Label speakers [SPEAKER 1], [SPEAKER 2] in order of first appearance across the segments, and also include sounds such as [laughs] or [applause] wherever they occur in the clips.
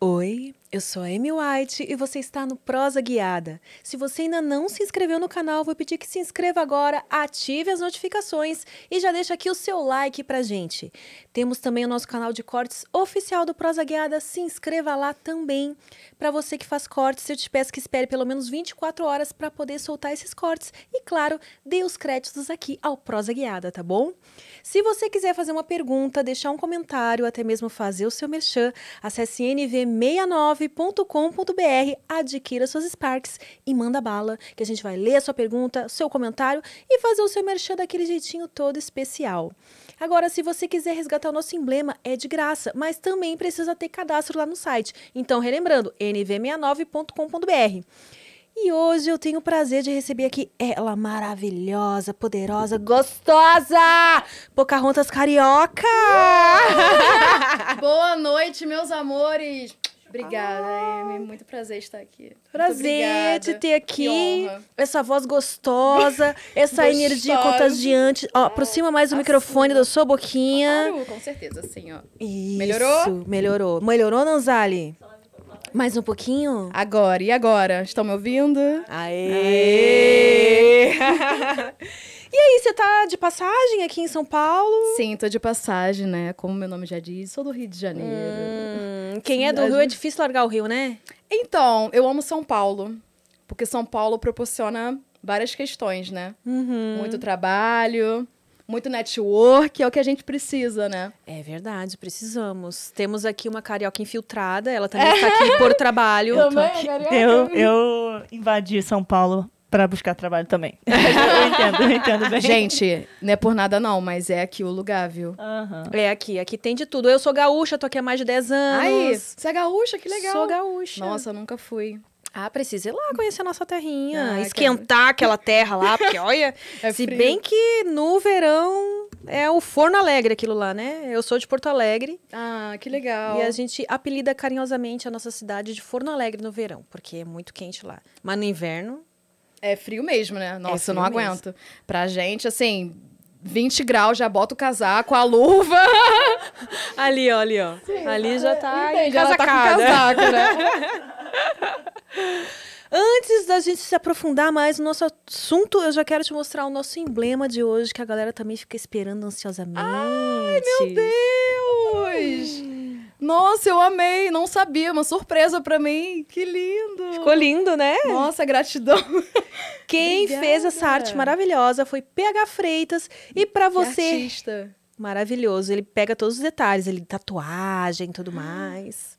[SPEAKER 1] Oi, eu sou a Amy White e você está no Prosa Guiada. Se você ainda não se inscreveu no canal, vou pedir que se inscreva agora, ative as notificações e já deixa aqui o seu like pra gente. Temos também o nosso canal de cortes oficial do Prosa Guiada, se inscreva lá também. Para você que faz cortes, eu te peço que espere pelo menos 24 horas para poder soltar esses cortes e, claro, dê os créditos aqui ao Prosa Guiada, tá bom? Se você quiser fazer uma pergunta, deixar um comentário, até mesmo fazer o seu merchan, acesse NVM 69.com.br, adquira suas Sparks e manda bala, que a gente vai ler a sua pergunta, seu comentário e fazer o seu merchan daquele jeitinho todo especial. Agora, se você quiser resgatar o nosso emblema, é de graça, mas também precisa ter cadastro lá no site. Então, relembrando, nv69.com.br. E hoje eu tenho o prazer de receber aqui ela, maravilhosa, poderosa, gostosa, Pocahontas Carioca!
[SPEAKER 2] Boa noite, meus amores. Obrigada, Amy. Muito prazer estar aqui. Muito
[SPEAKER 1] Ah. Prazer te
[SPEAKER 2] obrigada.
[SPEAKER 1] ter aqui.
[SPEAKER 2] Que honra.
[SPEAKER 1] Essa voz gostosa, essa energia
[SPEAKER 2] Gostosa.
[SPEAKER 1] contagiante. Ó, aproxima mais o
[SPEAKER 2] assim.
[SPEAKER 1] microfone da sua boquinha.
[SPEAKER 2] Claro, com certeza, assim, ó.
[SPEAKER 1] Isso,
[SPEAKER 2] Melhorou?
[SPEAKER 1] Melhorou. Melhorou, Nanzali? Mais um pouquinho?
[SPEAKER 2] Agora, e agora? Estão me ouvindo?
[SPEAKER 1] Aê! [laughs] e aí, você tá de passagem aqui em São Paulo?
[SPEAKER 2] Sim, tô de passagem, né? Como meu nome já diz, sou do Rio de Janeiro.
[SPEAKER 1] Hum,
[SPEAKER 2] Assim,
[SPEAKER 1] quem é do Rio é difícil largar o Rio, né?
[SPEAKER 2] Então, eu amo São Paulo, porque São Paulo proporciona várias questões, né?
[SPEAKER 1] Hum.
[SPEAKER 2] Muito trabalho, muito network, é o que a gente precisa, né?
[SPEAKER 1] É verdade, precisamos. Temos aqui uma carioca infiltrada, ela também está aqui
[SPEAKER 2] [laughs]
[SPEAKER 1] por trabalho.
[SPEAKER 2] Eu tô aqui.
[SPEAKER 1] é
[SPEAKER 3] Eu, eu invadi São Paulo pra buscar trabalho também. [laughs] eu entendo, eu entendo bem.
[SPEAKER 2] Gente, não é por nada não, mas é aqui o lugar, viu?
[SPEAKER 3] Aham.
[SPEAKER 1] É aqui, aqui tem de tudo. Eu sou gaúcha, tô aqui há mais de 10 anos.
[SPEAKER 2] Aí, você é gaúcha? Que legal.
[SPEAKER 1] Sou gaúcha.
[SPEAKER 2] Nossa, eu nunca fui.
[SPEAKER 1] Ah, precisa ir lá conhecer a nossa terrinha,
[SPEAKER 2] Ah,
[SPEAKER 1] esquentar aquela terra lá,
[SPEAKER 2] [laughs]
[SPEAKER 1] porque olha,
[SPEAKER 2] É
[SPEAKER 1] se
[SPEAKER 2] frio.
[SPEAKER 1] bem que no verão é o forno alegre aquilo lá, né? Eu sou de Porto Alegre
[SPEAKER 2] Ah, que legal.
[SPEAKER 1] e a gente apelida carinhosamente a nossa cidade de Forno Alegre no verão, porque é muito quente lá. Mas no inverno,
[SPEAKER 2] É frio mesmo, né? Nossa, eu não
[SPEAKER 1] frio
[SPEAKER 2] aguento. Pra gente, assim, 20 graus, já bota o casaco, a luva.
[SPEAKER 1] ali, ó, ali, ó. ali [laughs] já tá
[SPEAKER 2] Entende? Ela tá é, com
[SPEAKER 1] encasacada.
[SPEAKER 2] casaco, né?
[SPEAKER 1] [laughs] Antes da gente se aprofundar mais no nosso assunto, eu já quero te mostrar o nosso emblema de hoje, que a galera também fica esperando ansiosamente. Ai, meu Deus! É
[SPEAKER 2] Deus! Nossa, eu amei. Não sabia. Uma surpresa pra mim. Que lindo.
[SPEAKER 1] Ficou lindo, né?
[SPEAKER 2] Nossa, gratidão.
[SPEAKER 1] Quem
[SPEAKER 2] Obrigada.
[SPEAKER 1] fez essa arte maravilhosa foi PH Freitas. E pra
[SPEAKER 2] Que
[SPEAKER 1] você,
[SPEAKER 2] artista.
[SPEAKER 1] maravilhoso. Ele pega todos os detalhes, ele tatuagem e tudo mais.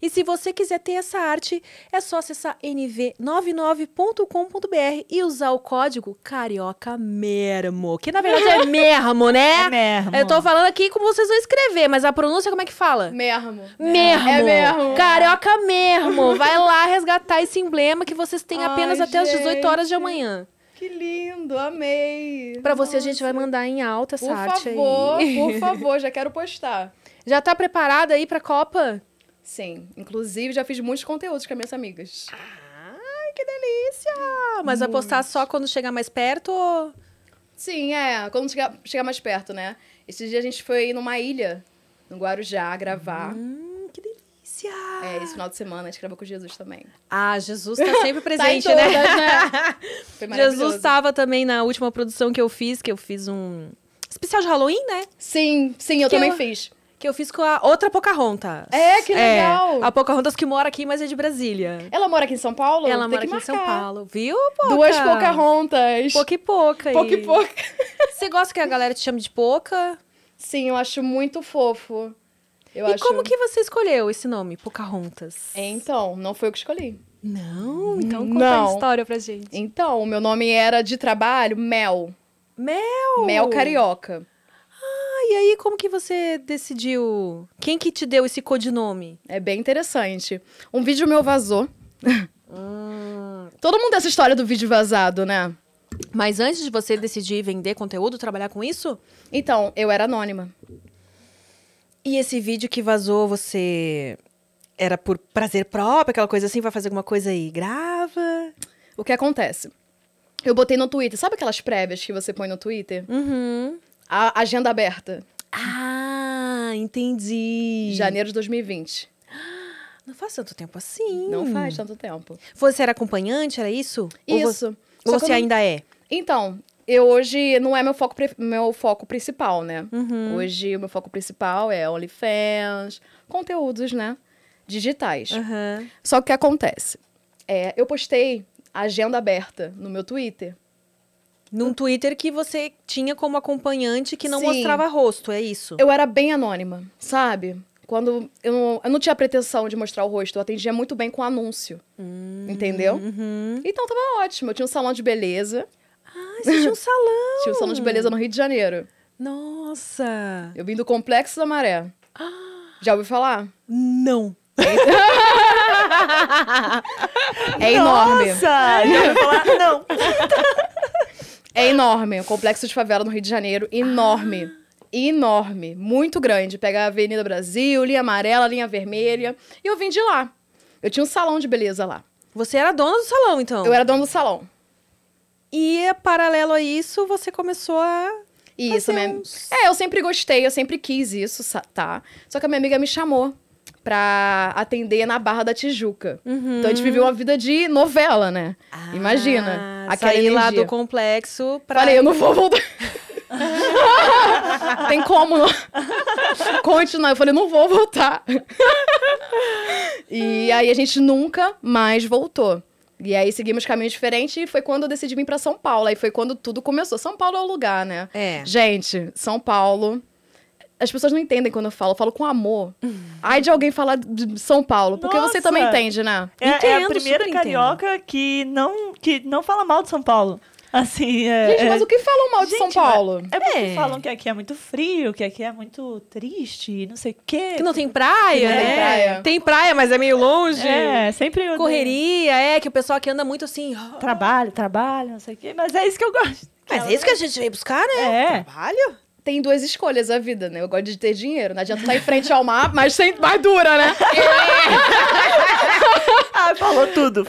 [SPEAKER 1] E se você quiser ter essa arte, é só acessar nv99.com.br e usar o código carioca mermo, que na verdade é mermo, né?
[SPEAKER 3] É mesmo.
[SPEAKER 1] Eu tô falando aqui como vocês vão escrever, mas a pronúncia como é que fala?
[SPEAKER 2] Mermo.
[SPEAKER 1] Mermo.
[SPEAKER 2] É mesmo.
[SPEAKER 1] Carioca mesmo. Vai lá resgatar esse emblema que vocês têm
[SPEAKER 2] Ai,
[SPEAKER 1] apenas até as 18 horas de
[SPEAKER 2] gente.
[SPEAKER 1] amanhã.
[SPEAKER 2] Que lindo. Amei.
[SPEAKER 1] Pra você, a gente vai mandar em alta essa
[SPEAKER 2] Por
[SPEAKER 1] arte
[SPEAKER 2] favor,
[SPEAKER 1] aí. [laughs]
[SPEAKER 2] por favor. Já quero postar.
[SPEAKER 1] Já tá preparada aí pra Copa?
[SPEAKER 2] Sim. Inclusive, já fiz muitos conteúdos com as minhas amigas.
[SPEAKER 1] Ai, que delícia! Ah, Mas vai postar só quando chegar mais perto ou...
[SPEAKER 2] Sim, é. Quando chegar, chegar mais perto, né? Esse dia a gente foi numa ilha, no Guarujá, gravar.
[SPEAKER 1] Hum, que delícia!
[SPEAKER 2] É, esse final de semana a gente gravou com Jesus também.
[SPEAKER 1] Ah,
[SPEAKER 2] [laughs]
[SPEAKER 1] Jesus tá sempre presente,
[SPEAKER 2] tá em
[SPEAKER 1] né?
[SPEAKER 2] todas, né? [laughs] Foi maravilhoso.
[SPEAKER 1] [laughs] Jesus tá- tava também na última produção que eu fiz, que eu fiz um especial de Halloween, né?
[SPEAKER 2] Sim, sim, eu
[SPEAKER 1] Que
[SPEAKER 2] também
[SPEAKER 1] eu-
[SPEAKER 2] fiz.
[SPEAKER 1] Que eu fiz com a outra Pocahontas.
[SPEAKER 2] É, que
[SPEAKER 1] É,
[SPEAKER 2] legal.
[SPEAKER 1] a Pocahontas que mora aqui, mas é de Brasília.
[SPEAKER 2] Ela mora aqui em São Paulo?
[SPEAKER 1] Ela
[SPEAKER 2] Tem
[SPEAKER 1] mora
[SPEAKER 2] que
[SPEAKER 1] aqui em São
[SPEAKER 2] marcar.
[SPEAKER 1] Paulo. Viu, Poca?
[SPEAKER 2] Duas Pocahontas.
[SPEAKER 1] Poca e Poca. aí.
[SPEAKER 2] Pouco e pouco.
[SPEAKER 1] Você gosta que a galera te chame de Poca?
[SPEAKER 2] Sim, eu acho muito fofo. Eu
[SPEAKER 1] e
[SPEAKER 2] acho...
[SPEAKER 1] como que você escolheu esse nome, Pocahontas?
[SPEAKER 2] Então, não foi eu que escolhi.
[SPEAKER 1] Não? Então conta
[SPEAKER 2] Não.
[SPEAKER 1] a história pra gente.
[SPEAKER 2] Então, o meu nome era de trabalho Mel.
[SPEAKER 1] Mel!
[SPEAKER 2] Mel carioca.
[SPEAKER 1] Ah, e aí como que você decidiu? Quem que te deu esse codinome?
[SPEAKER 2] É bem interessante. Um vídeo meu vazou.
[SPEAKER 1] Ah.
[SPEAKER 2] Todo mundo essa história do vídeo vazado, né?
[SPEAKER 1] Mas antes de você decidir vender conteúdo, trabalhar com isso,
[SPEAKER 2] Então, eu era anônima.
[SPEAKER 1] e esse vídeo que vazou, você era por prazer próprio, aquela coisa assim, vai fazer alguma coisa aí, grava.
[SPEAKER 2] O que acontece? Eu botei no Twitter, sabe aquelas prévias que você põe no Twitter?
[SPEAKER 1] Uhum.
[SPEAKER 2] A agenda aberta,
[SPEAKER 1] Ah, entendi.
[SPEAKER 2] janeiro de 2020.
[SPEAKER 1] Não faz tanto tempo assim.
[SPEAKER 2] Não faz tanto tempo.
[SPEAKER 1] Você era acompanhante, era isso? Ou você,
[SPEAKER 2] Isso.
[SPEAKER 1] ou
[SPEAKER 2] Só
[SPEAKER 1] você
[SPEAKER 2] que eu não-
[SPEAKER 1] ainda é?
[SPEAKER 2] Então, eu hoje não é meu foco, pre- meu foco principal, né? Hoje o meu foco principal é OnlyFans, conteúdos, né? Digitais.
[SPEAKER 1] É. Aham.
[SPEAKER 2] Só que o que acontece? É, eu postei a agenda aberta no meu Twitter.
[SPEAKER 1] Num Twitter que você tinha como acompanhante que não
[SPEAKER 2] Sim.
[SPEAKER 1] mostrava rosto, é isso?
[SPEAKER 2] Eu era bem anônima, sabe? Quando eu não, eu não tinha pretensão de mostrar o rosto, eu atendia muito bem com anúncio. entendeu?
[SPEAKER 1] Uhum.
[SPEAKER 2] Então tava ótimo. Eu tinha um salão de beleza.
[SPEAKER 1] Ah, você
[SPEAKER 2] [laughs]
[SPEAKER 1] tinha um salão.
[SPEAKER 2] Tinha um salão de beleza no Rio de Janeiro.
[SPEAKER 1] Nossa!
[SPEAKER 2] Eu vim do Complexo da Maré. Já ouviu falar?
[SPEAKER 1] Não!
[SPEAKER 2] É enorme.
[SPEAKER 3] Nossa! Eu ia falar, não.
[SPEAKER 2] É enorme. O complexo de favela no Rio de Janeiro, enorme. Enorme. Muito grande. Pega a Avenida Brasil, linha amarela, linha vermelha. E eu vim de lá. Eu tinha um salão de beleza lá.
[SPEAKER 1] Você era dona do salão, então?
[SPEAKER 2] Eu era dona do salão.
[SPEAKER 1] E paralelo a isso, você começou a.
[SPEAKER 2] E
[SPEAKER 1] Fazer
[SPEAKER 2] isso mesmo.
[SPEAKER 1] uns-
[SPEAKER 2] É, eu sempre gostei, eu sempre quis isso, sa- tá? Só que a minha amiga me chamou pra atender na Barra da Tijuca. Então a gente viveu uma vida de novela, né?
[SPEAKER 1] Ah,
[SPEAKER 2] Imagina. Aquela
[SPEAKER 1] sair lá
[SPEAKER 2] energia.
[SPEAKER 1] do complexo pra.
[SPEAKER 2] Falei, eu não vou voltar. [laughs] Tem como não? continuar. Eu falei, não vou voltar. e aí a gente nunca mais voltou. E aí seguimos caminhos diferentes e foi quando eu decidi vir pra São Paulo. Aí foi quando tudo começou. São Paulo é o lugar, né?
[SPEAKER 1] É.
[SPEAKER 2] Gente, São Paulo. As pessoas não entendem quando eu falo, eu falo com amor. Ai de alguém falar de São Paulo, porque você
[SPEAKER 3] Nossa!
[SPEAKER 2] também entende, né?
[SPEAKER 3] É, é
[SPEAKER 1] Entendo,
[SPEAKER 3] a primeira
[SPEAKER 1] super entendo.
[SPEAKER 3] carioca que não, que não fala mal de São Paulo. Assim, é...
[SPEAKER 2] Gente, mas
[SPEAKER 3] é-
[SPEAKER 2] o que falam mal de São
[SPEAKER 3] Gente,
[SPEAKER 2] Paulo?
[SPEAKER 3] É porque
[SPEAKER 1] É.
[SPEAKER 3] falam que aqui é muito frio, que aqui é muito triste, não sei o quê.
[SPEAKER 1] Que não tem praia,
[SPEAKER 2] Que não
[SPEAKER 1] né?
[SPEAKER 2] tem praia.
[SPEAKER 1] Tem praia, mas é meio longe.
[SPEAKER 3] É, sempre... eu-
[SPEAKER 1] Correria, é, que o pessoal aqui anda muito assim. ó.
[SPEAKER 2] Tá
[SPEAKER 3] Trabalho, trabalho, não sei o quê. Mas é isso que eu gosto.
[SPEAKER 1] Mas é isso que a gente veio buscar, né?
[SPEAKER 3] É.
[SPEAKER 1] Trabalho?
[SPEAKER 2] tem duas escolhas a vida, né? Eu gosto de ter dinheiro. Não adianta estar em frente ao mar, mas sem mais dura, né?
[SPEAKER 3] Ah, falou tudo.
[SPEAKER 1] É,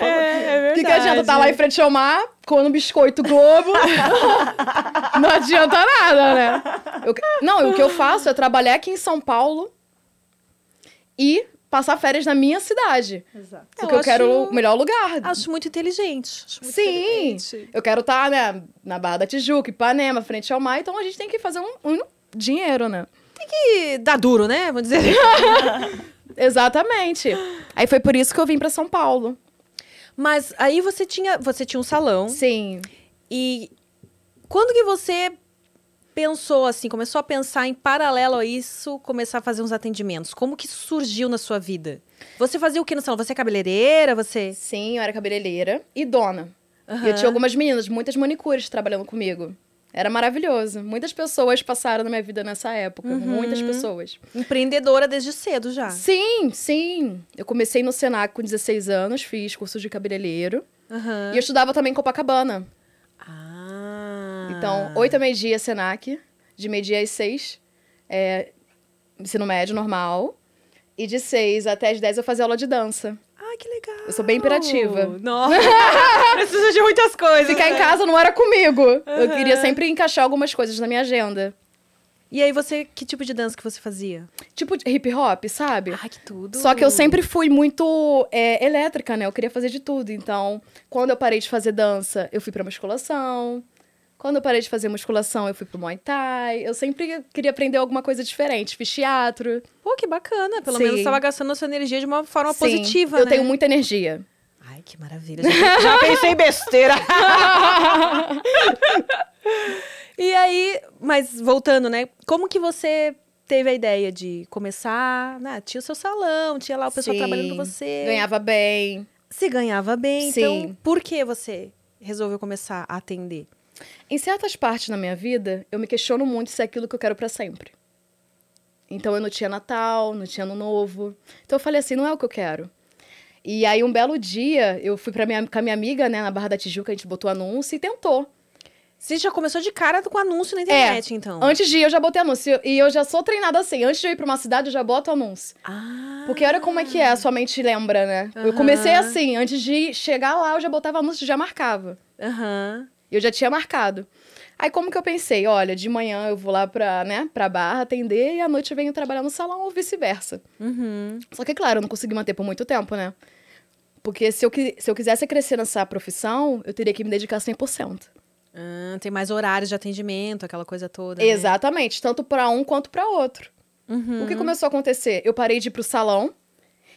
[SPEAKER 3] Falou
[SPEAKER 2] O que, que adianta estar lá em frente ao mar, comendo biscoito globo? não adianta nada, né? Eu- não, o que eu faço é trabalhar aqui em São Paulo e passar férias na minha cidade.
[SPEAKER 3] Exato.
[SPEAKER 2] Porque eu,
[SPEAKER 1] acho-
[SPEAKER 2] quero o melhor lugar.
[SPEAKER 1] Acho muito inteligente. Acho muito
[SPEAKER 2] Sim!
[SPEAKER 1] inteligente.
[SPEAKER 2] Eu quero estar né, na Barra da Tijuca, Ipanema, frente ao mar. Então a gente tem que fazer um- um dinheiro, né?
[SPEAKER 1] E dá duro, né? Vamos dizer. [laughs]
[SPEAKER 2] Exatamente. Aí foi por isso que eu vim pra São Paulo.
[SPEAKER 1] Mas aí você tinha, você tinha um salão
[SPEAKER 2] Sim.
[SPEAKER 1] e quando que você pensou assim, começou a pensar em paralelo a isso, começar a fazer uns atendimentos? Como que isso surgiu na sua vida? Você fazia o que no salão? Você é cabeleireira? Você
[SPEAKER 2] Sim, eu era cabeleireira e dona.
[SPEAKER 1] Aham.
[SPEAKER 2] E eu tinha algumas meninas, muitas manicures trabalhando comigo. Era maravilhoso. Muitas pessoas passaram na minha vida nessa época.
[SPEAKER 1] Uhum.
[SPEAKER 2] Muitas pessoas.
[SPEAKER 1] empreendedora desde cedo já?
[SPEAKER 2] Sim, sim. Eu comecei no Senac com 16 anos, fiz curso de cabeleireiro.
[SPEAKER 1] Aham.
[SPEAKER 2] E eu estudava também em Copacabana.
[SPEAKER 1] Ah.
[SPEAKER 2] Então, 8 a meio-dia, Senac. De meio-dia às 6, é, ensino médio normal. E de 6 até as 10 eu fazia aula de dança.
[SPEAKER 1] Ai, que legal.
[SPEAKER 2] Eu sou bem imperativa.
[SPEAKER 1] Nossa. [laughs] Preciso de muitas coisas.
[SPEAKER 2] Ficar em
[SPEAKER 1] né?
[SPEAKER 2] casa não era comigo. Eu queria sempre encaixar algumas coisas na minha agenda.
[SPEAKER 1] E aí você, que tipo de dança que você fazia?
[SPEAKER 2] Tipo de hip hop, sabe?
[SPEAKER 1] Ai, que tudo.
[SPEAKER 2] Só que eu sempre fui muito é, elétrica, né? Eu queria fazer de tudo. Então, quando eu parei de fazer dança, eu fui pra musculação. Quando eu parei de fazer musculação, eu fui pro Muay Thai. Eu sempre queria aprender alguma coisa diferente. Fiz teatro.
[SPEAKER 1] Pô, que bacana. Pelo
[SPEAKER 2] Sim.
[SPEAKER 1] menos estava gastando a sua energia de uma forma
[SPEAKER 2] Sim,
[SPEAKER 1] positiva,
[SPEAKER 2] Eu
[SPEAKER 1] né?
[SPEAKER 2] tenho
[SPEAKER 1] [laughs]
[SPEAKER 2] muita energia.
[SPEAKER 1] Ai, que maravilha. Já, já pensei
[SPEAKER 3] [laughs]
[SPEAKER 1] besteira. e aí, mas voltando, né? Como que você teve a ideia de começar? né? Tinha o seu salão, tinha lá o pessoal
[SPEAKER 2] Sim.
[SPEAKER 1] trabalhando com você.
[SPEAKER 2] Ganhava bem.
[SPEAKER 1] Se ganhava bem,
[SPEAKER 2] Sim.
[SPEAKER 1] então por que você resolveu começar a atender?
[SPEAKER 2] Em certas partes da minha vida, eu me questiono muito se é aquilo que eu quero pra sempre. Então eu não tinha Natal, não tinha Ano Novo. Então eu falei assim, não é o que eu quero. E aí um belo dia, eu fui pra minha, com a minha amiga, né, na Barra da Tijuca, a gente botou anúncio e tentou.
[SPEAKER 1] Você já começou de cara com anúncio na internet, então.
[SPEAKER 2] É, Antes de ir, eu já botei anúncio. E eu já sou treinada assim. Antes de eu ir pra uma cidade, eu já boto anúncio.
[SPEAKER 1] Ah.
[SPEAKER 2] Porque olha como é que é, a sua mente lembra, né? Eu
[SPEAKER 1] Aham.
[SPEAKER 2] comecei assim, antes de chegar lá, eu já botava anúncio, já marcava.
[SPEAKER 1] Aham.
[SPEAKER 2] E Eu já tinha marcado. Aí como que eu pensei? Olha, de manhã eu vou lá pra, né, pra barra atender e à noite eu venho trabalhar no salão ou vice-versa.
[SPEAKER 1] Uhum.
[SPEAKER 2] Só que, claro, eu não consegui manter por muito tempo, né? Porque se eu, qui- se eu quisesse crescer nessa profissão, eu teria que me dedicar 100%.
[SPEAKER 1] Ah, tem mais horários de atendimento, aquela coisa toda. né?
[SPEAKER 2] Exatamente, tanto pra um quanto pra outro.
[SPEAKER 1] Uhum.
[SPEAKER 2] O que começou a acontecer? Eu parei de ir pro salão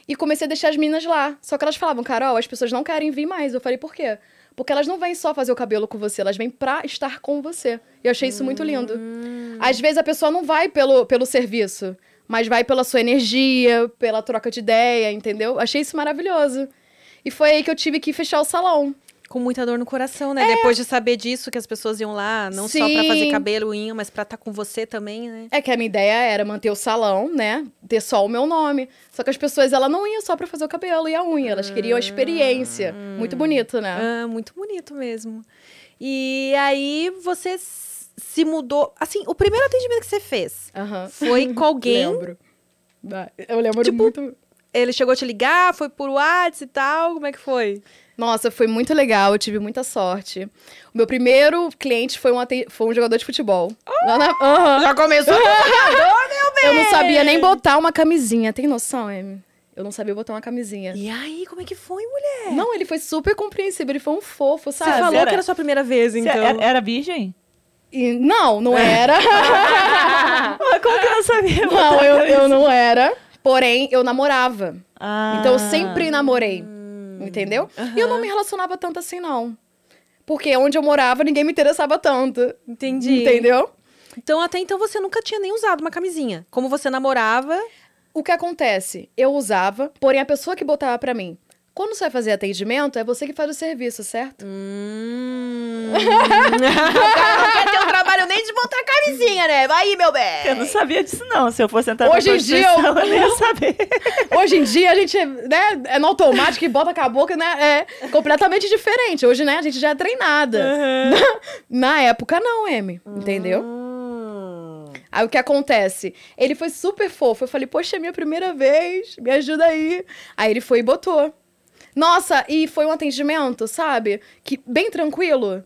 [SPEAKER 2] e comecei a deixar as meninas lá. Só que elas falavam, Carol, as pessoas não querem vir mais. Eu falei, por quê? Porque elas não vêm só fazer o cabelo com você, elas vêm pra estar com você. E eu achei isso muito lindo.
[SPEAKER 1] Hum.
[SPEAKER 2] Às vezes a pessoa não vai pelo, pelo serviço, mas vai pela sua energia, pela troca de ideia, entendeu? Achei isso maravilhoso. E foi aí que eu tive que fechar o salão.
[SPEAKER 1] Com muita dor no coração, né? Depois de saber disso, que as pessoas iam lá, não só pra fazer
[SPEAKER 2] É. Sim.
[SPEAKER 1] cabelo, inho, mas pra estar com você também, né?
[SPEAKER 2] É que a minha ideia era manter o salão, né? Ter só o meu nome. Só que as pessoas, ela não ia só pra fazer o cabelo e a unha. Elas queriam a experiência. Muito bonito, né?
[SPEAKER 1] Ah, muito bonito mesmo. E aí você s- se mudou. Assim, o primeiro atendimento que você fez
[SPEAKER 2] Aham.
[SPEAKER 1] [laughs] foi com Ah. alguém.
[SPEAKER 2] Lembro. Ah, Eu lembro
[SPEAKER 1] Tipo-
[SPEAKER 2] muito.
[SPEAKER 1] Ele chegou a te ligar, foi por WhatsApp e tal. Como é que foi?
[SPEAKER 2] Nossa, foi muito legal. Eu tive muita sorte. O meu primeiro cliente foi um, ate- foi um jogador de futebol.
[SPEAKER 1] Ah!
[SPEAKER 2] Lá na- Aham.
[SPEAKER 1] Já [laughs] começou?
[SPEAKER 2] Eu não sabia nem botar uma camisinha. Tem noção, Amy? Eu não sabia botar uma camisinha.
[SPEAKER 1] e aí, como é que foi, mulher?
[SPEAKER 2] Não, ele foi super compreensível. Ele foi um fofo,
[SPEAKER 1] Você
[SPEAKER 2] sabe?
[SPEAKER 1] falou
[SPEAKER 3] era-
[SPEAKER 1] que era a sua primeira vez,
[SPEAKER 3] Você
[SPEAKER 1] então.
[SPEAKER 3] era, era virgem?
[SPEAKER 2] E- Não, não era.
[SPEAKER 3] Ah, como que eu não sabia?
[SPEAKER 2] Não, eu, eu não era. Porém, eu namorava.
[SPEAKER 3] Ah.
[SPEAKER 2] Então eu sempre namorei. Entendeu? E eu não me relacionava tanto assim, não. Porque onde eu morava, ninguém me interessava tanto.
[SPEAKER 1] Entendi.
[SPEAKER 2] Entendeu?
[SPEAKER 1] Então, até então, você nunca tinha nem usado uma camisinha. Como você namorava.
[SPEAKER 2] O que acontece? Eu usava, porém a pessoa que botava pra mim. Quando você vai fazer atendimento, é você que faz o serviço, certo?
[SPEAKER 1] Hum. [laughs] não quer ter um trabalho nem de botar camisinha, né? Vai aí, meu bem.
[SPEAKER 3] Eu não sabia disso, não. Se eu fosse entrar na
[SPEAKER 2] Hoje em dia
[SPEAKER 3] prostituição,
[SPEAKER 2] eu-
[SPEAKER 3] eu não ia saber.
[SPEAKER 2] Hoje em dia a gente é, né, é no automático e bota com a boca, né? É completamente diferente. Hoje, né, a gente já é treinada. Na época, não, Amy.
[SPEAKER 1] Ah.
[SPEAKER 2] Entendeu? Aí o que acontece? Ele foi super fofo. Eu falei, poxa, é minha primeira vez, me ajuda aí. Aí ele foi e botou. Nossa, e foi um atendimento, sabe? Que bem tranquilo.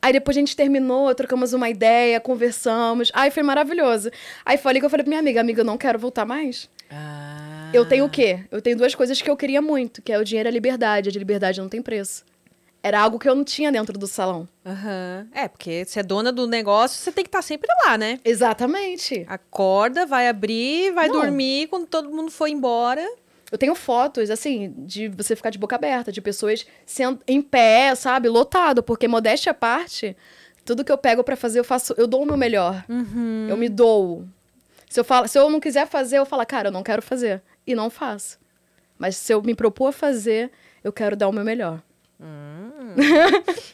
[SPEAKER 2] Aí depois a gente terminou, trocamos uma ideia, conversamos. Aí foi maravilhoso. Aí falei que eu falei pra minha amiga, amiga, eu não quero voltar mais.
[SPEAKER 1] Ah.
[SPEAKER 2] Eu tenho o quê? Eu tenho duas coisas que eu queria muito, que é o dinheiro e a liberdade. A de liberdade não tem preço. Era algo que eu não tinha dentro do salão.
[SPEAKER 1] Aham. É, porque você é dona do negócio, você tem que estar sempre lá, né?
[SPEAKER 2] Exatamente.
[SPEAKER 1] Acorda, vai abrir, vai
[SPEAKER 2] Não.
[SPEAKER 1] dormir. Quando todo mundo for embora,
[SPEAKER 2] Eu tenho fotos, assim, de você ficar de boca aberta, de pessoas sendo em pé, sabe? Lotado, porque modéstia à parte, tudo que eu pego pra fazer, eu faço, eu dou o meu melhor. Eu me dou. Se eu, falo, se eu não quiser fazer, eu falo, cara, eu não quero fazer. E não faço. Mas se eu me propor a fazer, eu quero dar o meu melhor.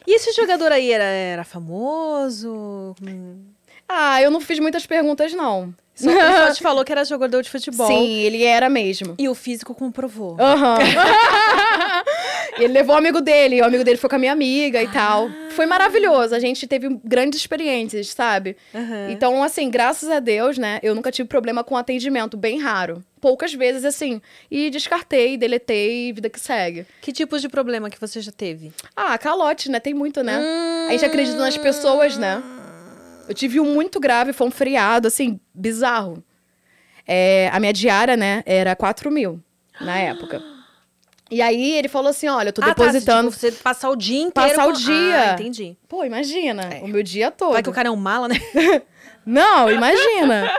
[SPEAKER 1] E esse jogador aí era, era famoso? Hum.
[SPEAKER 2] Ah, eu não fiz muitas perguntas, não.
[SPEAKER 1] Só, ele
[SPEAKER 2] [laughs]
[SPEAKER 1] só te falou que era jogador de futebol.
[SPEAKER 2] Sim, ele era mesmo.
[SPEAKER 1] E o físico comprovou.
[SPEAKER 2] [laughs] Aham. ele levou o amigo dele, e o amigo dele foi com a minha amiga e tal. Foi maravilhoso, a gente teve grandes experiências, sabe?
[SPEAKER 1] Aham.
[SPEAKER 2] Então, assim, graças a Deus, né? Eu nunca tive problema com atendimento, bem raro. Poucas vezes, assim. E descartei, deletei, vida que segue.
[SPEAKER 1] Que tipos de problema que você já teve? Hum.
[SPEAKER 2] Ah, calote, né? Tem muito, né? A gente acredita nas pessoas, né? Eu tive um muito grave, foi um freado, assim, bizarro. É, a minha diária, né, era 4 mil na época. E aí ele falou assim: olha, eu tô
[SPEAKER 1] Ah, tá,
[SPEAKER 2] depositando.
[SPEAKER 1] tipo, você passar o dia inteiro.
[SPEAKER 2] Passar o
[SPEAKER 1] com-
[SPEAKER 2] dia.
[SPEAKER 1] Ah, entendi.
[SPEAKER 2] Pô, imagina, o meu dia todo.
[SPEAKER 1] Vai que o cara é um mala, né?
[SPEAKER 2] Não, imagina.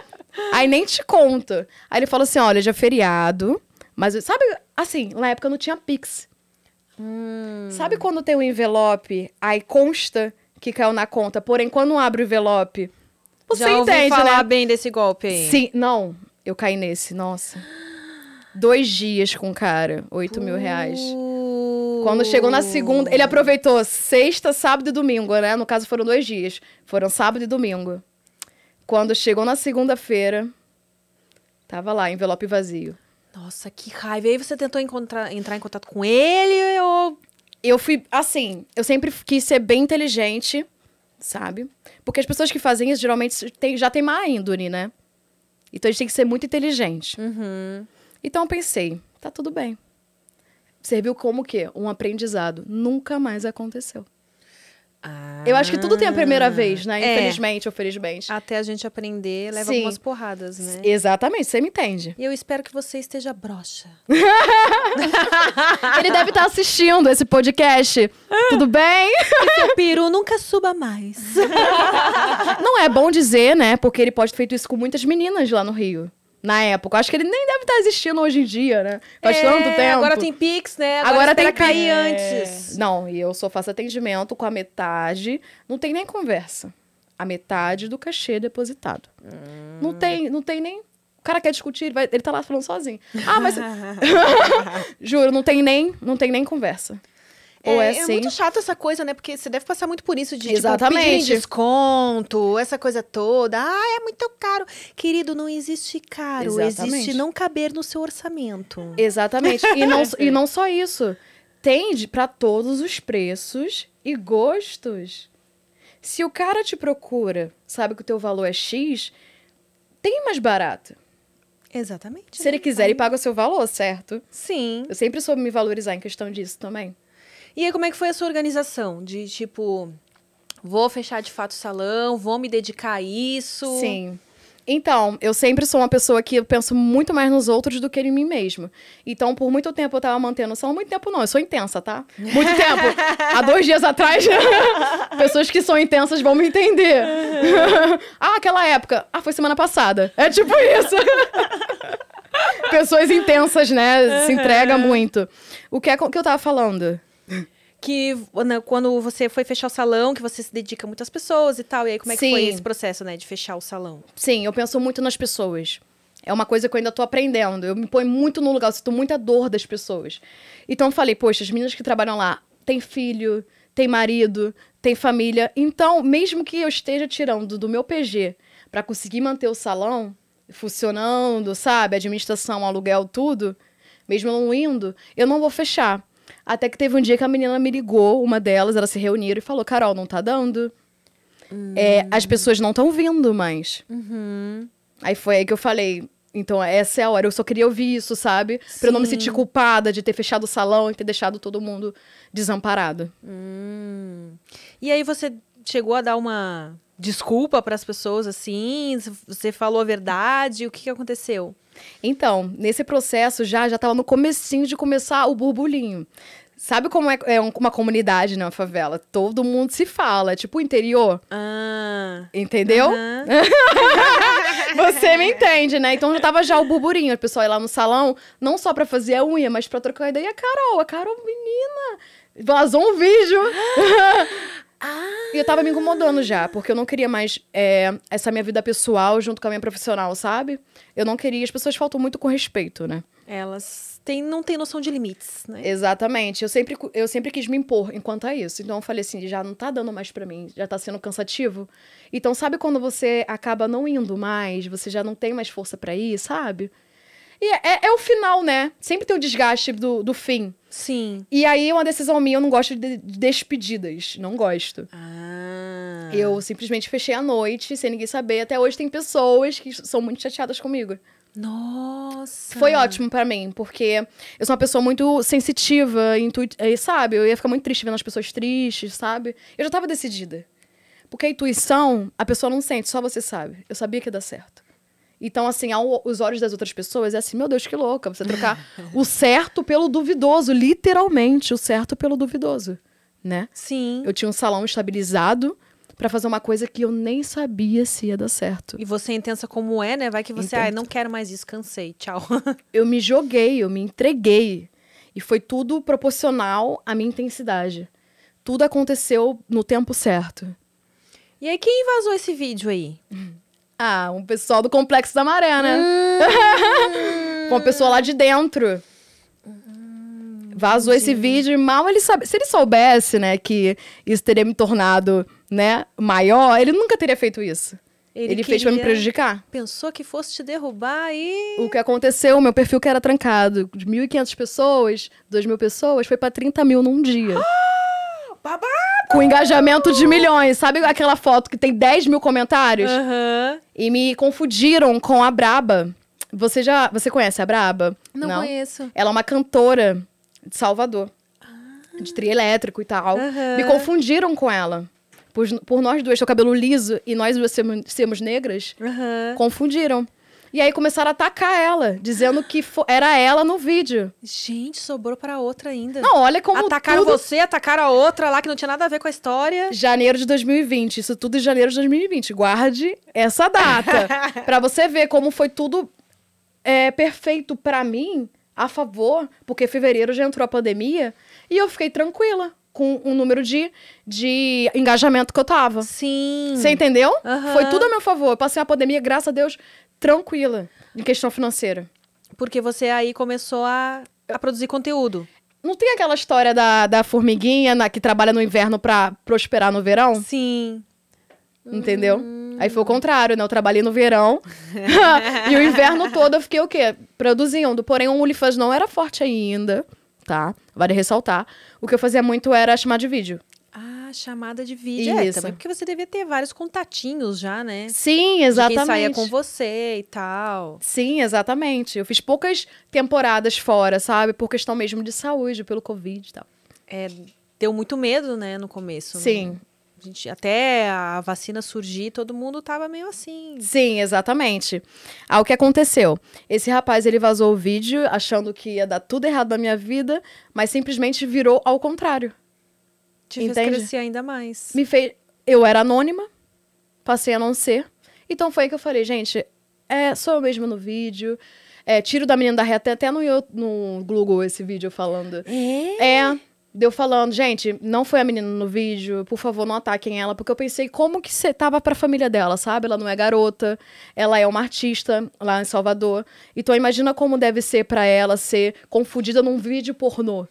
[SPEAKER 2] Aí nem te conto. Aí ele falou assim: olha, já é feriado. Mas eu- sabe, assim, na época não tinha Pix.
[SPEAKER 1] Hum.
[SPEAKER 2] Sabe quando tem um envelope, aí consta que caiu na conta, porém quando abre o envelope, você
[SPEAKER 1] já ouvi
[SPEAKER 2] entende,
[SPEAKER 1] falar
[SPEAKER 2] né?
[SPEAKER 1] bem desse golpe aí.
[SPEAKER 2] Sim, não, eu caí nesse, nossa. Dois dias com o cara, oito mil reais. Quando chegou
[SPEAKER 1] Uh.
[SPEAKER 2] na segunda, ele aproveitou sexta, sábado e domingo, né? No caso foram dois dias. Foram sábado e domingo. Quando chegou na segunda-feira, tava lá, envelope vazio.
[SPEAKER 1] Nossa, que raiva. E aí você tentou encontrar, entrar em contato com ele ou...
[SPEAKER 2] Eu fui, assim, eu sempre quis ser bem inteligente, sabe? Porque as pessoas que fazem isso geralmente tem, já tem má índole, né? Então a gente tem que ser muito inteligente. Então eu pensei, tá tudo bem. Serviu como o quê? Um aprendizado. Nunca mais aconteceu. Eu acho que tudo tem a primeira vez, né?
[SPEAKER 1] É.
[SPEAKER 2] Infelizmente ou felizmente.
[SPEAKER 1] Até a gente aprender, leva
[SPEAKER 2] Sim.
[SPEAKER 1] algumas porradas, né?
[SPEAKER 2] Exatamente, você me entende.
[SPEAKER 1] E eu espero que você esteja broxa.
[SPEAKER 2] Ele deve estar assistindo esse podcast.
[SPEAKER 1] Ah.
[SPEAKER 2] Tudo bem?
[SPEAKER 1] Que seu peru nunca suba mais.
[SPEAKER 2] Não é bom dizer, né? Porque ele pode ter feito isso com muitas meninas lá no Rio. Na época. Eu Acho que ele nem deve estar existindo hoje em dia, né? [laughs] Faz
[SPEAKER 1] É,
[SPEAKER 2] tanto tempo.
[SPEAKER 1] Agora tem Pix, né?
[SPEAKER 2] Agora
[SPEAKER 1] espera
[SPEAKER 2] tem
[SPEAKER 1] cair
[SPEAKER 2] Pix.
[SPEAKER 1] antes.
[SPEAKER 2] Não, e eu só faço atendimento com a metade. Não tem nem conversa. A metade do cachê depositado.
[SPEAKER 1] Hum.
[SPEAKER 2] Não tem, não tem nem. O cara quer discutir, ele, vai, ele tá lá falando sozinho. [laughs]
[SPEAKER 1] [laughs]
[SPEAKER 2] Ah, mas.
[SPEAKER 1] É,
[SPEAKER 2] Juro, não tem nem, não tem nem conversa. Ou é, assim.
[SPEAKER 1] muito chato essa coisa, né? Porque você deve passar muito por isso de tipo,
[SPEAKER 2] Exatamente.
[SPEAKER 1] pedirem desconto, essa coisa toda. Ah, é muito caro. Querido, não existe caro. Existe
[SPEAKER 2] Exatamente.
[SPEAKER 1] não caber no seu orçamento.
[SPEAKER 2] Exatamente. E não, e não só isso. Tende pra todos os preços e gostos. Se o cara te procura, sabe que o teu valor é X, tem mais barato.
[SPEAKER 1] Exatamente.
[SPEAKER 2] Se ele quiser, ele paga o seu valor, certo?
[SPEAKER 1] Sim.
[SPEAKER 2] Eu sempre soube me valorizar em questão disso também.
[SPEAKER 1] E aí, como é que foi a sua organização? De tipo, vou fechar de fato o salão, vou me dedicar a isso.
[SPEAKER 2] Sim. Então, eu sempre sou uma pessoa que eu penso muito mais nos outros do que em mim mesmo. Então, por muito tempo eu tava mantendo só muito tempo não, eu sou intensa, tá? Muito tempo. Há dois dias atrás, [laughs] pessoas que são intensas vão me entender. [laughs] ah, aquela época. Ah, foi semana passada. É tipo isso. pessoas intensas, né? Se entrega muito. O que é co- que eu tava falando?
[SPEAKER 1] Que né, quando você foi fechar o salão, que você se dedica a muitas pessoas e tal. E aí, como é que foi
[SPEAKER 2] Sim.
[SPEAKER 1] esse processo, né? De fechar o salão?
[SPEAKER 2] Sim, eu penso muito nas pessoas. É uma coisa que eu ainda tô aprendendo. Eu me ponho muito no lugar, eu sinto muita dor das pessoas. Então eu falei, poxa, as meninas que trabalham lá têm filho, têm marido, têm família. Então, mesmo que eu esteja tirando do meu PG para conseguir manter o salão funcionando, sabe? Administração, aluguel, tudo, mesmo eu não indo, eu não vou fechar. Até que teve um dia que a menina me ligou, uma delas, elas se reuniram e falou: Carol, não tá dando. É, as pessoas não estão vindo mais. Aí foi aí que eu falei. Então, essa é a hora. Eu só queria ouvir isso, sabe? Pra eu não me sentir culpada de ter fechado o salão e ter deixado todo mundo desamparado.
[SPEAKER 1] Hum. E aí você chegou a dar uma desculpa para as pessoas assim? Você falou a verdade? O que, que aconteceu?
[SPEAKER 2] Então, nesse processo já, já tava no comecinho de começar o burburinho. Sabe como é, é um- uma comunidade, né? Uma favela. Todo mundo se fala. é Tipo o interior,
[SPEAKER 1] Ah.
[SPEAKER 2] entendeu?
[SPEAKER 1] aham.
[SPEAKER 2] Você me entende, né? Então já tava já o burburinho. O pessoal ia lá no salão, não só pra fazer a unha, mas pra trocar ideia. E a Carol, a Carol, menina, vazou um vídeo. E eu tava me incomodando já, porque eu não queria mais é, essa minha vida pessoal junto com a minha profissional, sabe? Eu não queria. As pessoas faltam muito com respeito, né?
[SPEAKER 1] Elas têm, não têm noção de limites, né?
[SPEAKER 2] Exatamente. Eu sempre, cu- eu sempre quis me impor enquanto a isso. Então eu falei assim, já não tá dando mais pra mim, já tá sendo cansativo. Então sabe quando você acaba não indo mais, você já não tem mais força pra ir, sabe? E é, é- é o final, né? Sempre tem o desgaste do, do fim.
[SPEAKER 1] Sim.
[SPEAKER 2] E aí é uma decisão minha, eu não gosto de de despedidas, não gosto.
[SPEAKER 1] Ah.
[SPEAKER 2] Eu simplesmente fechei a noite, sem ninguém saber. Até hoje tem pessoas que são muito chateadas comigo.
[SPEAKER 1] Nossa.
[SPEAKER 2] Foi ótimo pra mim, porque eu sou uma pessoa muito sensitiva, intuitiva, sabe? Eu ia ficar muito triste vendo as pessoas tristes, sabe? Eu já tava decidida. Porque a intuição, a pessoa não sente, só você sabe. Eu sabia que ia dar certo. Então, assim, aos olhos das outras pessoas, é assim, meu Deus, que louca. Você trocar o certo pelo duvidoso, literalmente, o certo pelo duvidoso, né?
[SPEAKER 1] Sim.
[SPEAKER 2] Eu tinha um salão estabilizado pra fazer uma coisa que eu nem sabia se ia dar certo.
[SPEAKER 1] E você é intensa como é, né? Vai que você,
[SPEAKER 2] Intensa.
[SPEAKER 1] ai, não quero mais isso, cansei, tchau. [laughs]
[SPEAKER 2] eu me joguei, eu me entreguei. E foi tudo proporcional à minha intensidade. Tudo aconteceu no tempo certo.
[SPEAKER 1] e aí, quem vazou esse vídeo aí?
[SPEAKER 2] Ah, um pessoal do Complexo da [laughs] Maré, né? Uma pessoa lá de dentro. Vazou esse vídeo e mal ele sabe. Se ele soubesse, né, que isso teria me tornado, né, maior, ele nunca teria feito isso. Ele, fez pra me
[SPEAKER 1] queria-
[SPEAKER 2] prejudicar.
[SPEAKER 1] Pensou que fosse te derrubar e.
[SPEAKER 2] O que aconteceu, meu perfil que era trancado de 1.500 pessoas, 2.000 pessoas, foi pra 30 mil num dia.
[SPEAKER 1] Ah,
[SPEAKER 3] Babá!
[SPEAKER 2] com engajamento de milhões. Sabe aquela foto que tem 10 mil comentários?
[SPEAKER 1] Ah. Aham.
[SPEAKER 2] E me confundiram com a Braba. Você já. Você conhece a Braba?
[SPEAKER 1] Não, conheço. Ah.
[SPEAKER 2] Ela é uma cantora de Salvador. De trio elétrico e tal.
[SPEAKER 1] Aham.
[SPEAKER 2] Me confundiram com ela. Por, por nós duas ter o cabelo liso e nós duas sermos, sermos negras,
[SPEAKER 1] Aham.
[SPEAKER 2] confundiram. E aí começaram a atacar ela, dizendo que fo- era ela no vídeo.
[SPEAKER 1] Gente, sobrou pra outra ainda.
[SPEAKER 2] Não, olha como
[SPEAKER 1] atacaram
[SPEAKER 2] tudo...
[SPEAKER 1] você, atacaram a outra lá que não tinha nada a ver com a história.
[SPEAKER 2] Janeiro de 2020, isso tudo em janeiro de 2020. Guarde essa
[SPEAKER 1] [laughs]
[SPEAKER 2] data Pra você ver como foi tudo é, perfeito pra mim a favor, porque fevereiro já entrou a pandemia e eu fiquei tranquila com o número de, de engajamento que eu tava.
[SPEAKER 1] Sim.
[SPEAKER 2] Você entendeu?
[SPEAKER 1] Aham.
[SPEAKER 2] Foi tudo a meu favor. Eu passei a pandemia, graças a Deus, tranquila em questão financeira.
[SPEAKER 1] Porque você aí começou a, a produzir conteúdo.
[SPEAKER 2] Não tem aquela história da, da formiguinha na- que trabalha no inverno pra prosperar no verão?
[SPEAKER 1] Sim. Hum.
[SPEAKER 2] Entendeu? Aí foi o contrário, né? Eu trabalhei no verão [laughs] e o inverno todo eu fiquei o quê? Produzindo. Porém, o OnlyFans não era forte ainda, tá? Vale ressaltar. O que eu fazia muito era chamar de vídeo.
[SPEAKER 1] Ah, chamada de vídeo. É,
[SPEAKER 2] Isso.
[SPEAKER 1] também porque você devia ter vários contatinhos já, né?
[SPEAKER 2] Sim,
[SPEAKER 1] De
[SPEAKER 2] exatamente.
[SPEAKER 1] quem saía com você e tal.
[SPEAKER 2] Sim, exatamente. Eu fiz poucas temporadas fora, sabe? Por questão mesmo de saúde, pelo Covid e tal.
[SPEAKER 1] É, deu muito medo, né, no começo.
[SPEAKER 2] Sim.
[SPEAKER 1] A gente, até a vacina surgir, todo mundo tava meio assim.
[SPEAKER 2] Sim, exatamente. Ah, o que aconteceu? Esse rapaz, ele vazou o vídeo achando que ia dar tudo errado na minha vida, mas simplesmente virou ao contrário.
[SPEAKER 1] Te fez
[SPEAKER 2] Entende?
[SPEAKER 1] crescer ainda mais.
[SPEAKER 2] me fez. Eu era anônima, passei a não ser. Então foi aí que eu falei, gente, é, sou eu mesma no vídeo. É, tiro da menina da reta, tem até no, Yo- no Google esse vídeo eu falando.
[SPEAKER 1] É?
[SPEAKER 2] É, deu falando, gente, não foi a menina no vídeo, por favor, não ataquem ela, porque eu pensei como que você tava pra família dela, sabe? Ela não é garota, ela é uma artista lá em Salvador. Então imagina como deve ser pra ela ser confundida num vídeo pornô.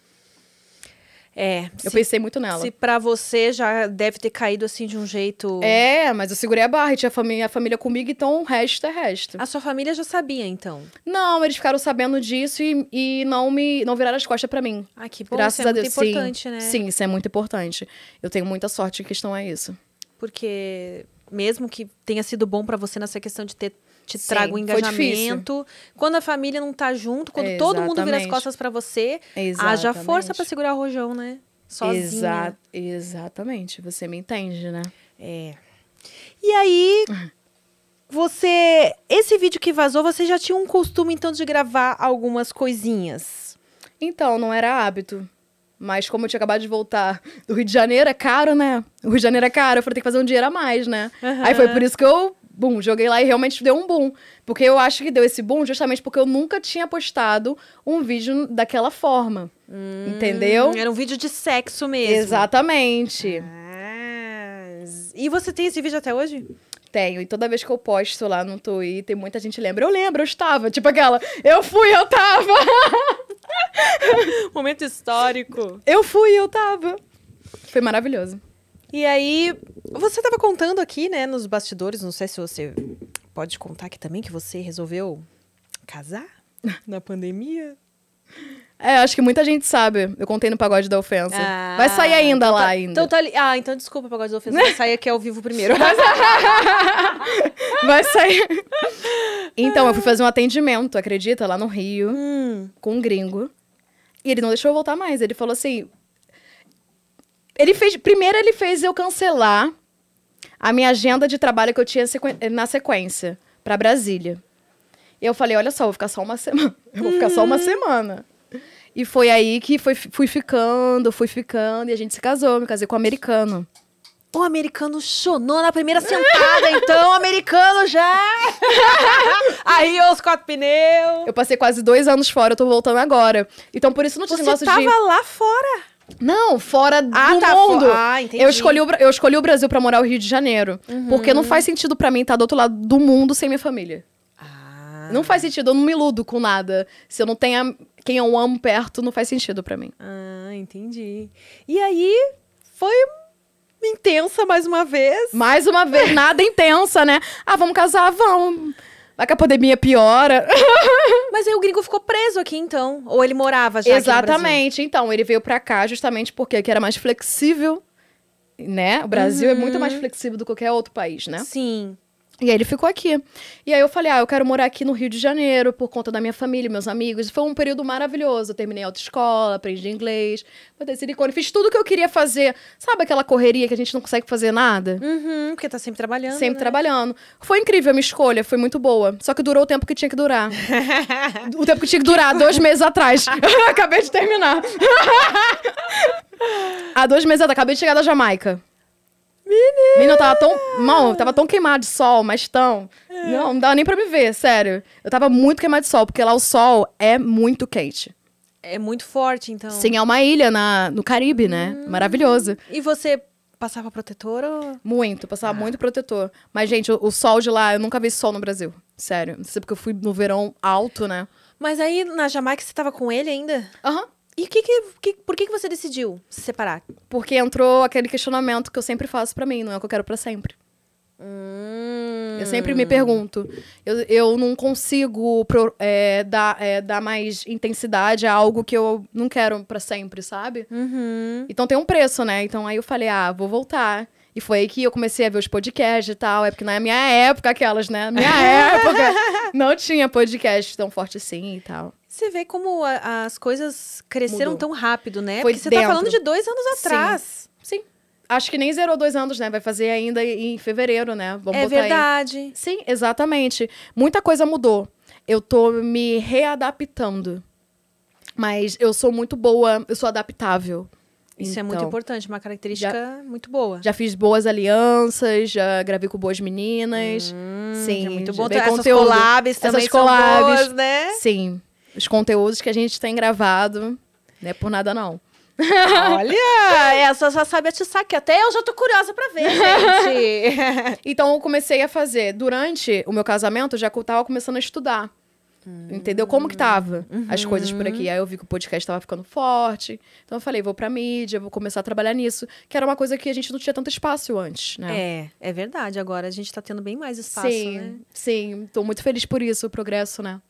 [SPEAKER 1] É.
[SPEAKER 2] Eu
[SPEAKER 1] se,
[SPEAKER 2] pensei muito nela.
[SPEAKER 1] se pra você já deve ter caído assim de um jeito.
[SPEAKER 2] É, mas eu segurei a barra e tinha a família, a família comigo, então o resto é resto.
[SPEAKER 1] A sua família já sabia, então.
[SPEAKER 2] Não, eles ficaram sabendo disso e, e não me não viraram as costas pra mim.
[SPEAKER 1] Ah, que bom.
[SPEAKER 2] Graças
[SPEAKER 1] isso é
[SPEAKER 2] a Deus,
[SPEAKER 1] muito importante,
[SPEAKER 2] sim.
[SPEAKER 1] né?
[SPEAKER 2] Sim, isso é muito importante. Eu tenho muita sorte em questão a isso.
[SPEAKER 1] Porque mesmo que tenha sido bom pra você nessa questão de ter te
[SPEAKER 2] Sim,
[SPEAKER 1] trago um
[SPEAKER 2] foi difícil.
[SPEAKER 1] engajamento, quando a família não tá junto, quando todo mundo vira as
[SPEAKER 2] Exatamente.
[SPEAKER 1] costas pra você,
[SPEAKER 2] Exatamente.
[SPEAKER 1] haja força pra segurar o rojão, né? Sozinha.
[SPEAKER 2] Exa exatamente, você me entende, né?
[SPEAKER 1] É. E aí, você. Esse vídeo que vazou, você já tinha um costume, então, de gravar algumas coisinhas.
[SPEAKER 2] Então, não era hábito. Mas como eu tinha acabado de voltar do Rio de Janeiro, é caro, né? O Rio de Janeiro é caro, eu falei, tem que fazer um dinheiro a mais, né?
[SPEAKER 1] Aham.
[SPEAKER 2] Aí foi por isso que eu, bum, joguei lá e realmente deu um boom. Porque eu acho que deu esse boom justamente porque eu nunca tinha postado um vídeo daquela forma. entendeu?
[SPEAKER 1] Hum, Era um vídeo de sexo mesmo.
[SPEAKER 2] Exatamente.
[SPEAKER 1] Ah, e você tem esse vídeo até hoje?
[SPEAKER 2] Tenho. E toda vez que eu posto lá no Twitter, muita gente lembra. Eu lembro, eu estava. Tipo aquela, eu fui, eu tava.
[SPEAKER 1] Momento histórico.
[SPEAKER 2] Eu fui, eu tava. Foi maravilhoso.
[SPEAKER 1] E aí, você estava contando aqui, né, nos bastidores, não sei se você pode contar aqui também, que você resolveu casar [laughs] na pandemia.
[SPEAKER 2] É, acho que muita gente sabe. Eu contei no pagode da ofensa.
[SPEAKER 1] Ah,
[SPEAKER 2] Vai sair ainda lá ainda.
[SPEAKER 1] Então tá ali. Ah, então desculpa, Pagode da Ofensa, vai sair aqui ao vivo [laughs] primeiro.
[SPEAKER 2] Vai sair. [laughs] então, eu fui fazer um atendimento, acredita, lá no Rio,
[SPEAKER 1] Hum,
[SPEAKER 2] com um gringo. E ele não deixou eu voltar mais. Ele falou assim. Ele fez. Primeiro ele fez eu cancelar a minha agenda de trabalho que eu tinha sequen- na sequência pra Brasília. E eu falei, olha só, eu vou ficar só uma semana. [laughs] Eu vou ficar só
[SPEAKER 1] Hum.
[SPEAKER 2] uma semana. E foi aí que foi, fui ficando, fui ficando, e a gente se casou, me casei com um americano.
[SPEAKER 1] o americano chonou na primeira sentada, então, o americano já! [laughs] aí, os quatro pneus.
[SPEAKER 2] Eu passei quase dois anos fora, eu tô voltando agora. Então, por isso não tinha esse
[SPEAKER 1] Você
[SPEAKER 2] negócio
[SPEAKER 1] tava
[SPEAKER 2] de...
[SPEAKER 1] lá fora.
[SPEAKER 2] Não, fora
[SPEAKER 1] Ah,
[SPEAKER 2] do
[SPEAKER 1] tá, fo-
[SPEAKER 2] mundo.
[SPEAKER 1] ah, entendi. Uhum.
[SPEAKER 2] eu, escolhi o, Bra- eu escolhi o Brasil pra morar no Rio de Janeiro. Porque não faz sentido pra mim estar do outro lado do mundo sem minha família.
[SPEAKER 1] Ah.
[SPEAKER 2] Não faz sentido, eu não me iludo com nada. Se eu não tenho a quem eu amo perto não faz sentido pra mim.
[SPEAKER 1] Ah, entendi. E aí, foi intensa mais uma vez.
[SPEAKER 2] Mais
[SPEAKER 1] [laughs]
[SPEAKER 2] uma vez, nada intensa, né? Ah, vamos casar? Vamos. Vai que a pandemia piora.
[SPEAKER 1] Mas aí o gringo ficou preso aqui, então. Ou ele morava já Aqui
[SPEAKER 2] Exatamente. Então, ele veio pra cá justamente porque aqui era mais flexível, né? O Brasil é
[SPEAKER 1] Uhum.
[SPEAKER 2] muito mais flexível do que qualquer outro país,
[SPEAKER 1] no
[SPEAKER 2] né?
[SPEAKER 1] Brasil. Sim.
[SPEAKER 2] E aí ele ficou aqui. E aí eu falei, ah, eu quero morar aqui no Rio de Janeiro por conta da minha família, meus amigos. E foi um período maravilhoso. Eu terminei a autoescola, aprendi inglês, botei silicone, fiz tudo que eu queria fazer. Sabe aquela correria que a gente não consegue fazer nada?
[SPEAKER 1] Uhum, porque tá sempre trabalhando.
[SPEAKER 2] Sempre
[SPEAKER 1] né?
[SPEAKER 2] trabalhando. Foi incrível a minha escolha, foi muito boa. Só que durou o tempo que tinha que
[SPEAKER 1] [laughs]
[SPEAKER 2] durar. o tempo que tinha que durar, dois meses atrás. [laughs] acabei de terminar. Há dois meses atrás, acabei de chegar da Jamaica. Menina! eu tava tão. Mão, eu tava tão queimada de sol, mas tão.
[SPEAKER 1] É.
[SPEAKER 2] Não, não dava nem pra me ver, sério. Eu tava muito queimada de sol, porque lá o sol é muito quente.
[SPEAKER 1] É muito forte, então.
[SPEAKER 2] Sim, é uma ilha na, no Caribe, né?
[SPEAKER 1] Hum.
[SPEAKER 2] Maravilhoso.
[SPEAKER 1] E você passava protetor ou...
[SPEAKER 2] Muito, passava muito protetor. Mas, gente, o, o sol de lá, eu nunca vi sol no Brasil. Sério. Não sei porque eu fui no verão alto, né?
[SPEAKER 1] Mas aí, na Jamaica, você tava com ele ainda?
[SPEAKER 2] Aham.
[SPEAKER 1] E que que, que- por que, que você decidiu se separar?
[SPEAKER 2] Porque entrou aquele questionamento que eu sempre faço pra mim, não é o que eu quero pra sempre.
[SPEAKER 1] Hum...
[SPEAKER 2] Eu sempre me pergunto. Eu, eu não consigo pro- é, dar, é, dar mais intensidade a algo que eu não quero pra sempre, sabe?
[SPEAKER 1] Uhum.
[SPEAKER 2] Então tem um preço, né? Então aí eu falei, ah, vou voltar. E foi aí que eu comecei a ver os podcasts e tal. É porque na minha época, aquelas, né? Na
[SPEAKER 1] [laughs]
[SPEAKER 2] Minha época, não tinha podcast tão forte assim e tal.
[SPEAKER 1] Você vê como a- as coisas cresceram
[SPEAKER 2] Mudou.
[SPEAKER 1] tão rápido, né?
[SPEAKER 2] Foi
[SPEAKER 1] Porque você
[SPEAKER 2] dentro.
[SPEAKER 1] tá falando de dois anos
[SPEAKER 2] Sim.
[SPEAKER 1] atrás.
[SPEAKER 2] Sim. Acho que nem zerou dois anos, né? Vai fazer ainda em fevereiro, né? Vamos
[SPEAKER 1] é
[SPEAKER 2] botar aí.
[SPEAKER 1] verdade.
[SPEAKER 2] Sim, exatamente. Muita coisa mudou. Eu tô me readaptando. Mas eu sou muito boa, eu sou adaptável.
[SPEAKER 1] Isso é muito
[SPEAKER 2] Então,
[SPEAKER 1] importante, uma característica muito boa.
[SPEAKER 2] Já fiz boas alianças, já gravei com boas meninas. sim,
[SPEAKER 1] é muito
[SPEAKER 2] já
[SPEAKER 1] bom.
[SPEAKER 2] dei
[SPEAKER 1] Essas
[SPEAKER 2] conteúdo.
[SPEAKER 1] collabs também
[SPEAKER 2] Essas
[SPEAKER 1] são
[SPEAKER 2] collabs.
[SPEAKER 1] boas, né?
[SPEAKER 2] Sim. Os conteúdos que a gente tem gravado, não é por nada não. Ah,
[SPEAKER 1] Olha,
[SPEAKER 2] é,
[SPEAKER 1] essa já sabe atiçar, que até eu já tô curiosa pra ver, gente.
[SPEAKER 2] Então eu comecei a fazer. Durante o meu casamento, eu já co- tava começando a estudar.
[SPEAKER 1] Hum.
[SPEAKER 2] Entendeu? Como que tava as coisas por
[SPEAKER 1] Uhum.
[SPEAKER 2] aqui. Aí eu vi que o podcast tava ficando forte. Então eu falei, vou pra mídia, vou começar a trabalhar nisso. Que era uma coisa que a gente não tinha tanto espaço antes, né?
[SPEAKER 1] [laughs] é, é verdade. Agora a gente tá tendo bem mais espaço,
[SPEAKER 2] sim,
[SPEAKER 1] né?
[SPEAKER 2] sim. Tô muito feliz por isso, o progresso, né?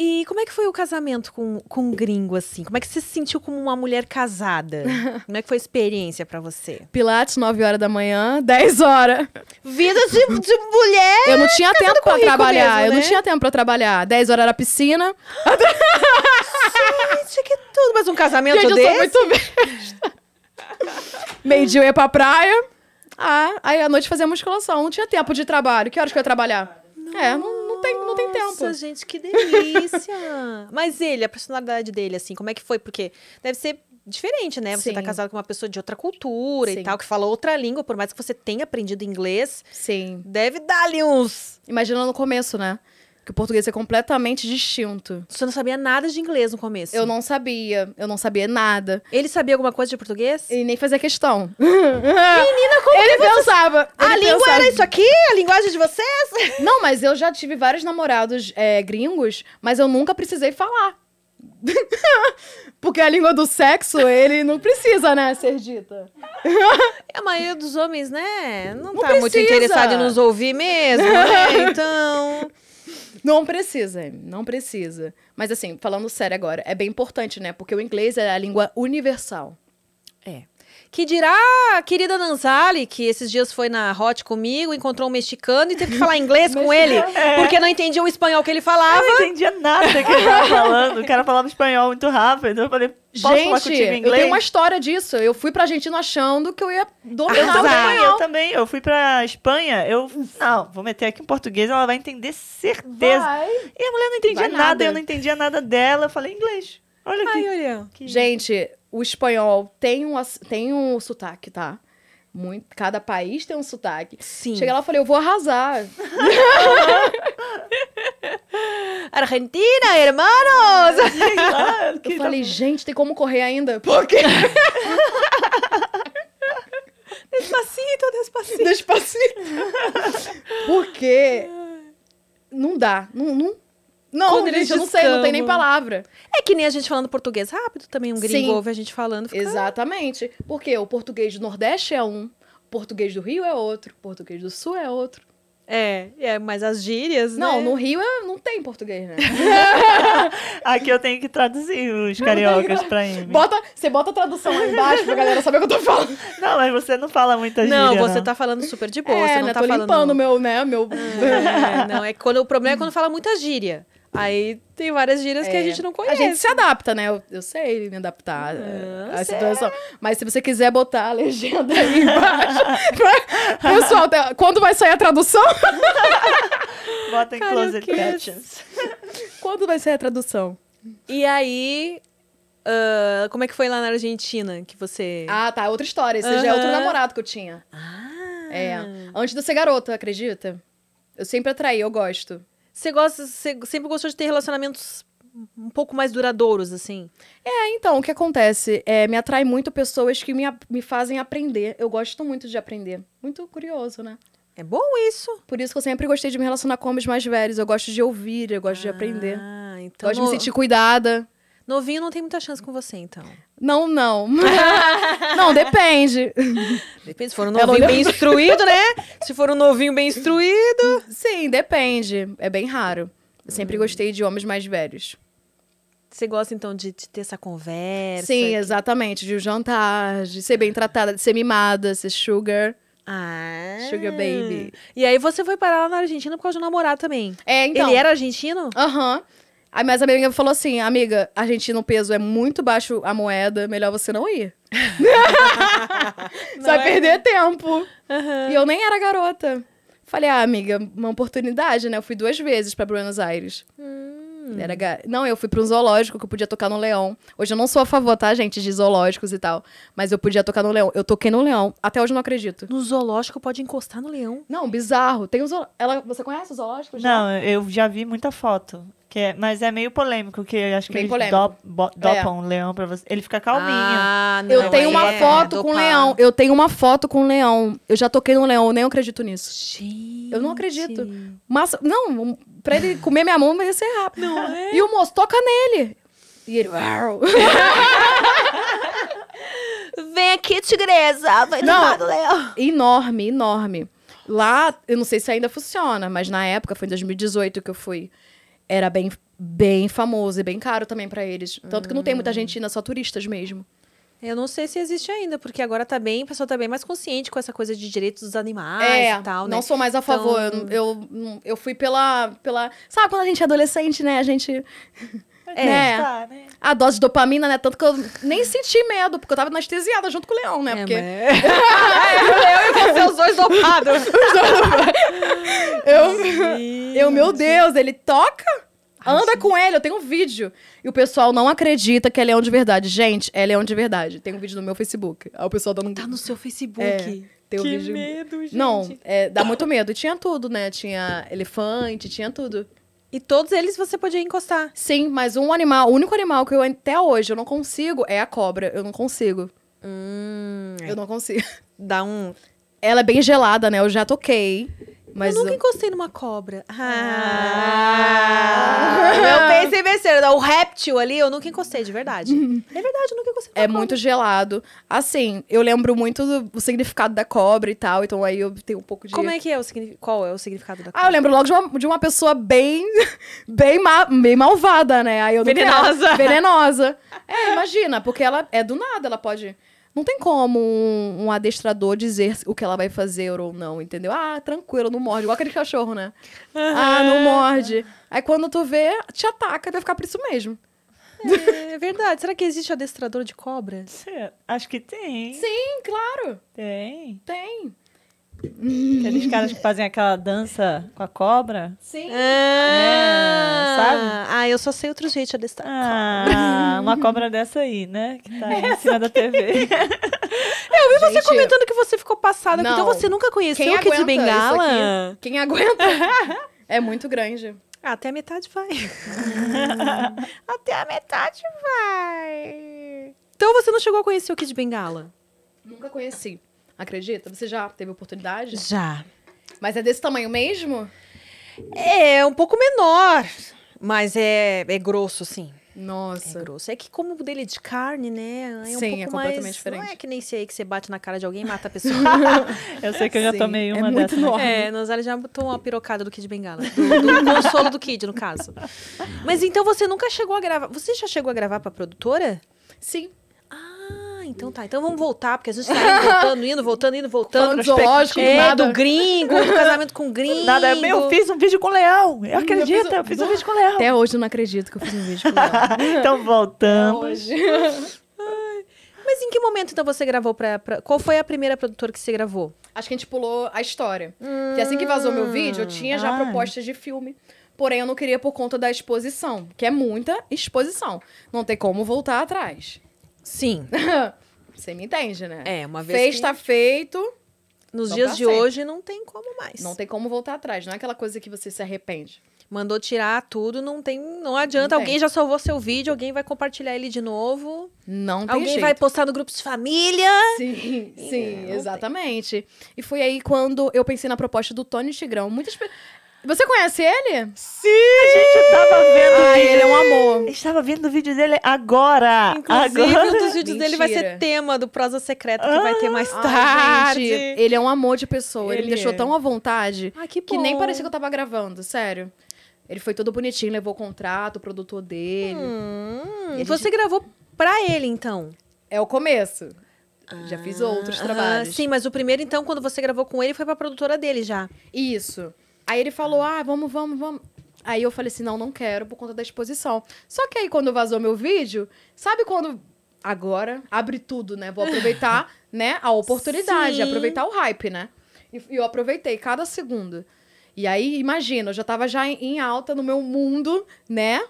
[SPEAKER 1] E como é que foi o casamento com, com um gringo, assim? Como é que você se sentiu como uma mulher
[SPEAKER 2] [laughs]
[SPEAKER 1] casada? como é que foi a experiência pra você?
[SPEAKER 2] Pilates, 9 horas da manhã, [laughs] 10 horas.
[SPEAKER 1] Vida de, de mulher!
[SPEAKER 2] eu não tinha tempo pra
[SPEAKER 1] rico
[SPEAKER 2] trabalhar.
[SPEAKER 1] é mesmo,
[SPEAKER 2] Eu não
[SPEAKER 1] né?
[SPEAKER 2] tinha tempo pra trabalhar. 10 horas era piscina.
[SPEAKER 1] Gente, que tudo, mas um casamento
[SPEAKER 2] Gente, eu
[SPEAKER 1] desse...
[SPEAKER 2] sou muito besta. Meio dia eu ia pra praia. Ah, aí à noite fazia musculação. Não tinha tempo de trabalho. Que horas que eu ia trabalhar? É, não, não tem, não tem tempo.
[SPEAKER 1] Nossa, gente, que
[SPEAKER 2] [laughs]
[SPEAKER 1] delícia! Mas ele, a personalidade dele, assim, como é que foi? Porque deve ser diferente, né? Você tá
[SPEAKER 2] Sim.
[SPEAKER 1] casado com uma pessoa de outra cultura
[SPEAKER 2] Sim.
[SPEAKER 1] e tal, que fala outra língua, por mais que você tenha aprendido inglês,
[SPEAKER 2] Sim.
[SPEAKER 1] deve dar ali uns.
[SPEAKER 2] Imagina no começo, né? Que o português é completamente distinto.
[SPEAKER 1] Você não sabia nada de inglês no começo.
[SPEAKER 2] Eu não sabia. Eu não sabia nada.
[SPEAKER 1] Ele sabia alguma coisa de português?
[SPEAKER 2] E nem fazia [laughs] questão. Menina, como Ele pensava.
[SPEAKER 1] a
[SPEAKER 2] ele
[SPEAKER 1] língua
[SPEAKER 2] pensava.
[SPEAKER 1] era isso aqui? A linguagem de vocês?
[SPEAKER 2] Não, mas eu já tive vários namorados é, gringos, mas eu nunca precisei falar. [laughs] Porque a língua do sexo, ele não precisa, né, ser dita.
[SPEAKER 1] É, A maioria dos homens, né? Não,
[SPEAKER 2] Não
[SPEAKER 1] tá muito
[SPEAKER 2] precisa.
[SPEAKER 1] interessado em nos ouvir mesmo,
[SPEAKER 2] [laughs]
[SPEAKER 1] né? Então.
[SPEAKER 2] Não precisa, Amy, não precisa. Mas assim, falando sério agora, é bem importante, né? Porque o inglês é a língua universal.
[SPEAKER 1] É. Que dirá a querida Nanzali, que esses dias foi na Hot comigo, encontrou um mexicano e teve que falar inglês com ele,
[SPEAKER 2] É.
[SPEAKER 1] porque não entendia o espanhol que ele falava.
[SPEAKER 3] Eu não entendia nada que ele tava falando. O cara falava espanhol muito rápido. Então, Eu falei, posso falar
[SPEAKER 2] Gente,
[SPEAKER 3] contigo em
[SPEAKER 2] eu
[SPEAKER 3] inglês?
[SPEAKER 2] tenho uma história disso. Eu fui pra Argentina achando que eu ia
[SPEAKER 3] Eu
[SPEAKER 2] dominar o
[SPEAKER 3] também, eu
[SPEAKER 2] espanhol.
[SPEAKER 3] também. Eu fui pra Espanha, eu... Não, vou meter aqui em português, ela vai entender certeza.
[SPEAKER 2] Vai.
[SPEAKER 3] E a mulher não entendia
[SPEAKER 2] Vai
[SPEAKER 3] nada.
[SPEAKER 2] nada.
[SPEAKER 3] eu não entendia nada dela. Eu falei inglês. Olha aqui.
[SPEAKER 1] olha.
[SPEAKER 3] que... [laughs]
[SPEAKER 2] Gente, o espanhol tem um, ac- tem um sotaque, tá? Muito, cada país tem um sotaque.
[SPEAKER 1] Sim.
[SPEAKER 2] Cheguei lá e falei, eu vou arrasar.
[SPEAKER 1] Argentina, hermanos!
[SPEAKER 3] Sei lá, que
[SPEAKER 2] eu
[SPEAKER 3] tá-
[SPEAKER 2] falei, gente, tem como
[SPEAKER 1] [laughs]
[SPEAKER 2] correr ainda? Porque
[SPEAKER 1] Despacito,
[SPEAKER 2] Assim,
[SPEAKER 1] despacito.
[SPEAKER 2] Despacito. Porque não dá. Não, não, Não,
[SPEAKER 1] Quando
[SPEAKER 2] gente,
[SPEAKER 1] eles
[SPEAKER 2] eu não sei, não tem nem
[SPEAKER 1] descambam.
[SPEAKER 2] palavra.
[SPEAKER 1] É que nem a gente falando português rápido, também um gringo
[SPEAKER 2] Sim.
[SPEAKER 1] ouve a gente falando. Fica...
[SPEAKER 2] Exatamente. Porque o português do Nordeste é um, o português do Rio é outro, o português do Sul é outro.
[SPEAKER 1] É, é, mas as gírias,
[SPEAKER 2] Não,
[SPEAKER 1] né?
[SPEAKER 2] no Rio é- não tem
[SPEAKER 1] [laughs]
[SPEAKER 2] português, né?
[SPEAKER 3] Aqui eu tenho que traduzir os cariocas pra mim.
[SPEAKER 2] bota, você bota a tradução lá embaixo pra galera saber o que eu tô falando.
[SPEAKER 3] Não, mas você não fala muita gíria,
[SPEAKER 1] Não, você tá falando super de boa, você
[SPEAKER 2] né? é,
[SPEAKER 1] não
[SPEAKER 2] né?
[SPEAKER 1] tá
[SPEAKER 2] tô
[SPEAKER 1] falando...
[SPEAKER 2] limpando meu, né, meu...
[SPEAKER 1] É, não, é que quando, o problema é quando fala muita gíria. Aí tem várias gírias que a
[SPEAKER 2] É.
[SPEAKER 1] gente não
[SPEAKER 2] A
[SPEAKER 1] conhece.
[SPEAKER 2] gente se adapta, né? Eu, eu sei me adaptar eh,
[SPEAKER 1] Ah,
[SPEAKER 2] à
[SPEAKER 1] sei.
[SPEAKER 2] situação. Mas se você quiser botar a legenda aí embaixo. [laughs] pra- Pessoal, tá- quando vai sair a tradução?
[SPEAKER 3] Bota em closed
[SPEAKER 1] Carioquês.
[SPEAKER 3] captions.
[SPEAKER 2] Quando vai sair a tradução?
[SPEAKER 1] E aí, ah, como é que foi lá na Argentina que você...
[SPEAKER 2] Ah, tá. Outra história. Esse já é
[SPEAKER 1] Aham.
[SPEAKER 2] outro namorado que eu tinha. É. Antes de eu ser garota, acredita? Eu sempre atraí, eu gosto.
[SPEAKER 1] Você gosta, você sempre gostou de ter relacionamentos um pouco mais duradouros, assim.
[SPEAKER 2] É, então, o que acontece? É, me atrai muito pessoas que me, a- me fazem aprender. Eu gosto muito de aprender. Muito curioso, né?
[SPEAKER 1] É bom isso.
[SPEAKER 2] Por isso que eu sempre gostei de me relacionar com homens mais velhos. Eu gosto de ouvir, eu gosto de aprender.
[SPEAKER 1] Ah, então.
[SPEAKER 2] Gosto de me
[SPEAKER 1] no-
[SPEAKER 2] sentir cuidada.
[SPEAKER 1] Novinho não tem muita chance com você, então.
[SPEAKER 2] Não, não. [laughs] não, depende.
[SPEAKER 1] Depende, se
[SPEAKER 2] [laughs]
[SPEAKER 1] for um
[SPEAKER 2] Ela
[SPEAKER 1] novinho bem instruído, né? Se for um novinho bem instruído.
[SPEAKER 2] Sim, depende. É bem raro. Eu sempre gostei de homens mais velhos.
[SPEAKER 1] Você gosta, então, de, de ter essa conversa.
[SPEAKER 2] Sim,
[SPEAKER 1] que-
[SPEAKER 2] exatamente. De um jantar, de ser bem tratada, de ser mimada, ser sugar.
[SPEAKER 1] Ah.
[SPEAKER 2] Sugar baby.
[SPEAKER 1] E aí você foi parar lá na Argentina por causa do namorado também.
[SPEAKER 2] É, então.
[SPEAKER 1] Ele era argentino?
[SPEAKER 2] Aham. Aí minha amiga falou assim, amiga, Argentina o peso é muito baixo a moeda, melhor você não ir.
[SPEAKER 1] [laughs]
[SPEAKER 2] Você
[SPEAKER 1] Não
[SPEAKER 2] vai
[SPEAKER 1] é?
[SPEAKER 2] perder tempo.
[SPEAKER 1] Aham.
[SPEAKER 2] E eu nem era garota. Falei, ah, amiga, uma oportunidade, né? Eu fui duas vezes pra Buenos Aires.
[SPEAKER 1] Hum.
[SPEAKER 2] Era ga- Não, eu fui pra um zoológico que eu podia tocar no leão. Hoje eu não sou a favor, tá, gente, de zoológicos e tal. Mas eu podia tocar no leão. Eu toquei no leão. Até hoje eu não acredito.
[SPEAKER 1] No zoológico pode encostar no leão.
[SPEAKER 2] Não, bizarro. Tem um zoológico. Ela... Você conhece o zoológico? já?
[SPEAKER 3] Não, eu já vi muita foto. Que é- mas é meio polêmico, que eu acho que
[SPEAKER 2] Bem
[SPEAKER 3] eles
[SPEAKER 2] polêmico. É.
[SPEAKER 3] dop- bo- dopam um leão pra você. Ele fica calminho.
[SPEAKER 1] Ah,
[SPEAKER 2] Eu
[SPEAKER 1] não,
[SPEAKER 2] tenho
[SPEAKER 1] aí
[SPEAKER 2] uma
[SPEAKER 1] é
[SPEAKER 2] foto com o
[SPEAKER 1] dopar.
[SPEAKER 2] leão. Eu tenho uma foto com o leão. Eu já toquei no leão, eu nem acredito nisso.
[SPEAKER 1] Gente.
[SPEAKER 2] Eu não acredito. Massa. Não, um- pra ele comer minha mão ia ser rápido.
[SPEAKER 1] é.
[SPEAKER 2] E o moço, toca nele. E
[SPEAKER 1] [laughs]
[SPEAKER 2] ele. "Uau."
[SPEAKER 1] Vem aqui, tigresa. Vai
[SPEAKER 2] Não.
[SPEAKER 1] tomar do leão.
[SPEAKER 2] enorme, enorme. Lá, eu não sei se ainda funciona, mas na época, foi em 2018 que eu fui. Era bem, bem famoso e bem caro também pra eles. Tanto que não tem
[SPEAKER 1] Hum.
[SPEAKER 2] muita argentina, só turistas mesmo.
[SPEAKER 1] Eu não sei se existe ainda, porque agora tá bem, o pessoal tá bem mais consciente com essa coisa de direitos dos animais
[SPEAKER 2] é,
[SPEAKER 1] e tal, né? Então
[SPEAKER 2] não sou mais a favor. Eu- Eu, eu, fui pela, pela. Sabe quando a gente é adolescente, né? A gente.
[SPEAKER 3] Mas
[SPEAKER 2] É.
[SPEAKER 3] deve estar, né?
[SPEAKER 2] A dose de dopamina, né? Tanto que eu nem senti medo, porque eu tava anestesiada junto com o leão, né?
[SPEAKER 1] É,
[SPEAKER 2] [laughs] Porque
[SPEAKER 1] mas- É, eu e você, os dois dopados.
[SPEAKER 2] eu, eu, meu Deus, ele toca, anda com ele, eu tenho um vídeo. E o pessoal não acredita que é leão de verdade. Gente, é leão de verdade. Tem um vídeo no meu Facebook. Aí o pessoal dando...
[SPEAKER 1] Tá no seu Facebook.
[SPEAKER 2] É, tem um
[SPEAKER 1] que
[SPEAKER 2] vídeo...
[SPEAKER 1] medo, gente.
[SPEAKER 2] Não, é, dá muito medo. E tinha tudo, né? Tinha elefante, tinha tudo.
[SPEAKER 1] E todos eles você podia encostar.
[SPEAKER 2] Sim, mas um animal, o único animal que eu até hoje eu não consigo é a cobra. Eu não consigo.
[SPEAKER 1] Hum,
[SPEAKER 2] Eu não consigo.
[SPEAKER 1] dá um...
[SPEAKER 2] Ela é bem gelada, né? Eu já toquei. Mas
[SPEAKER 1] eu
[SPEAKER 2] é
[SPEAKER 1] nunca
[SPEAKER 2] eu-
[SPEAKER 1] encostei numa cobra. Ah, eu pensei besteira. O réptil ali, eu nunca encostei, de
[SPEAKER 2] [laughs]
[SPEAKER 1] verdade. É verdade, eu nunca encostei numa
[SPEAKER 2] É
[SPEAKER 1] cobra.
[SPEAKER 2] muito gelado. Assim, eu lembro muito do do significado da cobra e tal, então aí eu tenho um pouco de.
[SPEAKER 1] Como é que é o significado? Qual é o significado da
[SPEAKER 2] Ah, eu lembro logo de uma, de uma pessoa bem. [laughs] bem, ma- bem malvada, né? Aí eu não quero-
[SPEAKER 1] Venenosa.
[SPEAKER 2] Venenosa. É, imagina, porque ela é do nada, ela pode. Não tem como um, um adestrador dizer o que ela vai fazer ou não, entendeu? Ah, tranquilo, não morde. Igual aquele cachorro, né? Ah,
[SPEAKER 1] [laughs]
[SPEAKER 2] não morde. Aí quando tu vê, te ataca, vai ficar por isso mesmo.
[SPEAKER 1] [laughs] É verdade. Será que existe adestrador de cobra?
[SPEAKER 3] Cê- Acho que tem.
[SPEAKER 2] Sim, claro,
[SPEAKER 3] Tem.
[SPEAKER 2] tem.
[SPEAKER 3] Aqueles caras que fazem aquela dança com a cobra.
[SPEAKER 2] Sim.
[SPEAKER 1] Ah,
[SPEAKER 3] sabe?
[SPEAKER 1] Ah, eu só sei outro jeito de adestrar.
[SPEAKER 3] Ah, uma cobra dessa aí, né? Que tá aí em cima da TV.
[SPEAKER 1] Eu vi você tá
[SPEAKER 2] Gente,
[SPEAKER 1] comentando que você ficou passada.
[SPEAKER 2] não.
[SPEAKER 1] Então você nunca
[SPEAKER 2] Quem
[SPEAKER 1] conheceu o Kid
[SPEAKER 2] aguenta
[SPEAKER 1] Bengala?
[SPEAKER 2] Quem aguenta? [laughs] é muito grande.
[SPEAKER 1] Ah, Até a metade vai. Ah. [laughs] Até a metade vai. Então você não chegou a conhecer o Kid Bengala?
[SPEAKER 2] Nunca conheci. Acredita? Você já teve oportunidade?
[SPEAKER 1] Já.
[SPEAKER 2] Mas é desse tamanho mesmo?
[SPEAKER 1] É, um pouco menor. Mas é, é grosso, sim. É
[SPEAKER 2] Nossa.
[SPEAKER 1] grosso. É que como o dele é de carne, né? É um
[SPEAKER 2] Sim, é
[SPEAKER 1] pouco
[SPEAKER 2] completamente
[SPEAKER 1] mais... Não é
[SPEAKER 2] diferente. É.
[SPEAKER 1] que nem esse aí que você bate na cara de alguém e
[SPEAKER 2] [laughs]
[SPEAKER 1] mata a pessoa.
[SPEAKER 3] Eu sei que eu já
[SPEAKER 2] Sim,
[SPEAKER 3] tomei uma
[SPEAKER 2] é muito
[SPEAKER 3] dessas.
[SPEAKER 2] enorme.
[SPEAKER 1] é, Nazália já botou uma pirocada do Kid Bengala. Do, do consolo do Kid, no caso. Mas então você nunca chegou a gravar... Você já chegou a gravar pra produtora?
[SPEAKER 2] Sim.
[SPEAKER 1] Ah, então tá. Então vamos voltar, porque a gente tá
[SPEAKER 2] [laughs]
[SPEAKER 1] indo, voltando, indo, voltando, indo, voltando.
[SPEAKER 2] Falando zoológico,
[SPEAKER 1] é,
[SPEAKER 2] nada. é
[SPEAKER 1] do gringo, do casamento com gringo.
[SPEAKER 3] Nada, eu fiz um vídeo com o leão. Eu acredito, eu fiz um vídeo com o leão.
[SPEAKER 2] Até hoje eu não acredito que eu fiz um vídeo com ela.
[SPEAKER 3] Então voltamos.
[SPEAKER 2] hoje.
[SPEAKER 1] Mas em que momento então você gravou pra, pra- Qual foi a primeira produtora que você gravou?
[SPEAKER 2] Acho que a gente pulou a história. Porque assim que vazou meu vídeo, eu tinha já
[SPEAKER 3] Ah.
[SPEAKER 2] propostas de filme. Porém, eu não queria por conta da exposição, que é muita exposição. Não tem como voltar atrás.
[SPEAKER 1] Sim.
[SPEAKER 2] Você me entende, né?
[SPEAKER 1] É,
[SPEAKER 2] [laughs]
[SPEAKER 1] uma vez
[SPEAKER 2] Fez,
[SPEAKER 1] que-
[SPEAKER 2] tá feito.
[SPEAKER 1] Nos
[SPEAKER 2] Então
[SPEAKER 1] dias
[SPEAKER 2] tá
[SPEAKER 1] de
[SPEAKER 2] certo.
[SPEAKER 1] hoje não tem como mais.
[SPEAKER 2] Não tem como voltar atrás. Não é aquela coisa que você se arrepende.
[SPEAKER 1] Mandou tirar tudo, não tem. Não adianta.
[SPEAKER 2] Não tem.
[SPEAKER 1] alguém já salvou seu vídeo, alguém vai compartilhar ele de novo.
[SPEAKER 2] Não tem
[SPEAKER 1] alguém
[SPEAKER 2] jeito.
[SPEAKER 1] vai postar no grupo de família. [laughs]
[SPEAKER 2] Sim,
[SPEAKER 1] não
[SPEAKER 2] sim,
[SPEAKER 1] tem.
[SPEAKER 2] exatamente. E foi aí quando eu pensei na proposta do Tony Tigrão. Muitas pe- Você conhece ele?
[SPEAKER 3] Sim! A gente tava vendo o
[SPEAKER 2] Ai,
[SPEAKER 3] vídeo.
[SPEAKER 2] ele é um amor.
[SPEAKER 3] Eu Estava vendo o vídeo dele agora.
[SPEAKER 1] Inclusive,
[SPEAKER 2] [laughs]
[SPEAKER 3] agora.
[SPEAKER 1] um dos vídeos dele vai ser
[SPEAKER 2] Ah, Mentira.
[SPEAKER 1] tema do Prosa Secreta, que vai ter mais
[SPEAKER 2] Ai,
[SPEAKER 1] tarde.
[SPEAKER 2] gente, ele é um amor de pessoa. Ele,
[SPEAKER 3] Ele
[SPEAKER 2] me deixou
[SPEAKER 3] é.
[SPEAKER 2] tão à vontade
[SPEAKER 1] Ai, que bom.
[SPEAKER 2] que nem parecia que eu tava gravando, sério. Ele foi todo bonitinho, levou o contrato, o produtor dele.
[SPEAKER 1] Hum,
[SPEAKER 2] Ele
[SPEAKER 1] você gravou pra ele, então?
[SPEAKER 2] É o começo. Já fiz outros
[SPEAKER 1] Ah,
[SPEAKER 2] trabalhos.
[SPEAKER 1] sim, mas o primeiro, então, quando você gravou com ele, foi pra produtora dele já.
[SPEAKER 2] Isso. Aí ele falou: ah, vamos, vamos, vamos. Aí eu falei assim: não, não quero por conta da exposição. Só que aí quando vazou meu vídeo, sabe quando. Agora, abre tudo, né? Vou
[SPEAKER 1] [laughs]
[SPEAKER 2] aproveitar, né? A oportunidade,
[SPEAKER 1] Sim.
[SPEAKER 2] aproveitar o hype, né? E e eu aproveitei cada segundo. E aí, imagina, eu já tava já em, em alta no meu mundo, né?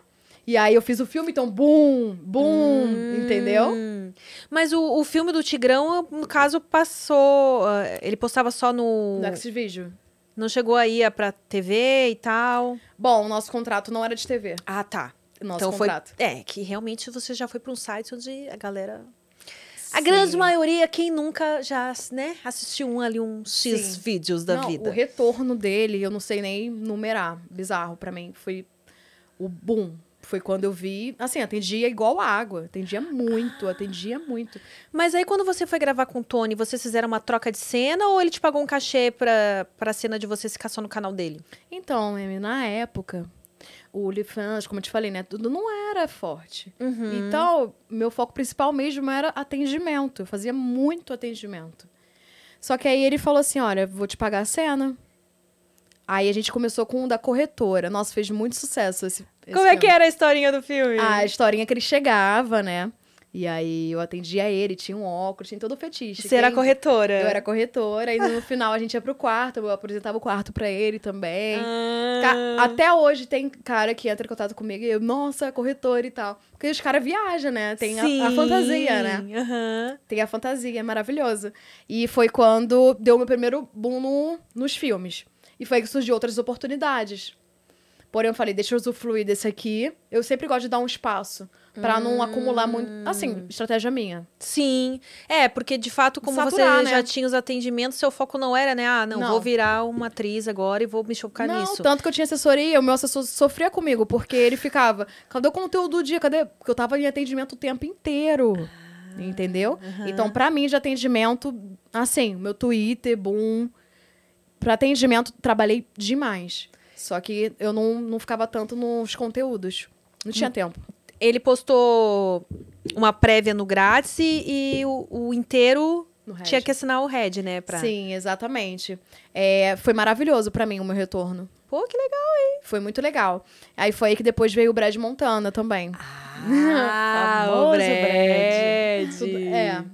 [SPEAKER 2] E aí eu fiz o filme, então, boom, boom, entendeu?
[SPEAKER 1] Hum. Mas o, o filme do Tigrão, no caso, passou. ah, Ele postava só no.
[SPEAKER 2] No Xvideo.
[SPEAKER 1] Não chegou aí a pra TV e tal.
[SPEAKER 2] Bom, o nosso contrato não era de TV.
[SPEAKER 1] Ah, tá.
[SPEAKER 2] Nosso
[SPEAKER 1] então
[SPEAKER 2] contrato.
[SPEAKER 1] foi. É, que realmente você já foi pra um site onde a galera. A grande
[SPEAKER 2] Sim.
[SPEAKER 1] maioria, quem nunca já, né, assistiu um ali, um X
[SPEAKER 2] Sim.
[SPEAKER 1] vídeos da
[SPEAKER 2] Não,
[SPEAKER 1] vida.
[SPEAKER 2] O retorno dele, eu não sei nem numerar. Bizarro pra mim. Foi o boom. Foi quando eu vi. Assim, atendia igual água. Atendia muito, atendia muito.
[SPEAKER 1] Mas aí, quando você foi gravar com o Tony, vocês fizeram uma troca de cena ou ele te pagou um cachê pra, pra cena de você ficar só no canal dele?
[SPEAKER 2] Então, Amy, na época, o OnlyFans, como eu te falei, né? Tudo não era forte.
[SPEAKER 1] Uhum.
[SPEAKER 2] Então, meu foco principal mesmo era atendimento. Eu fazia muito atendimento. Só que aí ele falou assim: olha, vou te pagar a cena. Aí a gente começou com um da corretora. Nossa, fez muito sucesso esse. esse
[SPEAKER 1] Como é
[SPEAKER 2] filme.
[SPEAKER 1] que era a historinha do filme?
[SPEAKER 2] Ah, a historinha que ele chegava, né? E aí eu atendia ele, tinha um óculos, tinha todo o fetiche.
[SPEAKER 1] você era
[SPEAKER 2] Quem-
[SPEAKER 1] corretora.
[SPEAKER 2] Eu era corretora, e no final a gente ia pro quarto, eu apresentava o quarto pra ele também.
[SPEAKER 1] Ah.
[SPEAKER 2] Ca- Até hoje tem cara que entra em contato comigo e eu, nossa, corretora e tal. Porque os caras viajam, né? Tem a- a,
[SPEAKER 1] Sim,
[SPEAKER 2] fantasia, né?
[SPEAKER 1] aham.
[SPEAKER 2] Tem a fantasia, é maravilhoso. E foi quando deu meu primeiro boom no- nos filmes. E foi aí que surgiu outras oportunidades. Porém, eu falei, deixa eu usufruir desse aqui. Eu sempre gosto de dar um espaço pra não acumular muito. Assim, estratégia minha.
[SPEAKER 1] Sim. É, porque de fato, como
[SPEAKER 2] Saturar,
[SPEAKER 1] você
[SPEAKER 2] né?
[SPEAKER 1] já tinha os atendimentos, seu foco não era, né? Ah, não,
[SPEAKER 2] Não.
[SPEAKER 1] vou virar uma atriz agora e vou me chocar
[SPEAKER 2] não, então
[SPEAKER 1] nisso.
[SPEAKER 2] tanto que eu tinha assessoria, o meu assessor sofria comigo, porque ele ficava, cadê o conteúdo do dia? Cadê? Porque eu tava em atendimento o tempo inteiro. Ah, Entendeu? Então, pra mim, de atendimento, assim, meu Twitter, boom. Pra atendimento, trabalhei demais. Só que eu não, não ficava tanto nos conteúdos. Não tinha tempo.
[SPEAKER 1] Ele postou uma prévia no grátis e, e o, o inteiro
[SPEAKER 2] No Red.
[SPEAKER 1] tinha que assinar o Red, né? Pra...
[SPEAKER 2] Sim, exatamente. É, foi maravilhoso pra mim o meu retorno.
[SPEAKER 1] Pô, que legal, hein?
[SPEAKER 2] Foi muito legal. Aí foi aí que depois veio o Brad Montana também.
[SPEAKER 1] Ah,
[SPEAKER 3] Famoso
[SPEAKER 1] [laughs]
[SPEAKER 2] Tudo- é.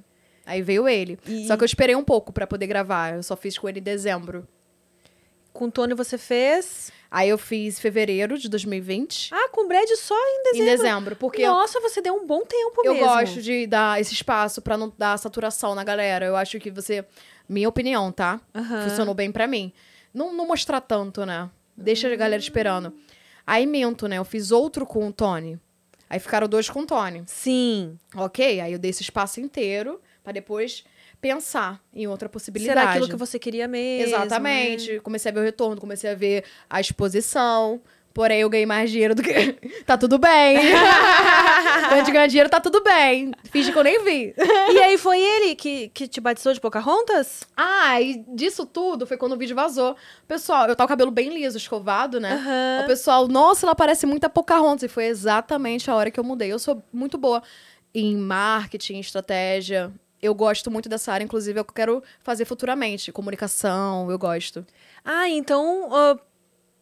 [SPEAKER 2] Aí veio ele.
[SPEAKER 1] E-
[SPEAKER 2] Só que eu esperei um pouco pra poder gravar. Eu só fiz com ele em dezembro.
[SPEAKER 1] Com o Tony você fez?
[SPEAKER 2] Aí eu fiz fevereiro de 2020.
[SPEAKER 1] Ah, com o Brad só em
[SPEAKER 2] em
[SPEAKER 1] dezembro.
[SPEAKER 2] dezembro, porque eu,
[SPEAKER 1] Nossa, você deu um bom tempo
[SPEAKER 2] eu
[SPEAKER 1] mesmo.
[SPEAKER 2] gosto de dar esse espaço pra não dar saturação na galera. Eu acho que você, minha opinião, tá?
[SPEAKER 1] Aham.
[SPEAKER 2] Funcionou bem pra mim. Não, não mostrar tanto, né? Deixa a galera esperando. Aí minto, né? Eu fiz outro com o Tony. Aí ficaram dois com o Tony.
[SPEAKER 1] Sim.
[SPEAKER 2] Ok, aí eu dei esse espaço inteiro pra depois pensar em outra possibilidade.
[SPEAKER 1] Será aquilo que você queria mesmo? né?
[SPEAKER 2] Exatamente. Comecei a ver o retorno, comecei a ver a exposição. Porém, eu ganhei mais dinheiro do que. [laughs] Tá tudo [laughs] bem. Antes de ganhar dinheiro, tá tudo bem. Finge que eu nem vi.
[SPEAKER 1] [laughs] E aí foi ele que, que te batizou de Pocahontas?
[SPEAKER 2] [laughs] Ah, e disso tudo foi quando o vídeo vazou. Pessoal, eu tava com o cabelo bem liso, escovado, né?
[SPEAKER 1] Aham.
[SPEAKER 2] O pessoal, nossa, ela parece muito a Pocahontas. E foi exatamente a hora que eu mudei. Eu sou muito boa em marketing, estratégia. Eu gosto muito dessa área, inclusive, é o que eu quero fazer futuramente. Comunicação, eu gosto.
[SPEAKER 1] Ah, então, ah,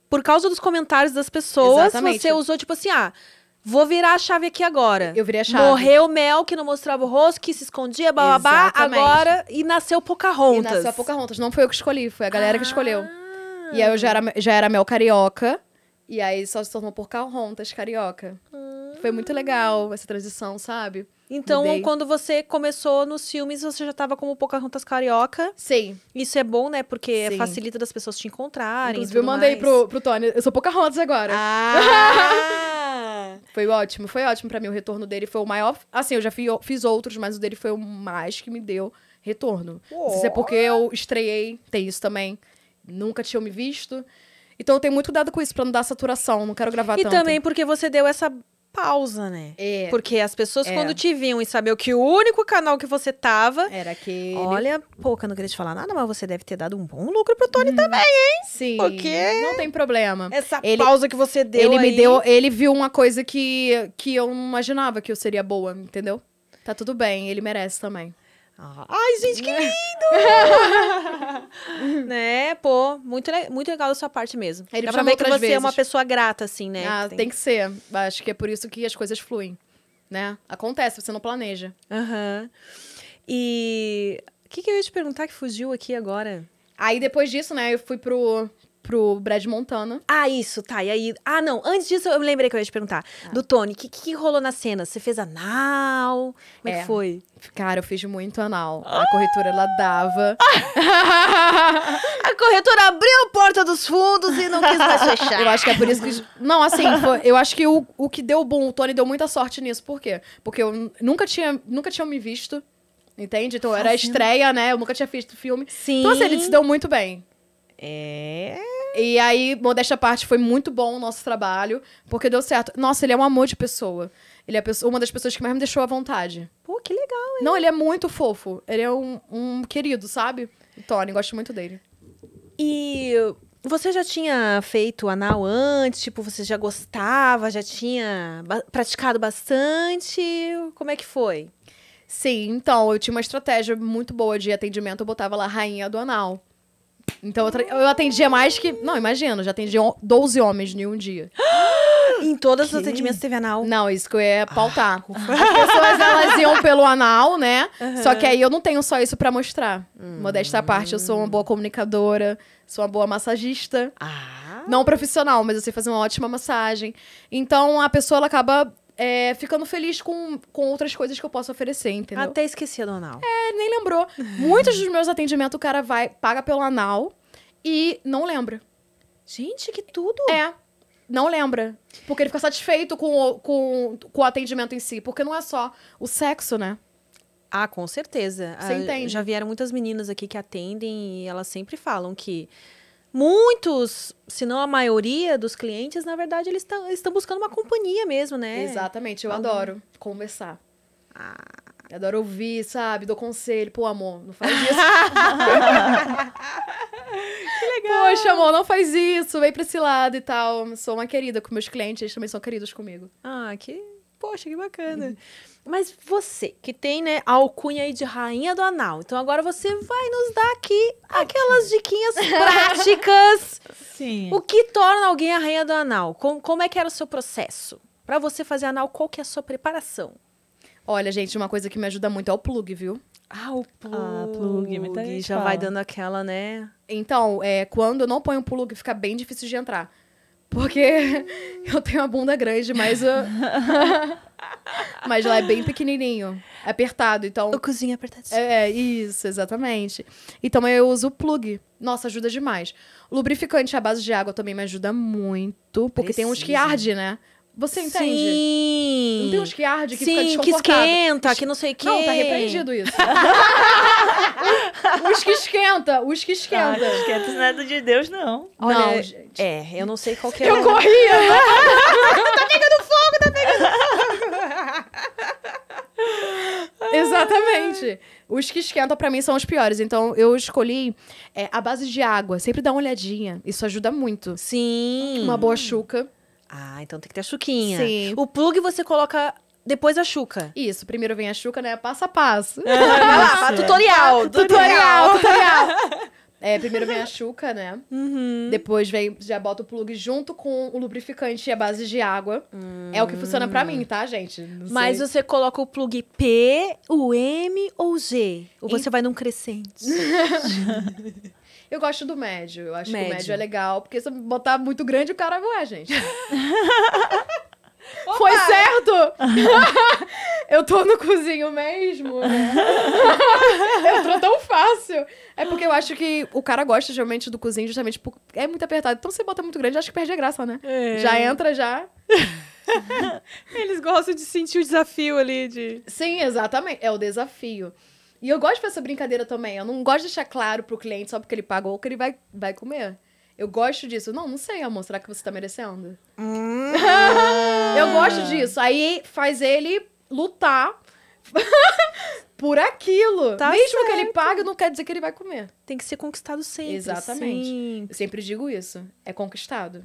[SPEAKER 1] por causa dos comentários das pessoas,
[SPEAKER 2] Exatamente.
[SPEAKER 1] você usou tipo assim, ah, vou virar a chave aqui agora.
[SPEAKER 2] Eu virei a chave.
[SPEAKER 1] Morreu Mel, que não mostrava o rosto, que se escondia, bababá,
[SPEAKER 2] Exatamente.
[SPEAKER 1] agora, e nasceu Pocahontas.
[SPEAKER 2] E nasceu a Pocahontas. Não foi eu que escolhi, foi a galera que escolheu.
[SPEAKER 1] Ah.
[SPEAKER 2] E aí eu já era, já era mel carioca. E aí só se tornou Pocahontas carioca.
[SPEAKER 1] Ah.
[SPEAKER 2] Foi muito legal essa transição, sabe?
[SPEAKER 1] Então,
[SPEAKER 2] Mudei.
[SPEAKER 1] quando você começou nos filmes, você já tava como Pocahontas carioca.
[SPEAKER 2] Sim.
[SPEAKER 1] Isso é bom, né? Porque
[SPEAKER 2] Sim.
[SPEAKER 1] facilita das pessoas te encontrarem. e
[SPEAKER 2] Inclusive, eu
[SPEAKER 1] tudo
[SPEAKER 2] mandei
[SPEAKER 1] mais.
[SPEAKER 2] pro, pro Tony. Eu sou Pocahontas agora.
[SPEAKER 1] Ah!
[SPEAKER 2] [laughs] Foi ótimo, foi ótimo pra mim. O retorno dele foi o maior. Assim, eu já fi- fiz outros, mas o dele foi o mais que me deu retorno. Não sei se é porque eu estreiei, tem isso também. Nunca tinham me visto. Então eu tenho muito cuidado com isso pra não dar saturação. Não quero gravar
[SPEAKER 1] e
[SPEAKER 2] tanto.
[SPEAKER 1] também porque você deu essa pausa, né?
[SPEAKER 2] É,
[SPEAKER 1] Porque as pessoas,
[SPEAKER 2] É.
[SPEAKER 1] quando te viam e sabiam que o único canal que você tava.
[SPEAKER 2] era que.
[SPEAKER 1] Olha, pouca, não queria te falar nada, mas você deve ter dado um bom lucro pro Tony também.
[SPEAKER 2] Sim.
[SPEAKER 1] porque-
[SPEAKER 2] Não tem problema.
[SPEAKER 1] Essa
[SPEAKER 2] Ele-
[SPEAKER 1] pausa que você deu.
[SPEAKER 2] ele
[SPEAKER 1] aí.
[SPEAKER 2] me deu, ele viu uma coisa que, que eu não imaginava que eu seria boa, entendeu? Tá tudo bem, ele merece também.
[SPEAKER 1] Ah, Ai, gente, que
[SPEAKER 2] [laughs]
[SPEAKER 1] lindo! né? Pô, muito, le- muito legal da sua parte mesmo.
[SPEAKER 2] Ele
[SPEAKER 1] Dá
[SPEAKER 2] me
[SPEAKER 1] pra
[SPEAKER 2] chamou
[SPEAKER 1] ver que você
[SPEAKER 2] outras
[SPEAKER 1] é
[SPEAKER 2] vezes.
[SPEAKER 1] uma pessoa grata, assim, né?
[SPEAKER 2] ah,
[SPEAKER 1] Que
[SPEAKER 2] tem... que ser. Acho que é por isso que as coisas fluem, né? Acontece, você não planeja.
[SPEAKER 1] Aham. E o que, que eu ia te perguntar que fugiu aqui agora?
[SPEAKER 2] Aí depois disso, né, eu fui pro pro Brad Montana.
[SPEAKER 1] Ah, isso, tá. E aí. Ah, não. Antes disso, eu me lembrei que eu ia te perguntar. Do Tony, o que, que que rolou na cena? Você fez anal? Como é,
[SPEAKER 2] É.
[SPEAKER 1] que foi?
[SPEAKER 2] Cara, eu fiz muito anal.
[SPEAKER 1] Ah!
[SPEAKER 2] A corretora ela
[SPEAKER 1] [laughs]
[SPEAKER 2] dava.
[SPEAKER 1] A corretora abriu a porta dos fundos e não quis mais
[SPEAKER 2] Eu acho que é por isso que. Não, assim, foi- eu acho que o, o que deu bom, o Tony deu muita sorte nisso. Por quê? Porque eu n- nunca tinha, nunca tinha me visto. Entende? Então era a estreia, né? Eu nunca tinha visto o filme.
[SPEAKER 1] [laughs] Sim.
[SPEAKER 2] Então, assim, ele se deu muito bem.
[SPEAKER 1] É.
[SPEAKER 2] E aí, modéstia à parte, foi muito bom o nosso trabalho, porque deu certo. Nossa, ele é um amor de pessoa. Ele é a pessoa- uma das pessoas que mais me deixou à vontade.
[SPEAKER 1] Pô, que legal.
[SPEAKER 2] Não, ele é muito fofo. Ele é um, um querido, sabe? O Tony, gosto muito dele.
[SPEAKER 1] E você já tinha feito anal antes? Tipo, você já gostava? Já tinha ba- praticado bastante? Como é que foi?
[SPEAKER 2] Sim, então, eu tinha uma estratégia muito boa de atendimento, eu botava lá rainha do anal. Então eu, tra- eu atendia mais que. Não, imagina, eu já atendi on- 12 homens em um dia.
[SPEAKER 1] Em todas as atendimentos teve anal?
[SPEAKER 2] Não, isso que eu ia pautar. As pessoas elas iam pelo anal, né? Só que aí eu não tenho só isso pra mostrar. Modesta à parte, eu sou uma boa comunicadora, sou uma boa massagista.
[SPEAKER 1] Ah.
[SPEAKER 2] Não profissional, mas eu sei fazer uma ótima massagem. Então a pessoa ela acaba é, ficando feliz com, com outras coisas que eu posso oferecer, entendeu?
[SPEAKER 1] Até esqueci do anal.
[SPEAKER 2] Ele nem lembrou. Muitos dos meus atendimentos o cara vai, paga pelo anal e não lembra.
[SPEAKER 1] Gente, que tudo!
[SPEAKER 2] É. Não lembra. Porque ele fica satisfeito com o, com, com o atendimento em si. Porque não é só o sexo, né?
[SPEAKER 1] Ah, com certeza.
[SPEAKER 2] Você
[SPEAKER 1] Ah,
[SPEAKER 2] entende?
[SPEAKER 1] Já vieram muitas meninas aqui que atendem e elas sempre falam que muitos, se não a maioria dos clientes, na verdade, eles tão- estão buscando uma companhia mesmo, né?
[SPEAKER 2] Exatamente. Eu
[SPEAKER 1] Falou.
[SPEAKER 2] adoro conversar. Eu Adoro ouvir, sabe? Dou conselho. Pô, amor, não faz isso. que legal. Poxa, amor, não faz isso. Vem pra esse lado e tal. Sou uma querida com meus clientes. Eles também são queridos comigo.
[SPEAKER 1] Ah, que. Poxa, que
[SPEAKER 2] Uhum.
[SPEAKER 1] bacana. Mas você, que tem, né, a alcunha aí de rainha do anal. Então agora você vai nos dar aqui aquelas
[SPEAKER 2] [laughs]
[SPEAKER 1] diquinhas práticas.
[SPEAKER 3] Sim.
[SPEAKER 1] o que torna alguém a rainha do anal? Com- como é que era o seu processo? Pra você fazer anal, qual que é a sua preparação?
[SPEAKER 2] Olha, gente, uma coisa que me ajuda muito é o plug, viu?
[SPEAKER 1] Ah, o plug.
[SPEAKER 3] Ah, plug, muita gente
[SPEAKER 1] já
[SPEAKER 3] fala.
[SPEAKER 1] vai dando aquela, né?
[SPEAKER 2] Então, é, quando eu não ponho plug, fica bem difícil de entrar. Porque [laughs] eu tenho a bunda grande, mas eu... [laughs] mas lá é bem pequenininho, apertado, então
[SPEAKER 1] O cozinho apertadinho.
[SPEAKER 2] é, é, isso, exatamente. Então eu uso o plug. Nossa, ajuda demais. Lubrificante à base de água também me ajuda muito, porque tem uns que
[SPEAKER 1] Precisa.
[SPEAKER 2] arde, né? Você entende?
[SPEAKER 1] Sim.
[SPEAKER 2] Não tem uns que arde que
[SPEAKER 1] Sim,
[SPEAKER 2] fica
[SPEAKER 1] que
[SPEAKER 2] desconfortável?
[SPEAKER 1] esquenta, que não sei o quê.
[SPEAKER 2] Não, tá repreendido isso. [laughs] os que esquenta, os que
[SPEAKER 3] Ah,
[SPEAKER 2] esquenta.
[SPEAKER 3] esquenta isso não é do de Deus, não.
[SPEAKER 1] Olha,
[SPEAKER 2] Não, gente.
[SPEAKER 1] É, eu não sei qual que é.
[SPEAKER 2] [laughs] Eu corria. tá pegando fogo, tá pegando Exatamente. Os que esquentam pra mim são os piores. Então eu escolhi é, a base de água. Sempre dá uma olhadinha. Isso ajuda muito.
[SPEAKER 1] Sim.
[SPEAKER 2] Uma boa chuca.
[SPEAKER 1] Ah, então tem que ter a chuquinha.
[SPEAKER 2] Sim.
[SPEAKER 1] O plug você coloca depois a
[SPEAKER 2] [laughs]
[SPEAKER 1] chuca.
[SPEAKER 2] Isso, primeiro vem a chuca, né? Passo a passo.
[SPEAKER 1] Vai lá, vai, tutorial.
[SPEAKER 2] tutorial, tutorial. É, primeiro vem a chuca, né? Depois vem, já bota o plug junto com o lubrificante e a base de água. É o que funciona pra mim, tá, gente? Não
[SPEAKER 1] Mas
[SPEAKER 2] sei.
[SPEAKER 1] você coloca o plug P, o M ou o G? Ou você vai num crescente?
[SPEAKER 2] eu gosto do médio. Eu acho que
[SPEAKER 1] Médio.
[SPEAKER 2] o médio é legal, porque se eu botar muito grande, o cara vai, gente. Foi certo? [laughs] eu tô no cozinho mesmo, né? Entrou tão fácil. É porque eu acho que o cara gosta geralmente do cozinho justamente porque é muito apertado. Então você bota muito grande, acho que perde a graça, né? Já entra, já.
[SPEAKER 1] Eles gostam de sentir o desafio ali de.
[SPEAKER 2] Sim, exatamente. É o desafio. E eu gosto de fazer brincadeira também. Eu não gosto de deixar claro pro cliente só porque ele pagou que ele vai, vai comer. Eu gosto disso. Não, não sei, amor. Será que você tá merecendo?
[SPEAKER 1] Hum.
[SPEAKER 2] eu gosto disso. Aí faz ele lutar [laughs] por aquilo.
[SPEAKER 1] Tá
[SPEAKER 2] Mesmo que ele pague, não quer dizer que ele vai comer.
[SPEAKER 1] Tem que ser conquistado sempre.
[SPEAKER 2] Exatamente.
[SPEAKER 1] sim.
[SPEAKER 2] Eu sempre digo isso. É conquistado.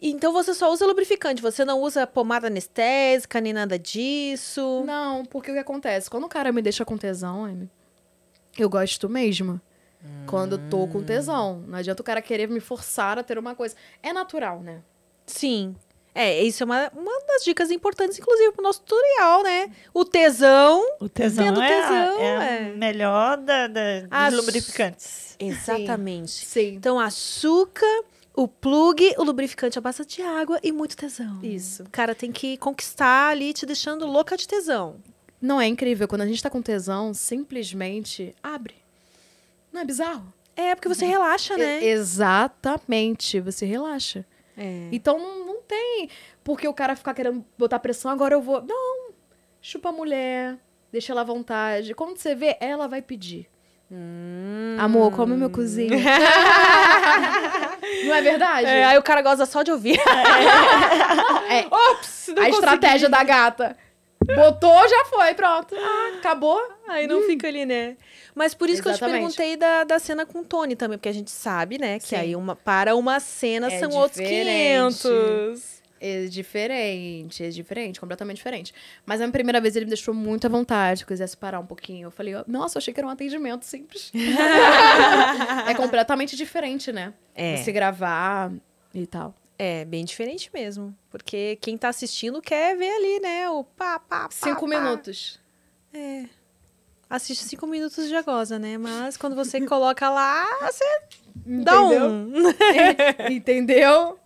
[SPEAKER 1] Então você só usa lubrificante, você não usa pomada anestésica nem nada disso.
[SPEAKER 2] Não, porque o que acontece? Quando o cara me deixa com tesão, Amy, eu gosto mesmo. Quando eu tô com tesão. Não adianta o cara querer me forçar a ter uma coisa. É natural, né?
[SPEAKER 1] Sim. É, isso é uma, uma das dicas importantes, inclusive, pro nosso tutorial, né? O tesão.
[SPEAKER 3] O tesão,
[SPEAKER 1] Tendo
[SPEAKER 3] é,
[SPEAKER 1] tesão,
[SPEAKER 3] a, é a
[SPEAKER 1] é.
[SPEAKER 3] melhor da, da- dos
[SPEAKER 1] As-
[SPEAKER 3] lubrificantes.
[SPEAKER 1] Exatamente.
[SPEAKER 2] Sim.
[SPEAKER 1] Então, açúcar, o plug, o lubrificante à base de água e muito tesão.
[SPEAKER 2] Isso.
[SPEAKER 1] O cara tem que conquistar ali, te deixando louca de tesão.
[SPEAKER 2] Não é incrível? Quando a gente tá com tesão, simplesmente abre. Não é bizarro?
[SPEAKER 1] É, porque você relaxa, né?
[SPEAKER 2] E- exatamente. Você relaxa.
[SPEAKER 1] É.
[SPEAKER 2] Então não, não tem porque o cara ficar querendo botar pressão, agora eu vou. Não! Chupa a mulher, deixa ela à vontade. Quando você vê, ela vai pedir.
[SPEAKER 1] Hum.
[SPEAKER 2] Amor, come
[SPEAKER 1] [laughs]
[SPEAKER 2] meu cozinho. não é verdade?
[SPEAKER 1] É, aí o cara gosta só de ouvir.
[SPEAKER 2] É,
[SPEAKER 1] Ops! Não
[SPEAKER 2] a
[SPEAKER 1] consegui.
[SPEAKER 2] estratégia da gata. Botou, já foi, pronto. Ah, acabou.
[SPEAKER 1] Aí não fica ali, né? Mas por isso que eu te
[SPEAKER 2] Exatamente.
[SPEAKER 1] perguntei da, da cena com o Tony também, porque a gente sabe, né? Que
[SPEAKER 2] Sim.
[SPEAKER 1] aí uma, para uma cena
[SPEAKER 2] É
[SPEAKER 1] são outros
[SPEAKER 2] diferente.
[SPEAKER 1] 500.
[SPEAKER 2] É diferente, é diferente, completamente diferente. Mas na primeira vez ele me deixou muito à vontade, quisesse parar um pouquinho. Eu falei, nossa, eu achei que era um atendimento
[SPEAKER 1] [laughs]
[SPEAKER 2] simples. é completamente diferente, né?
[SPEAKER 1] É.
[SPEAKER 2] Você gravar e tal.
[SPEAKER 1] É, bem diferente mesmo. Porque quem tá assistindo quer ver ali, né? O pá, pá, pá.
[SPEAKER 2] Cinco
[SPEAKER 1] pá.
[SPEAKER 2] minutos.
[SPEAKER 1] Assiste cinco minutos e já goza, né? Mas quando
[SPEAKER 2] [laughs]
[SPEAKER 1] você coloca lá, você dá
[SPEAKER 2] Entendeu?
[SPEAKER 1] um.
[SPEAKER 2] Entendeu?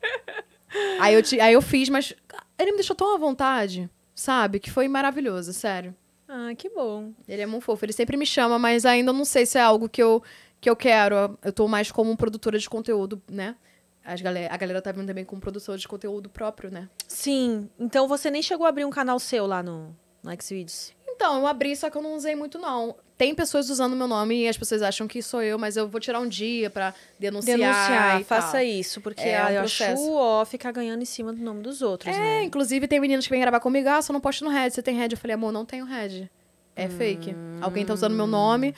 [SPEAKER 2] [laughs] aí, eu te- aí eu fiz, mas ele me deixou tão à vontade, sabe? Que foi maravilhoso, sério.
[SPEAKER 1] Ah, que bom.
[SPEAKER 2] Ele é muito fofo, ele sempre me chama, mas ainda não sei se é algo que eu, que eu quero. Eu tô mais como um produtora de conteúdo, né? As galera, a galera tá vindo também como produtora de conteúdo próprio, né?
[SPEAKER 1] Sim, então você nem chegou a abrir um canal seu lá no, no Xvideos.
[SPEAKER 2] Então, eu abri, só que eu não usei muito, não. Tem pessoas usando meu nome e as pessoas acham que sou eu, mas eu vou tirar um dia pra denunciar. e tal.
[SPEAKER 1] faça isso, porque
[SPEAKER 2] É, é um
[SPEAKER 1] a
[SPEAKER 2] processo.
[SPEAKER 1] Yoshua fica ganhando em cima do nome dos outros, né?
[SPEAKER 2] É, inclusive tem meninos que vêm gravar comigo, ah, só não posto no Red, você tem Red? Eu falei, amor, não tenho Red.
[SPEAKER 1] Hum.
[SPEAKER 2] É fake. Alguém tá usando meu nome.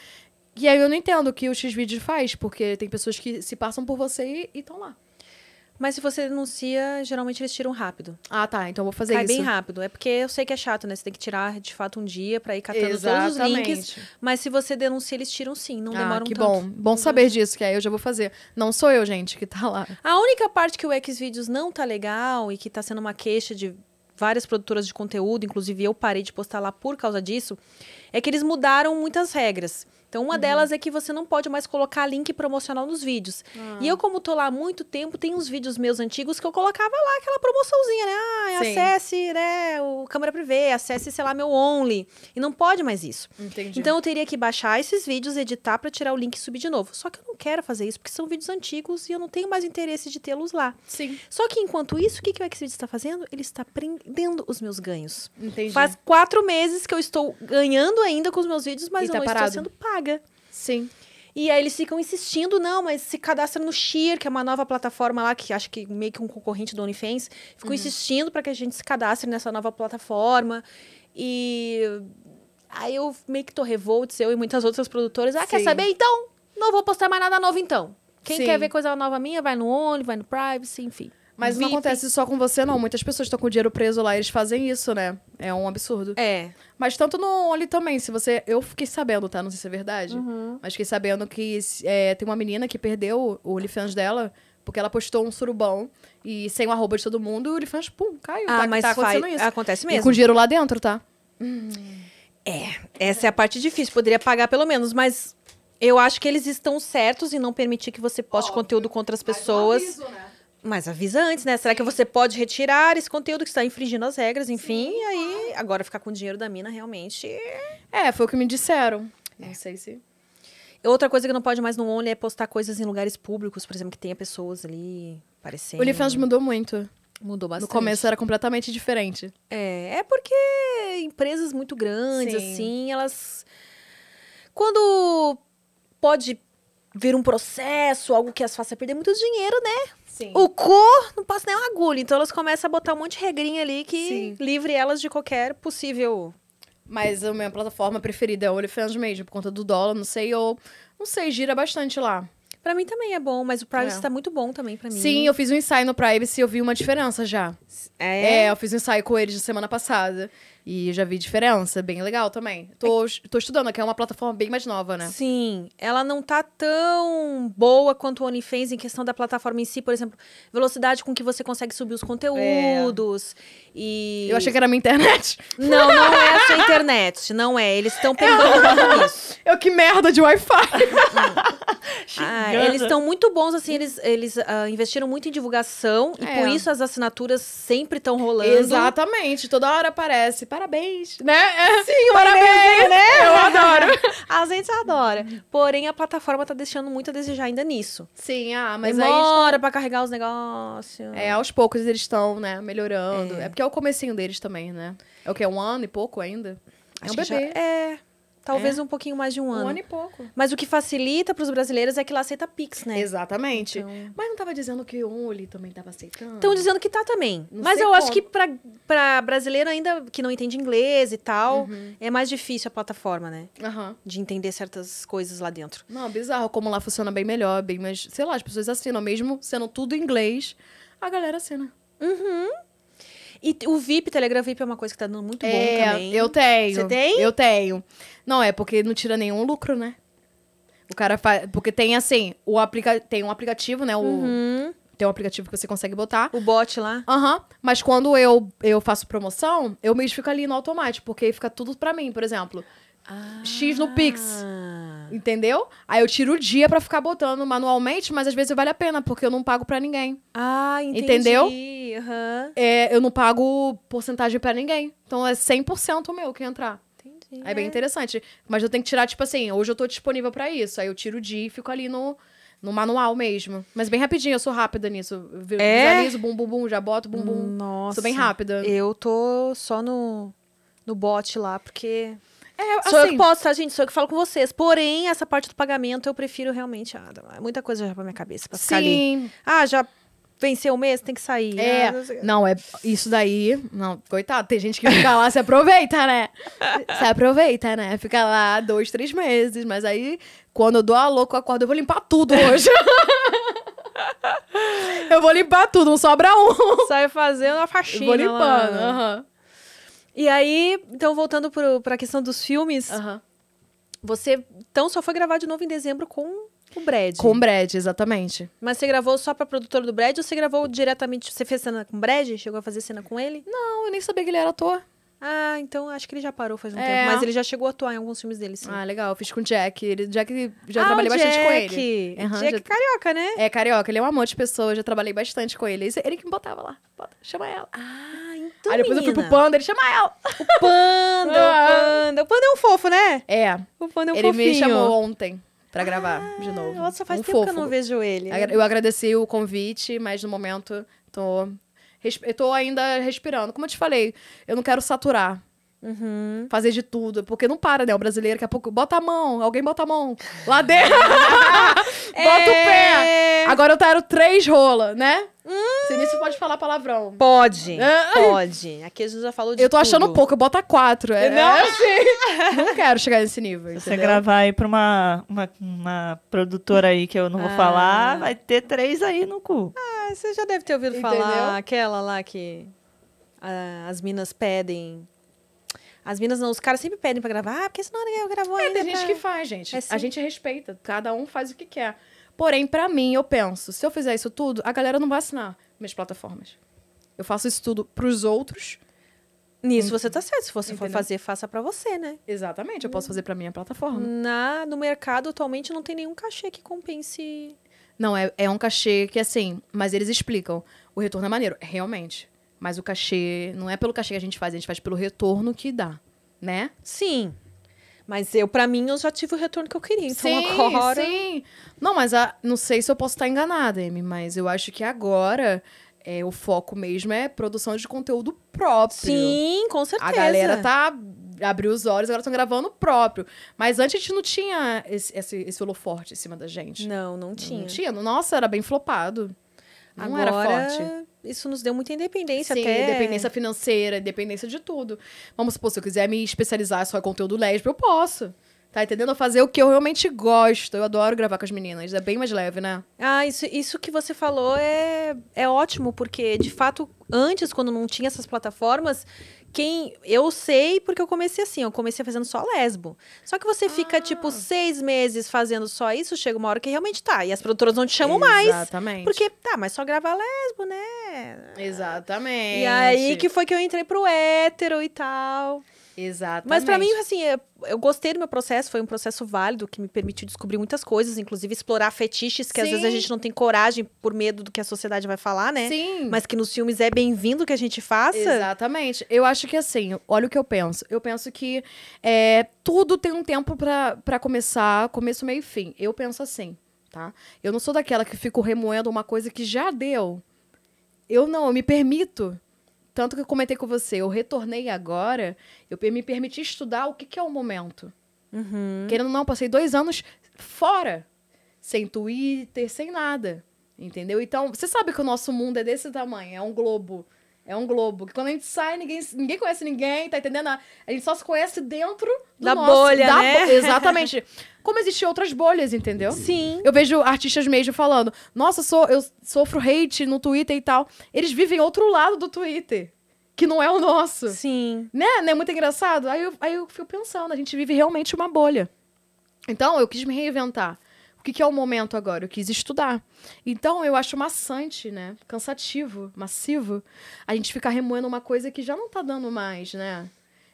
[SPEAKER 2] E aí eu não entendo o que o Xvideos faz, porque tem pessoas que se passam por você e estão lá.
[SPEAKER 1] Mas se você denuncia, geralmente eles tiram rápido.
[SPEAKER 2] Ah, tá, então eu vou fazer
[SPEAKER 1] Cai
[SPEAKER 2] isso.
[SPEAKER 1] bem rápido. É porque eu sei que é chato, né? Você tem que tirar de fato um dia pra ir catando todos os links.
[SPEAKER 2] Exatamente.
[SPEAKER 1] Mas se você denuncia, eles tiram sim, não
[SPEAKER 2] ah,
[SPEAKER 1] demoram
[SPEAKER 2] que
[SPEAKER 1] tanto.
[SPEAKER 2] bom. Bom saber disso, que aí eu já vou fazer. Não sou eu, gente, que tá lá.
[SPEAKER 1] A única parte que o Xvideos não tá legal e que tá sendo uma queixa de várias produtoras de conteúdo, inclusive eu parei de postar lá por causa disso, é que eles mudaram muitas regras. Então, uma delas é que você não pode mais colocar link promocional nos vídeos. E eu, como tô lá há muito tempo, tem uns vídeos meus antigos que eu colocava lá aquela promoçãozinha, né? Ah,
[SPEAKER 2] Sim.
[SPEAKER 1] acesse, né, o câmera privê, acesse, sei lá, meu Only. E não pode mais isso.
[SPEAKER 2] Entendi.
[SPEAKER 1] Então eu teria que baixar esses vídeos, editar pra tirar o link e subir de novo. Só que eu não quero fazer isso, porque são vídeos antigos e eu não tenho mais interesse de tê-los lá.
[SPEAKER 2] Sim.
[SPEAKER 1] Só que enquanto isso, o que, que o Xvideos está fazendo? Ele está prendendo os meus ganhos.
[SPEAKER 2] Entendi.
[SPEAKER 1] Faz quatro meses que eu estou ganhando ainda com os meus vídeos, mas
[SPEAKER 2] E
[SPEAKER 1] eu
[SPEAKER 2] tá
[SPEAKER 1] não
[SPEAKER 2] parado.
[SPEAKER 1] estou sendo paga.
[SPEAKER 2] Sim.
[SPEAKER 1] E aí eles ficam insistindo, não, mas se cadastra no Sheer, que é uma nova plataforma lá, que acho que meio que um concorrente do OnlyFans. Ficam
[SPEAKER 2] Uhum.
[SPEAKER 1] insistindo para que a gente se cadastre nessa nova plataforma. E aí eu meio que tô revolts, eu e muitas outras produtoras. Ah, quer
[SPEAKER 2] Sim.
[SPEAKER 1] saber? Então, não vou postar mais nada novo então. Quem
[SPEAKER 2] Sim.
[SPEAKER 1] quer ver coisa nova minha, vai no Only, vai no Privacy, enfim.
[SPEAKER 2] Mas não
[SPEAKER 1] VIP.
[SPEAKER 2] acontece só com você, não. Muitas pessoas estão com o dinheiro preso lá, eles fazem isso, né? É um absurdo.
[SPEAKER 1] É.
[SPEAKER 2] Mas tanto no Only também, se você. Eu fiquei sabendo, tá? Não sei se é verdade.
[SPEAKER 1] Uhum.
[SPEAKER 2] Mas fiquei sabendo que é, tem uma menina que perdeu o OnlyFans dela, porque ela postou um surubão e sem o arroba de todo mundo, e o OnlyFans, pum, caiu.
[SPEAKER 1] Ah,
[SPEAKER 2] tá,
[SPEAKER 1] mas
[SPEAKER 2] tá acontecendo
[SPEAKER 1] faz-
[SPEAKER 2] isso.
[SPEAKER 1] acontece
[SPEAKER 2] E com
[SPEAKER 1] mesmo.
[SPEAKER 2] dinheiro lá dentro, tá?
[SPEAKER 1] Essa é a parte difícil. Poderia pagar pelo menos, mas eu acho que eles estão certos em não permitir que você poste conteúdo contra as pessoas. Mas avisa, antes, né? Será que você pode retirar esse conteúdo que está infringindo as regras? Enfim, e aí agora ficar com o dinheiro da mina realmente.
[SPEAKER 2] É, foi o que me disseram.
[SPEAKER 1] É,
[SPEAKER 2] Não sei se.
[SPEAKER 1] Outra coisa que não pode mais no Only é postar coisas em lugares públicos, por exemplo, que tenha pessoas ali
[SPEAKER 2] O
[SPEAKER 1] aparecendo.
[SPEAKER 2] OnlyFans mudou muito.
[SPEAKER 1] mudou bastante.
[SPEAKER 2] No começo era completamente diferente.
[SPEAKER 1] É, é porque empresas muito grandes,
[SPEAKER 2] Sim.
[SPEAKER 1] assim, elas. Quando pode vir um processo, algo que as faça perder muito dinheiro, né?
[SPEAKER 2] Sim.
[SPEAKER 1] O cu não passa nem uma agulha. Então elas começam a botar um monte de regrinha ali que
[SPEAKER 2] Sim.
[SPEAKER 1] livre elas de qualquer possível.
[SPEAKER 2] Mas a minha plataforma preferida é o OnlyFans mesmo, por conta do dólar, não sei, ou. Não sei, gira bastante lá.
[SPEAKER 1] Pra mim também é bom, mas o privacy
[SPEAKER 2] É.
[SPEAKER 1] tá muito bom também pra mim.
[SPEAKER 2] Sim, eu fiz um ensaio no Privacy e eu vi uma diferença já.
[SPEAKER 1] É.
[SPEAKER 2] É, eu fiz um ensaio com eles na semana passada. E já vi diferença, bem legal também. Tô, tô estudando, que é uma plataforma bem mais nova, né?
[SPEAKER 1] Sim, ela não tá tão boa quanto o OnlyFans em questão da plataforma em si, por exemplo, velocidade com que você consegue subir os conteúdos. E
[SPEAKER 2] É. Eu achei que era minha internet. [laughs]
[SPEAKER 1] Não, não é a sua internet. Não é. Eles estão
[SPEAKER 2] [laughs]
[SPEAKER 1] perdendo muito isso.
[SPEAKER 2] Eu que merda de Wi-Fi.
[SPEAKER 1] Ah,
[SPEAKER 3] Xingando.
[SPEAKER 1] eles estão muito bons, assim. Eles, eles ah, investiram muito em divulgação. E
[SPEAKER 2] É.
[SPEAKER 1] por isso as assinaturas sempre estão rolando.
[SPEAKER 2] Exatamente, toda hora aparece. Parabéns, né? [laughs] Sim,
[SPEAKER 1] parabéns,
[SPEAKER 2] né? Eu adoro.
[SPEAKER 1] A gente adora. Porém, a plataforma tá deixando muito a desejar ainda nisso.
[SPEAKER 2] Sim, ah, mas aí
[SPEAKER 1] Demora pra carregar os negócios.
[SPEAKER 2] É, aos poucos eles estão, né, melhorando. É. porque é o comecinho deles também, né? É o quê? Um ano e pouco ainda? é um
[SPEAKER 1] que já-
[SPEAKER 2] bebê.
[SPEAKER 1] é. Talvez um pouquinho mais de um ano.
[SPEAKER 2] Um ano e pouco.
[SPEAKER 1] Mas o que facilita pros brasileiros é que lá aceita Pix, né?
[SPEAKER 2] Exatamente.
[SPEAKER 1] Então-
[SPEAKER 2] Mas não tava dizendo que o Oli também tava aceitando?
[SPEAKER 1] Estão dizendo que tá também.
[SPEAKER 2] Não
[SPEAKER 1] Mas
[SPEAKER 2] sei
[SPEAKER 1] eu acho
[SPEAKER 2] como.
[SPEAKER 1] que pra, pra brasileiro ainda que não entende inglês e tal,
[SPEAKER 2] Uhum.
[SPEAKER 1] é mais difícil a plataforma, né?
[SPEAKER 2] Aham.
[SPEAKER 1] De entender certas coisas lá dentro.
[SPEAKER 2] Não, bizarro como lá funciona bem melhor, bem mais... Sei lá, as pessoas assinam. Mesmo sendo tudo em inglês, a galera assina.
[SPEAKER 1] E t- o VIP, Telegram VIP é uma coisa que tá dando muito bom
[SPEAKER 2] é,
[SPEAKER 1] também.
[SPEAKER 2] eu tenho.
[SPEAKER 1] Você tem?
[SPEAKER 2] Eu tenho. Não, é porque não tira nenhum lucro, né? O cara faz... Porque tem, assim, o aplica... tem um aplicativo, né? O...
[SPEAKER 1] Uhum.
[SPEAKER 2] Tem um aplicativo que você consegue botar.
[SPEAKER 1] O bot lá.
[SPEAKER 2] Aham, mas quando eu, eu faço promoção, eu mesmo fico ali no automático, porque aí fica tudo pra mim, por exemplo. X no Pix,
[SPEAKER 1] Ah.
[SPEAKER 2] entendeu? Aí eu tiro o dia pra ficar botando manualmente, mas às vezes vale a pena, porque eu não pago pra ninguém.
[SPEAKER 1] Ah, entendi.
[SPEAKER 2] Entendeu?
[SPEAKER 1] Aham.
[SPEAKER 2] É, eu não pago porcentagem pra ninguém. Então é 100% meu que entrar.
[SPEAKER 1] Entendi.
[SPEAKER 2] Aí É bem interessante. Mas eu tenho que tirar, tipo assim, hoje eu tô disponível pra isso. Aí eu tiro o dia e fico ali no, no manual mesmo. Mas bem rapidinho, eu sou rápida nisso. Eu
[SPEAKER 1] É?
[SPEAKER 2] Visualizo, bum, bum, bum, já boto, bum, bum.
[SPEAKER 1] Nossa.
[SPEAKER 2] Sou bem rápida.
[SPEAKER 1] Eu tô só no, no bot lá, porque.
[SPEAKER 2] É,
[SPEAKER 1] Sou eu que posso, tá, gente? Sou eu que falo com vocês. Porém, essa parte do pagamento eu prefiro realmente. Ah, é muita coisa já pra minha cabeça pra ficar ali.
[SPEAKER 2] Sim.
[SPEAKER 1] Ah, já venceu o mês, tem que sair. Ah, não sei o
[SPEAKER 2] É,
[SPEAKER 1] quê.
[SPEAKER 2] não, é isso daí. Não, coitado, tem gente que fica lá, se aproveita, né? Se aproveita, né? Fica lá dois, três meses, mas aí quando eu dou a louca, eu acordo, eu vou limpar tudo hoje. [laughs] eu vou limpar tudo, não sobra um.
[SPEAKER 1] Sai fazendo a
[SPEAKER 2] Eu
[SPEAKER 1] faxina.
[SPEAKER 2] vou
[SPEAKER 1] lá.
[SPEAKER 2] limpando. Aham.
[SPEAKER 1] E aí, então, voltando pro, pra questão dos filmes,
[SPEAKER 2] aham.
[SPEAKER 1] você então só foi gravar de novo em dezembro com o Brad.
[SPEAKER 2] Com o Brad, exatamente.
[SPEAKER 1] Mas você gravou só pra produtora do Brad ou você gravou diretamente? Você fez cena com o Brad? Chegou a fazer cena com ele?
[SPEAKER 2] Não, eu nem sabia que ele era ator.
[SPEAKER 1] Ah, então acho que ele já parou faz um
[SPEAKER 2] É.
[SPEAKER 1] tempo. Mas ele já chegou a atuar em alguns filmes dele, sim.
[SPEAKER 2] Ah, legal. Eu fiz com o Jack. Ele, Jack já
[SPEAKER 1] Ah, o
[SPEAKER 2] trabalhei bastante com
[SPEAKER 1] Jack.
[SPEAKER 2] ele. Aham,
[SPEAKER 1] Jack
[SPEAKER 2] já-
[SPEAKER 1] carioca, né?
[SPEAKER 2] É, carioca, ele é um amor de pessoa, já trabalhei bastante com ele. Esse- Ele que me botava lá. Bota, chama ela.
[SPEAKER 1] Ah, então.
[SPEAKER 2] Aí depois eu fui pro Panda, ele chama ela.
[SPEAKER 1] pro Panda.
[SPEAKER 2] Ah.
[SPEAKER 1] O Panda. O Panda é um fofo, né?
[SPEAKER 2] É,
[SPEAKER 1] O Panda é um
[SPEAKER 2] ele
[SPEAKER 1] fofinho.
[SPEAKER 2] me chamou ontem pra gravar de novo.
[SPEAKER 1] Nossa, faz
[SPEAKER 2] um
[SPEAKER 1] tempo
[SPEAKER 2] fofo.
[SPEAKER 1] que eu não vejo ele.
[SPEAKER 2] Agra- Eu agradeci o convite, mas no momento tô, res- eu tô ainda respirando. Como eu te falei, eu não quero saturar.
[SPEAKER 1] Uhum.
[SPEAKER 2] Fazer de tudo, porque não para, né? O brasileiro, daqui a pouco, bota a mão, alguém bota a mão lá dentro, bota o
[SPEAKER 1] É.
[SPEAKER 2] pé. Agora eu quero três rola, né? Se nisso pode falar palavrão.
[SPEAKER 1] Pode.
[SPEAKER 2] Ah.
[SPEAKER 1] Pode. Aqui a gente já falou de
[SPEAKER 2] Eu tô achando
[SPEAKER 1] tudo.
[SPEAKER 2] pouco, eu boto a quatro. É,
[SPEAKER 1] Não?
[SPEAKER 2] é assim. [laughs] não quero chegar nesse nível.
[SPEAKER 3] Se você
[SPEAKER 2] entendeu?
[SPEAKER 3] gravar aí pra uma, uma, uma produtora aí que eu não vou falar, vai ter três aí no cu.
[SPEAKER 1] Ah, você já deve ter ouvido
[SPEAKER 2] Entendeu?
[SPEAKER 1] falar aquela lá que ah, as minas pedem. As minas não, os caras sempre pedem pra gravar. Ah, porque senão ninguém gravou
[SPEAKER 2] É,
[SPEAKER 1] ainda.
[SPEAKER 2] tem gente
[SPEAKER 1] pra-
[SPEAKER 2] que faz, gente.
[SPEAKER 1] É
[SPEAKER 2] a
[SPEAKER 1] sim.
[SPEAKER 2] gente respeita, cada um faz o que quer. Porém, pra mim, eu penso, se eu fizer isso tudo, a galera não vai assinar minhas plataformas. Eu faço isso tudo pros outros.
[SPEAKER 1] Nisso você tá certo. Se você for
[SPEAKER 2] Hum. Entendeu?
[SPEAKER 1] fazer, faça pra você, né?
[SPEAKER 2] Exatamente, eu posso fazer pra minha plataforma.
[SPEAKER 1] Na, no mercado, atualmente, não tem nenhum cachê que compense.
[SPEAKER 2] Não, é, é um cachê que assim, mas eles explicam. O retorno é maneiro, realmente. Mas o cachê, não é pelo cachê que a gente faz, a gente faz pelo retorno que dá, né?
[SPEAKER 1] Sim. Mas eu, pra mim, eu já tive o retorno que eu queria. Então agora.
[SPEAKER 2] Sim. Não, mas a, não sei se eu posso estar enganada, Amy, mas eu acho que agora é, o foco mesmo é produção de conteúdo próprio.
[SPEAKER 1] Sim, com certeza.
[SPEAKER 2] A galera tá. abriu os olhos, agora estão gravando o próprio. Mas antes a gente não tinha esse, esse, esse holoforte em cima da gente.
[SPEAKER 1] Não, não tinha.
[SPEAKER 2] Não tinha. Nossa, era bem flopado. Não era forte.
[SPEAKER 1] Isso nos deu muita independência
[SPEAKER 2] Sim,
[SPEAKER 1] até.
[SPEAKER 2] independência financeira, independência de tudo. Vamos supor, se eu quiser me especializar só em conteúdo lésbico, eu posso. Tá entendendo? Fazer o que eu realmente gosto. Eu adoro gravar com as meninas. É bem mais leve, né?
[SPEAKER 1] Ah, isso, isso que você falou é, é ótimo, porque de fato, antes, quando não tinha essas plataformas, quem. Eu sei porque eu comecei assim, eu comecei fazendo só lesbo. Só que você fica,
[SPEAKER 2] Ah.
[SPEAKER 1] tipo, seis meses fazendo só isso, chega uma hora que realmente tá. E as produtoras não te chamam mais.
[SPEAKER 2] Exatamente.
[SPEAKER 1] Porque, tá, mas só grava lesbo, né?
[SPEAKER 2] Exatamente.
[SPEAKER 1] E aí que foi que eu entrei pro hétero e tal.
[SPEAKER 2] Exatamente.
[SPEAKER 1] Mas pra mim, assim, é- eu gostei do meu processo, foi um processo válido que me permitiu descobrir muitas coisas, inclusive explorar fetiches que às
[SPEAKER 2] Sim.
[SPEAKER 1] vezes a gente não tem coragem por medo do que a sociedade vai falar, né?
[SPEAKER 2] Sim.
[SPEAKER 1] Mas que nos filmes é bem-vindo que a gente faça.
[SPEAKER 2] Exatamente. Eu acho que assim, olha o que eu penso. Eu penso que é, tudo tem um tempo pra pra começar, começo, meio e fim. Eu penso assim, tá? Eu não sou daquela que fico remoendo uma coisa que já deu. Eu não, eu me permito. Tanto que eu comentei com você, eu retornei agora, eu per- me permiti estudar o que, que é o momento.
[SPEAKER 1] Uhum.
[SPEAKER 2] Querendo ou não, eu passei dois anos fora, sem Twitter, sem nada. Entendeu? Então, você sabe que o nosso mundo é desse tamanho, é um globo. É um globo. Que quando a gente sai, ninguém, ninguém conhece ninguém, tá entendendo? A a gente só se conhece dentro do
[SPEAKER 1] Da
[SPEAKER 2] nosso-
[SPEAKER 1] bolha, né?
[SPEAKER 2] bo- Exatamente. Como existem outras bolhas, entendeu?
[SPEAKER 1] Sim.
[SPEAKER 2] Eu vejo artistas mesmo falando, nossa, sou, eu sofro hate no Twitter e tal. Eles vivem outro lado do Twitter, que não é o nosso.
[SPEAKER 1] [laughs] Sim.
[SPEAKER 2] Né? Não é muito engraçado? Aí eu, aí eu fico pensando, a gente vive realmente uma bolha. Então, eu quis me reinventar. O que, que é o momento agora? Eu quis estudar. Então, eu acho maçante, né? Cansativo, massivo. A gente ficar remoendo uma coisa que já não tá dando mais, né?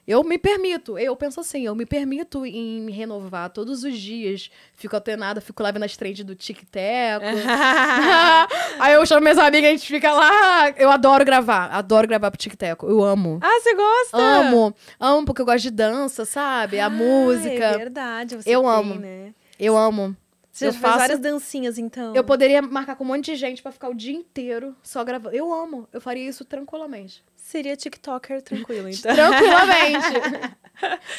[SPEAKER 2] Eu me permito, eu penso assim, eu me permito em me renovar todos os dias. Fico alternada, fico lá vendo as trends do Tic Teco. [laughs]
[SPEAKER 1] Ah,
[SPEAKER 2] Aí eu chamo minhas amigas, a gente fica lá. Eu adoro gravar, adoro gravar pro Tic Teco. Eu amo.
[SPEAKER 1] Ah, você gosta?
[SPEAKER 2] Amo, amo, porque eu gosto de dança, sabe? A
[SPEAKER 1] Ah, É
[SPEAKER 2] música.
[SPEAKER 1] verdade, você
[SPEAKER 2] Eu
[SPEAKER 1] tem,
[SPEAKER 2] amo.
[SPEAKER 1] né?
[SPEAKER 2] Eu amo.
[SPEAKER 1] Você
[SPEAKER 2] Eu
[SPEAKER 1] já faz
[SPEAKER 2] faço-
[SPEAKER 1] várias dancinhas, então.
[SPEAKER 2] Eu poderia marcar com um monte de gente pra ficar o dia inteiro só gravando. Eu amo. Eu faria
[SPEAKER 1] [laughs]
[SPEAKER 2] isso tranquilamente.
[SPEAKER 1] Seria TikToker
[SPEAKER 2] [laughs]
[SPEAKER 1] tranquilo, então.
[SPEAKER 2] Tranquilamente.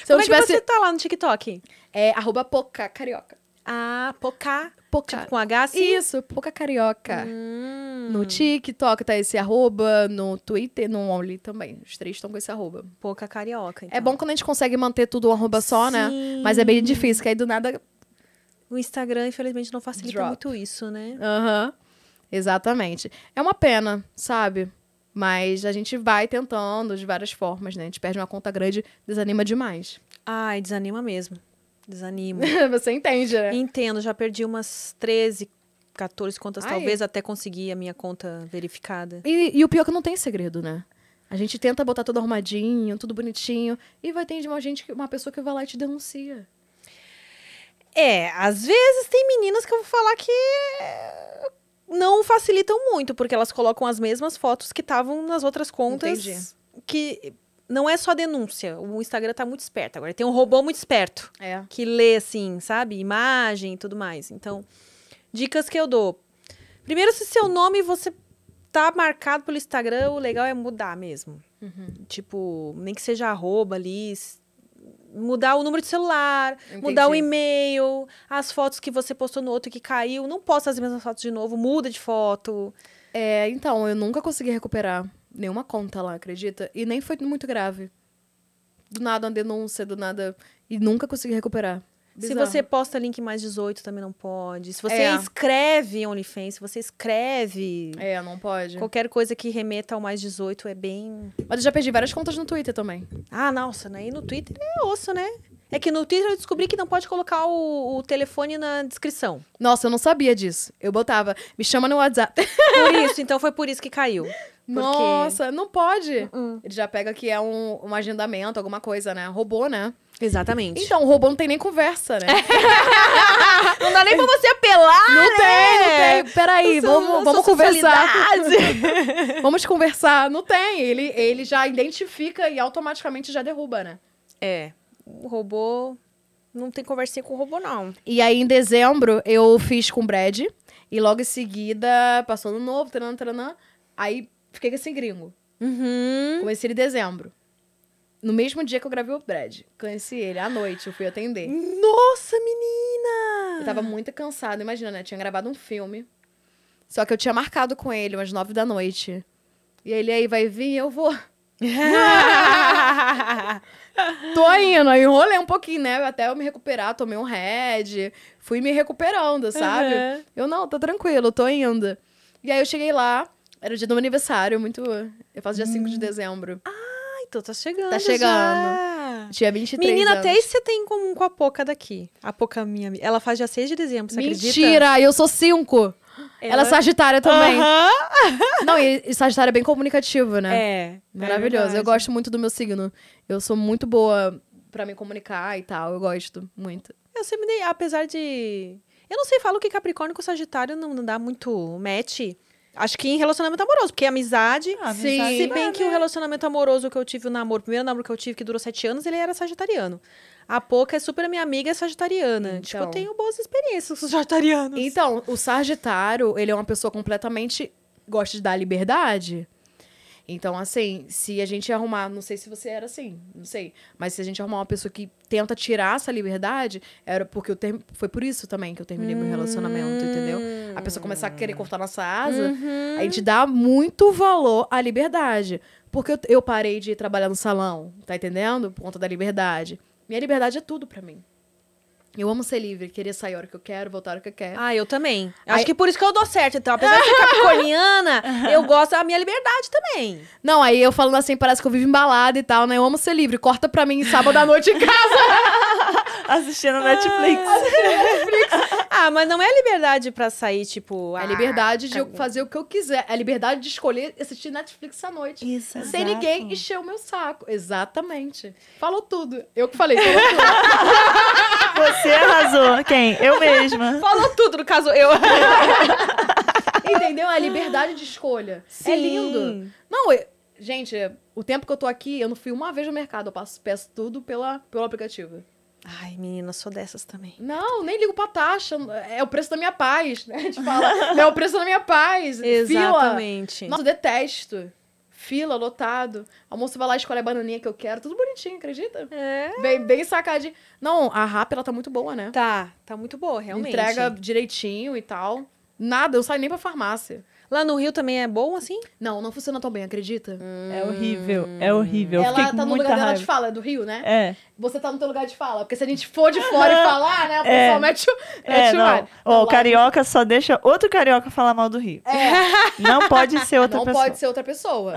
[SPEAKER 2] Se eu
[SPEAKER 1] Como é que
[SPEAKER 2] tivesse.
[SPEAKER 1] você tá lá no TikTok?
[SPEAKER 2] É, arroba Poca Carioca.
[SPEAKER 1] Ah, Pocá.
[SPEAKER 2] Poca.
[SPEAKER 1] Tipo, com H, sim.
[SPEAKER 2] Isso, Poca Carioca.
[SPEAKER 1] Hum,
[SPEAKER 2] No TikTok tá esse arroba, no Twitter, no Only também. Os três estão com esse arroba.
[SPEAKER 1] Poca carioca, então.
[SPEAKER 2] É bom quando a gente consegue manter tudo um arroba só, né?
[SPEAKER 1] Sim.
[SPEAKER 2] Mas é bem difícil, que aí do nada
[SPEAKER 1] O Instagram, infelizmente, não facilita
[SPEAKER 2] Drop.
[SPEAKER 1] muito isso, né?
[SPEAKER 2] Aham. Exatamente. É uma pena, sabe? Mas a gente vai tentando de várias formas, né? A gente perde uma conta grande, desanima demais. [laughs]
[SPEAKER 1] Ai, desanima mesmo. Desanima.
[SPEAKER 2] Você entende, né?
[SPEAKER 1] Entendo, já perdi umas 13, 14 contas,
[SPEAKER 2] Ai.
[SPEAKER 1] talvez, até conseguir a minha conta verificada.
[SPEAKER 2] E, e o pior é que não tem segredo, né? A gente tenta botar tudo arrumadinho, tudo bonitinho, e vai ter de uma gente, que- uma pessoa que vai lá e te denuncia.
[SPEAKER 1] É, às vezes tem meninas que eu vou falar que é, não facilitam muito, porque elas colocam as mesmas fotos que estavam nas outras contas.
[SPEAKER 2] Entendi.
[SPEAKER 1] Que não é só denúncia. O Instagram tá muito esperto agora. Tem um robô muito esperto
[SPEAKER 2] É.
[SPEAKER 1] que lê, assim, sabe? Imagem e tudo mais. Então, dicas que eu dou. Primeiro, se seu nome você tá marcado pelo Instagram, o legal é mudar mesmo.
[SPEAKER 2] Uhum.
[SPEAKER 1] Tipo, nem que seja arroba ali. s- Mudar o número de celular, mudar o
[SPEAKER 2] Entendi.
[SPEAKER 1] e-mail, as fotos que você postou no outro que caiu. Não posta as mesmas fotos de novo, muda de foto.
[SPEAKER 2] É, então, eu nunca consegui recuperar nenhuma conta lá, acredita? E nem foi muito grave. Do nada uma denúncia, do nada. E nunca consegui recuperar. Bizarro.
[SPEAKER 1] Se você posta link mais 18, também não pode. Se você
[SPEAKER 2] É.
[SPEAKER 1] escreve OnlyFans, se você escreve
[SPEAKER 2] É, não pode.
[SPEAKER 1] qualquer coisa que remeta ao mais 18, é bem.
[SPEAKER 2] Mas eu já perdi várias contas no Twitter também.
[SPEAKER 1] Ah, nossa, né? E no Twitter é osso, né? É que no Twitter eu descobri que não pode colocar o, o telefone na descrição.
[SPEAKER 2] Nossa, eu não sabia disso. Eu botava, me chama no WhatsApp.
[SPEAKER 1] [laughs] Por isso, então foi por isso que caiu. Porque Hum.
[SPEAKER 2] Nossa, não pode. Ele já pega que é um, um agendamento, alguma coisa, né? Robô, né?
[SPEAKER 1] Exatamente.
[SPEAKER 2] Então, o robô não tem nem conversa,
[SPEAKER 1] [laughs]
[SPEAKER 2] né?
[SPEAKER 1] É, não dá nem pra você apelar, né?
[SPEAKER 2] Não tem, não tem. Peraí,
[SPEAKER 1] Sua-
[SPEAKER 2] vamos,
[SPEAKER 1] sua
[SPEAKER 2] vamos conversar.
[SPEAKER 1] sexualidade.
[SPEAKER 2] [laughs] Vamos conversar. Não tem. Ele, ele já identifica e automaticamente já derruba, né?
[SPEAKER 1] [laughs] É, o robô... Não tem conversinha com o robô, não.
[SPEAKER 2] E aí, em dezembro, eu fiz com o Brad. E logo em seguida, passou no novo, taranã, taranã. Aí, fiquei com esse gringo.
[SPEAKER 1] Uhum.
[SPEAKER 2] Conheci ele em dezembro. No mesmo dia que eu gravei o Brad. Conheci ele à noite, eu fui atender.
[SPEAKER 1] Nossa, menina!
[SPEAKER 2] Eu tava muito cansada, imagina, né? Tinha gravado um filme. Só que eu tinha marcado com ele umas nove da noite. E ele aí vai vir, eu
[SPEAKER 1] [laughs]
[SPEAKER 2] vou. Tô indo, aí enrolei um pouquinho, né? Até eu me recuperar, tomei um red, fui me recuperando, sabe?
[SPEAKER 1] Uhum.
[SPEAKER 2] Eu não, tô tranquilo, tô indo. E aí eu cheguei lá, era o dia do meu aniversário, muito. Eu faço dia 5
[SPEAKER 1] Hum.
[SPEAKER 2] de dezembro.
[SPEAKER 1] Ai, então tá chegando
[SPEAKER 2] Tá chegando.
[SPEAKER 1] já.
[SPEAKER 2] Tinha 23
[SPEAKER 1] Menina,
[SPEAKER 2] anos.
[SPEAKER 1] até isso você tem em comum com a Poca daqui. A Poca minha. amiga. Ela faz dia 6 de dezembro, você acredita?
[SPEAKER 2] Mentira, eu sou 5. Ela... é sagitária
[SPEAKER 3] Ah,
[SPEAKER 2] também. Não, e, e sagitário é bem comunicativo, né?
[SPEAKER 1] É.
[SPEAKER 2] Maravilhoso. eu
[SPEAKER 1] verdade.
[SPEAKER 2] gosto muito do meu signo. Eu sou muito boa pra me comunicar e tal. Eu gosto muito.
[SPEAKER 1] Eu sempre dei, apesar de. Eu não sei, falo que Capricórnio com Sagitário não, não dá muito match. Acho que em relacionamento amoroso, porque amizade.
[SPEAKER 3] Ah,
[SPEAKER 2] Sim.
[SPEAKER 3] amizade
[SPEAKER 1] se
[SPEAKER 3] dá,
[SPEAKER 1] bem que o
[SPEAKER 3] né?
[SPEAKER 1] relacionamento amoroso que eu tive, o namoro, o primeiro namoro que eu tive, que durou sete anos, ele era sagitariano. A Poca é super minha amiga, é sagitariana. Tipo, eu
[SPEAKER 2] Então.
[SPEAKER 1] tenho boas experiências com os sagitarianos.
[SPEAKER 2] Então, o Sagitário, ele é uma pessoa completamente. gosta de dar liberdade. Então, assim, se a gente arrumar. Não sei se você era assim, não sei. Mas se a gente arrumar uma pessoa que tenta tirar essa liberdade, era porque eu ter... foi por isso também que eu terminei meu relacionamento, entendeu? A pessoa começar a querer cortar nossa asa, a gente dá muito valor à liberdade. Porque eu, eu parei de trabalhar no salão, tá entendendo? Por conta da liberdade. Minha liberdade é tudo pra mim. Eu amo ser livre, querer sair a hora que eu quero, voltar a hora que eu quero.
[SPEAKER 1] Ah, eu também.
[SPEAKER 2] Aí-
[SPEAKER 1] Acho que por isso que eu dou certo, então. Apesar [laughs] de ser capricorniana, eu gosto da minha liberdade também.
[SPEAKER 2] Não, aí eu falando assim, parece que eu vivo embalada e tal, né? Eu amo ser livre. Corta pra mim sábado à [laughs] noite em casa.
[SPEAKER 3] Assistindo Netflix.
[SPEAKER 1] Ah, mas não é liberdade pra sair, tipo...
[SPEAKER 2] É
[SPEAKER 1] ah,
[SPEAKER 2] liberdade de eu fazer o que eu quiser. É liberdade de escolher assistir Netflix à noite.
[SPEAKER 3] Exato.
[SPEAKER 2] Sem ninguém encher o meu saco. Exatamente. Falou tudo. Eu que falei, falou tudo.
[SPEAKER 3] Você arrasou. Quem? Eu mesma.
[SPEAKER 1] Falou tudo, no caso, eu.
[SPEAKER 2] Entendeu? É liberdade de escolha. É lindo. Não, eu- gente, o tempo que eu tô aqui, eu não fui uma vez no mercado. Eu passo, peço tudo pela, pelo aplicativo.
[SPEAKER 1] [laughs] Ai, menina, eu sou dessas também.
[SPEAKER 2] Não, nem ligo pra taxa. É o preço da minha paz. né? A gente fala, é o preço da minha paz. Fila.
[SPEAKER 1] Exatamente.
[SPEAKER 2] Nossa, eu detesto. Fila, lotado. A moça vai lá e escolhe a bananinha que eu quero. Tudo bonitinho, acredita?
[SPEAKER 1] É.
[SPEAKER 2] Bem, bem sacadinho. Não, a Rap, ela tá muito boa, né?
[SPEAKER 1] Tá, tá muito boa, realmente.
[SPEAKER 2] Entrega direitinho e tal. Nada, eu saio nem pra farmácia.
[SPEAKER 1] Lá no Rio também é bom, assim?
[SPEAKER 2] Não, não funciona tão bem, acredita?
[SPEAKER 3] É horrível. É horrível. Eu
[SPEAKER 2] ela
[SPEAKER 3] fiquei
[SPEAKER 2] tá
[SPEAKER 3] com
[SPEAKER 2] no
[SPEAKER 3] muita
[SPEAKER 2] lugar dela
[SPEAKER 3] raiva.
[SPEAKER 2] de fala, é do Rio, né?
[SPEAKER 3] É.
[SPEAKER 2] Você tá no teu lugar de fala. Porque se a gente for de fora
[SPEAKER 3] [laughs]
[SPEAKER 2] e falar, né? A pessoa mete o.
[SPEAKER 3] É,
[SPEAKER 2] mete o
[SPEAKER 3] não.
[SPEAKER 2] ar.
[SPEAKER 3] Ó,
[SPEAKER 2] Não, lá-
[SPEAKER 3] o
[SPEAKER 2] É,
[SPEAKER 3] carioca só deixa outro carioca falar mal do Rio. Não pode ser é outra
[SPEAKER 2] Não
[SPEAKER 3] pessoa.
[SPEAKER 2] pode ser outra pessoa.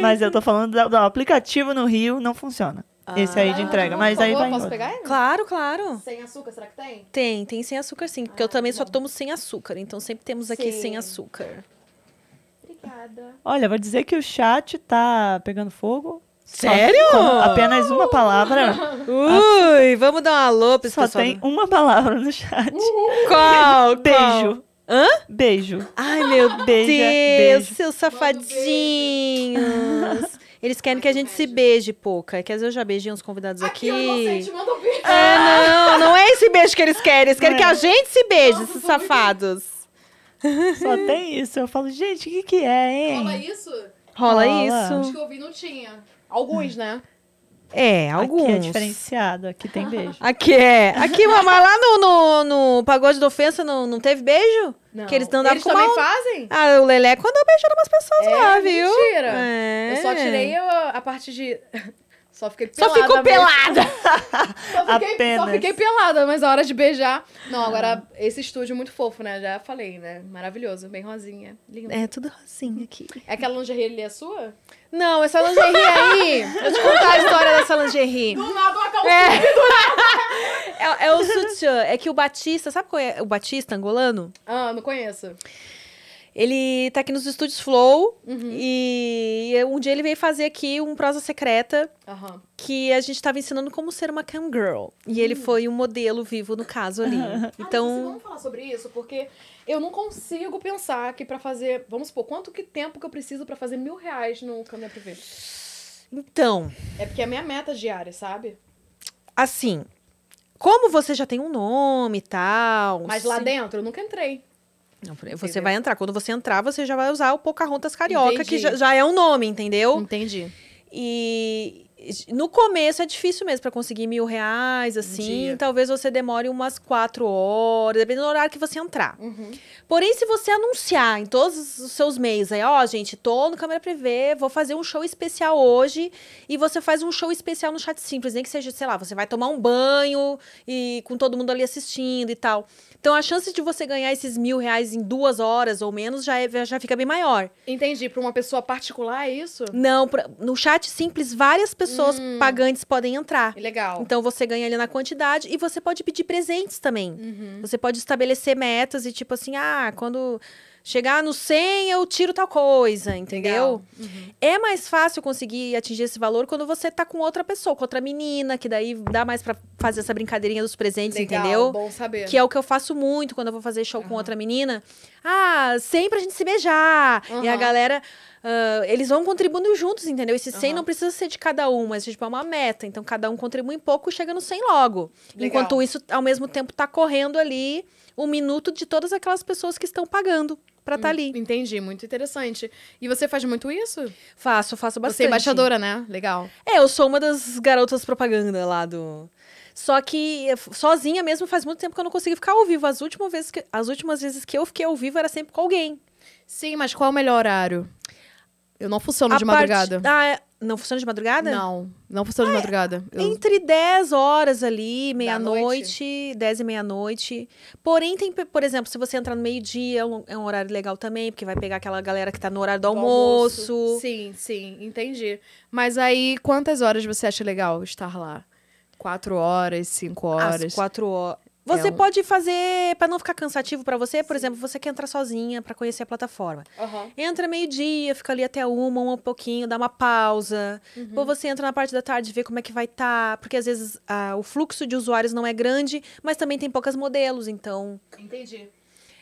[SPEAKER 3] Mas eu tô falando do, do aplicativo no Rio, não funciona. Esse [laughs] aí de entrega.
[SPEAKER 2] Ah,
[SPEAKER 3] Mas
[SPEAKER 2] por
[SPEAKER 3] aí
[SPEAKER 2] favor,
[SPEAKER 3] vai.
[SPEAKER 2] Posso
[SPEAKER 3] embora.
[SPEAKER 2] pegar ele?
[SPEAKER 1] Claro, claro.
[SPEAKER 2] Sem açúcar, será que tem?
[SPEAKER 1] Tem, tem sem açúcar sim, porque eu também só tomo sem açúcar, então sempre temos aqui
[SPEAKER 2] Sim.
[SPEAKER 1] sem açúcar.
[SPEAKER 4] Obrigada.
[SPEAKER 3] Olha, vou dizer que o chat tá pegando fogo. Só-
[SPEAKER 1] Sério?
[SPEAKER 3] só- apenas
[SPEAKER 2] [laughs]
[SPEAKER 3] uma palavra.
[SPEAKER 1] Ui, vamos dar um alô pra esse
[SPEAKER 3] Só
[SPEAKER 1] pessoal.
[SPEAKER 3] tem uma palavra no chat.
[SPEAKER 1] Qual?
[SPEAKER 2] Uhum.
[SPEAKER 1] Qual?
[SPEAKER 3] [laughs] Beijo.
[SPEAKER 1] Hã?
[SPEAKER 3] Beijo.
[SPEAKER 1] Ai, meu Deus,
[SPEAKER 3] beijo.
[SPEAKER 1] seus [laughs] safadinhos. Eles querem que a gente se beije, Pouca. Que às vezes eu já beijei uns convidados aqui.
[SPEAKER 4] inocente, manda um vídeo.
[SPEAKER 1] É, não, não é esse beijo que eles querem. Eles
[SPEAKER 2] É.
[SPEAKER 1] querem que a gente se beije, esses safados.
[SPEAKER 3] Só tem isso. Eu falo, gente, o que, que é,
[SPEAKER 4] Fala
[SPEAKER 3] hein?
[SPEAKER 4] isso?
[SPEAKER 1] Rola
[SPEAKER 3] Rola.
[SPEAKER 4] Os
[SPEAKER 1] isso?
[SPEAKER 4] que eu vi não tinha.
[SPEAKER 2] Alguns, né?
[SPEAKER 1] É,
[SPEAKER 3] Aqui é
[SPEAKER 1] alguns.
[SPEAKER 3] diferenciado, aqui tem
[SPEAKER 2] [laughs]
[SPEAKER 3] beijo.
[SPEAKER 1] Aqui é. Aqui, mas lá no, no, no Pagode da Ofensa não, não teve beijo?
[SPEAKER 2] Não.
[SPEAKER 1] Que eles não dão
[SPEAKER 2] Eles
[SPEAKER 1] com
[SPEAKER 2] também
[SPEAKER 1] mal.
[SPEAKER 2] fazem?
[SPEAKER 1] Ah, o Lelé quando beijando umas pessoas lá, viu?
[SPEAKER 2] Mentira.
[SPEAKER 1] É.
[SPEAKER 2] Eu só tirei a, a parte de... [laughs] Só fiquei
[SPEAKER 1] Só
[SPEAKER 2] pelada.
[SPEAKER 1] ficou
[SPEAKER 2] mesmo.
[SPEAKER 1] pelada.
[SPEAKER 2] Só fiquei, só
[SPEAKER 3] Apenas.
[SPEAKER 2] fiquei pelada, mas a hora de beijar... Não,
[SPEAKER 1] Ah.
[SPEAKER 2] agora esse estúdio é muito fofo, né? Já falei, né? Maravilhoso, bem rosinha, lindo.
[SPEAKER 1] É, tudo rosinha aqui.
[SPEAKER 2] É Aquela lingerie ali é sua?
[SPEAKER 1] Não, essa lingerie aí. [laughs] Deixa eu te contar a história dessa lingerie.
[SPEAKER 4] Do nada uma
[SPEAKER 2] tá
[SPEAKER 4] calcinha.
[SPEAKER 1] É. É, é o sutiã. É que o Batista, sabe qual é o Batista angolano?
[SPEAKER 2] Ah, não conheço.
[SPEAKER 1] Ele tá aqui nos estúdios Flow
[SPEAKER 2] Uhum.
[SPEAKER 1] e um dia ele veio fazer aqui um prosa secreta
[SPEAKER 2] Aham.
[SPEAKER 1] que a gente tava ensinando como ser uma cam girl. E ele foi um modelo vivo no caso ali.
[SPEAKER 2] Hum. [laughs] Ah,
[SPEAKER 1] Então,
[SPEAKER 2] vamos falar sobre isso, porque eu não consigo pensar que pra fazer... Vamos supor, quanto que tempo que eu preciso pra fazer mil reais no câmera privê?
[SPEAKER 1] então,
[SPEAKER 2] É porque é a minha meta diária, sabe?
[SPEAKER 1] assim, como você já tem um nome e tal,
[SPEAKER 2] Mas lá
[SPEAKER 1] se-
[SPEAKER 2] dentro eu nunca entrei.
[SPEAKER 1] Não, você
[SPEAKER 2] Entendeu?
[SPEAKER 1] vai entrar. Quando você entrar, você já vai usar o Pocahontas Carioca, que
[SPEAKER 2] Entendi.
[SPEAKER 1] já, já é um nome, entendeu?
[SPEAKER 2] Entendi.
[SPEAKER 1] E no começo é difícil mesmo pra conseguir mil reais, assim.
[SPEAKER 2] dia.
[SPEAKER 1] Talvez você demore umas quatro horas, dependendo do horário que você entrar.
[SPEAKER 2] Uhum.
[SPEAKER 1] Porém, se você anunciar em todos os seus meios aí, ó, gente, tô no Câmera Privê, vou fazer um show especial hoje, e você faz um show especial no chat simples, nem que seja, sei lá, você vai tomar um banho e com todo mundo ali assistindo e tal. Então a chance de você ganhar esses mil reais em duas horas ou menos já, é- já fica bem maior.
[SPEAKER 2] Entendi. Pra uma pessoa particular é isso?
[SPEAKER 1] Não, pra- no chat simples, várias pessoas pagantes podem entrar.
[SPEAKER 2] Hum. Legal.
[SPEAKER 1] Então você ganha ali na quantidade e você pode pedir presentes também.
[SPEAKER 2] Uhum.
[SPEAKER 1] Você pode estabelecer metas e tipo assim, ah, quando chegar no 100 eu tiro tal coisa, entendeu? É mais fácil conseguir atingir esse valor quando você tá com outra pessoa, com outra menina, que daí dá mais pra fazer essa brincadeirinha dos presentes,
[SPEAKER 2] Legal,
[SPEAKER 1] entendeu?
[SPEAKER 2] bom saber.
[SPEAKER 1] Que é o que eu faço muito quando eu vou fazer show com outra menina. Ah, sempre a gente se beijar. E a
[SPEAKER 2] Aham.
[SPEAKER 1] galera. ah, eles vão contribuindo juntos, entendeu? Esse 100
[SPEAKER 2] Aham.
[SPEAKER 1] não precisa ser de cada um, mas tipo, é uma meta. Então cada um contribui um pouco e chega no 100 logo.
[SPEAKER 2] Legal.
[SPEAKER 1] Enquanto isso, ao mesmo tempo, tá correndo ali um minuto de todas aquelas pessoas que estão pagando pra
[SPEAKER 2] Hum.
[SPEAKER 1] estar tá ali.
[SPEAKER 2] Uhum. Entendi, muito interessante. E você faz muito isso?
[SPEAKER 1] Faço, faço bastante.
[SPEAKER 2] Você é embaixadora, né? Legal.
[SPEAKER 1] É, eu sou uma das garotas propaganda lá do. Só que eh, f- sozinha mesmo faz muito tempo que eu não consigo ficar ao vivo. As últimas vezes que, as últimas vezes que eu fiquei ao vivo era sempre com alguém.
[SPEAKER 2] Sim, mas qual é o melhor horário? Eu não funciono de
[SPEAKER 1] A parte-
[SPEAKER 2] madrugada.
[SPEAKER 1] Ah, é- não Ah, é. funciona de madrugada?
[SPEAKER 2] Não, não funciono de madrugada. Eu-
[SPEAKER 1] Entre 10 horas ali,
[SPEAKER 2] noite?
[SPEAKER 1] meia-noite, 10 e meia-noite. Porém, tem, pe- por exemplo, se você entrar no meio-dia, é um, é um horário legal também, porque vai pegar aquela galera que tá no horário do,
[SPEAKER 2] do
[SPEAKER 1] almoço.
[SPEAKER 2] Sim, sim, entendi. Mas aí, quantas horas você acha legal estar lá? Quatro horas, cinco horas?
[SPEAKER 1] Às 4 horas. Você
[SPEAKER 2] É um-
[SPEAKER 1] pode fazer, pra não ficar cansativo pra você, por exemplo, você quer entrar sozinha pra conhecer a plataforma.
[SPEAKER 2] Aham.
[SPEAKER 1] Entra meio-dia, fica ali até uma, uma um pouquinho, dá uma pausa.
[SPEAKER 2] Uhum.
[SPEAKER 1] Ou você entra na parte da tarde, vê como é que vai estar. porque às vezes ah, o fluxo de usuários não é grande, mas também tem poucas modelos, então.
[SPEAKER 2] Entendi.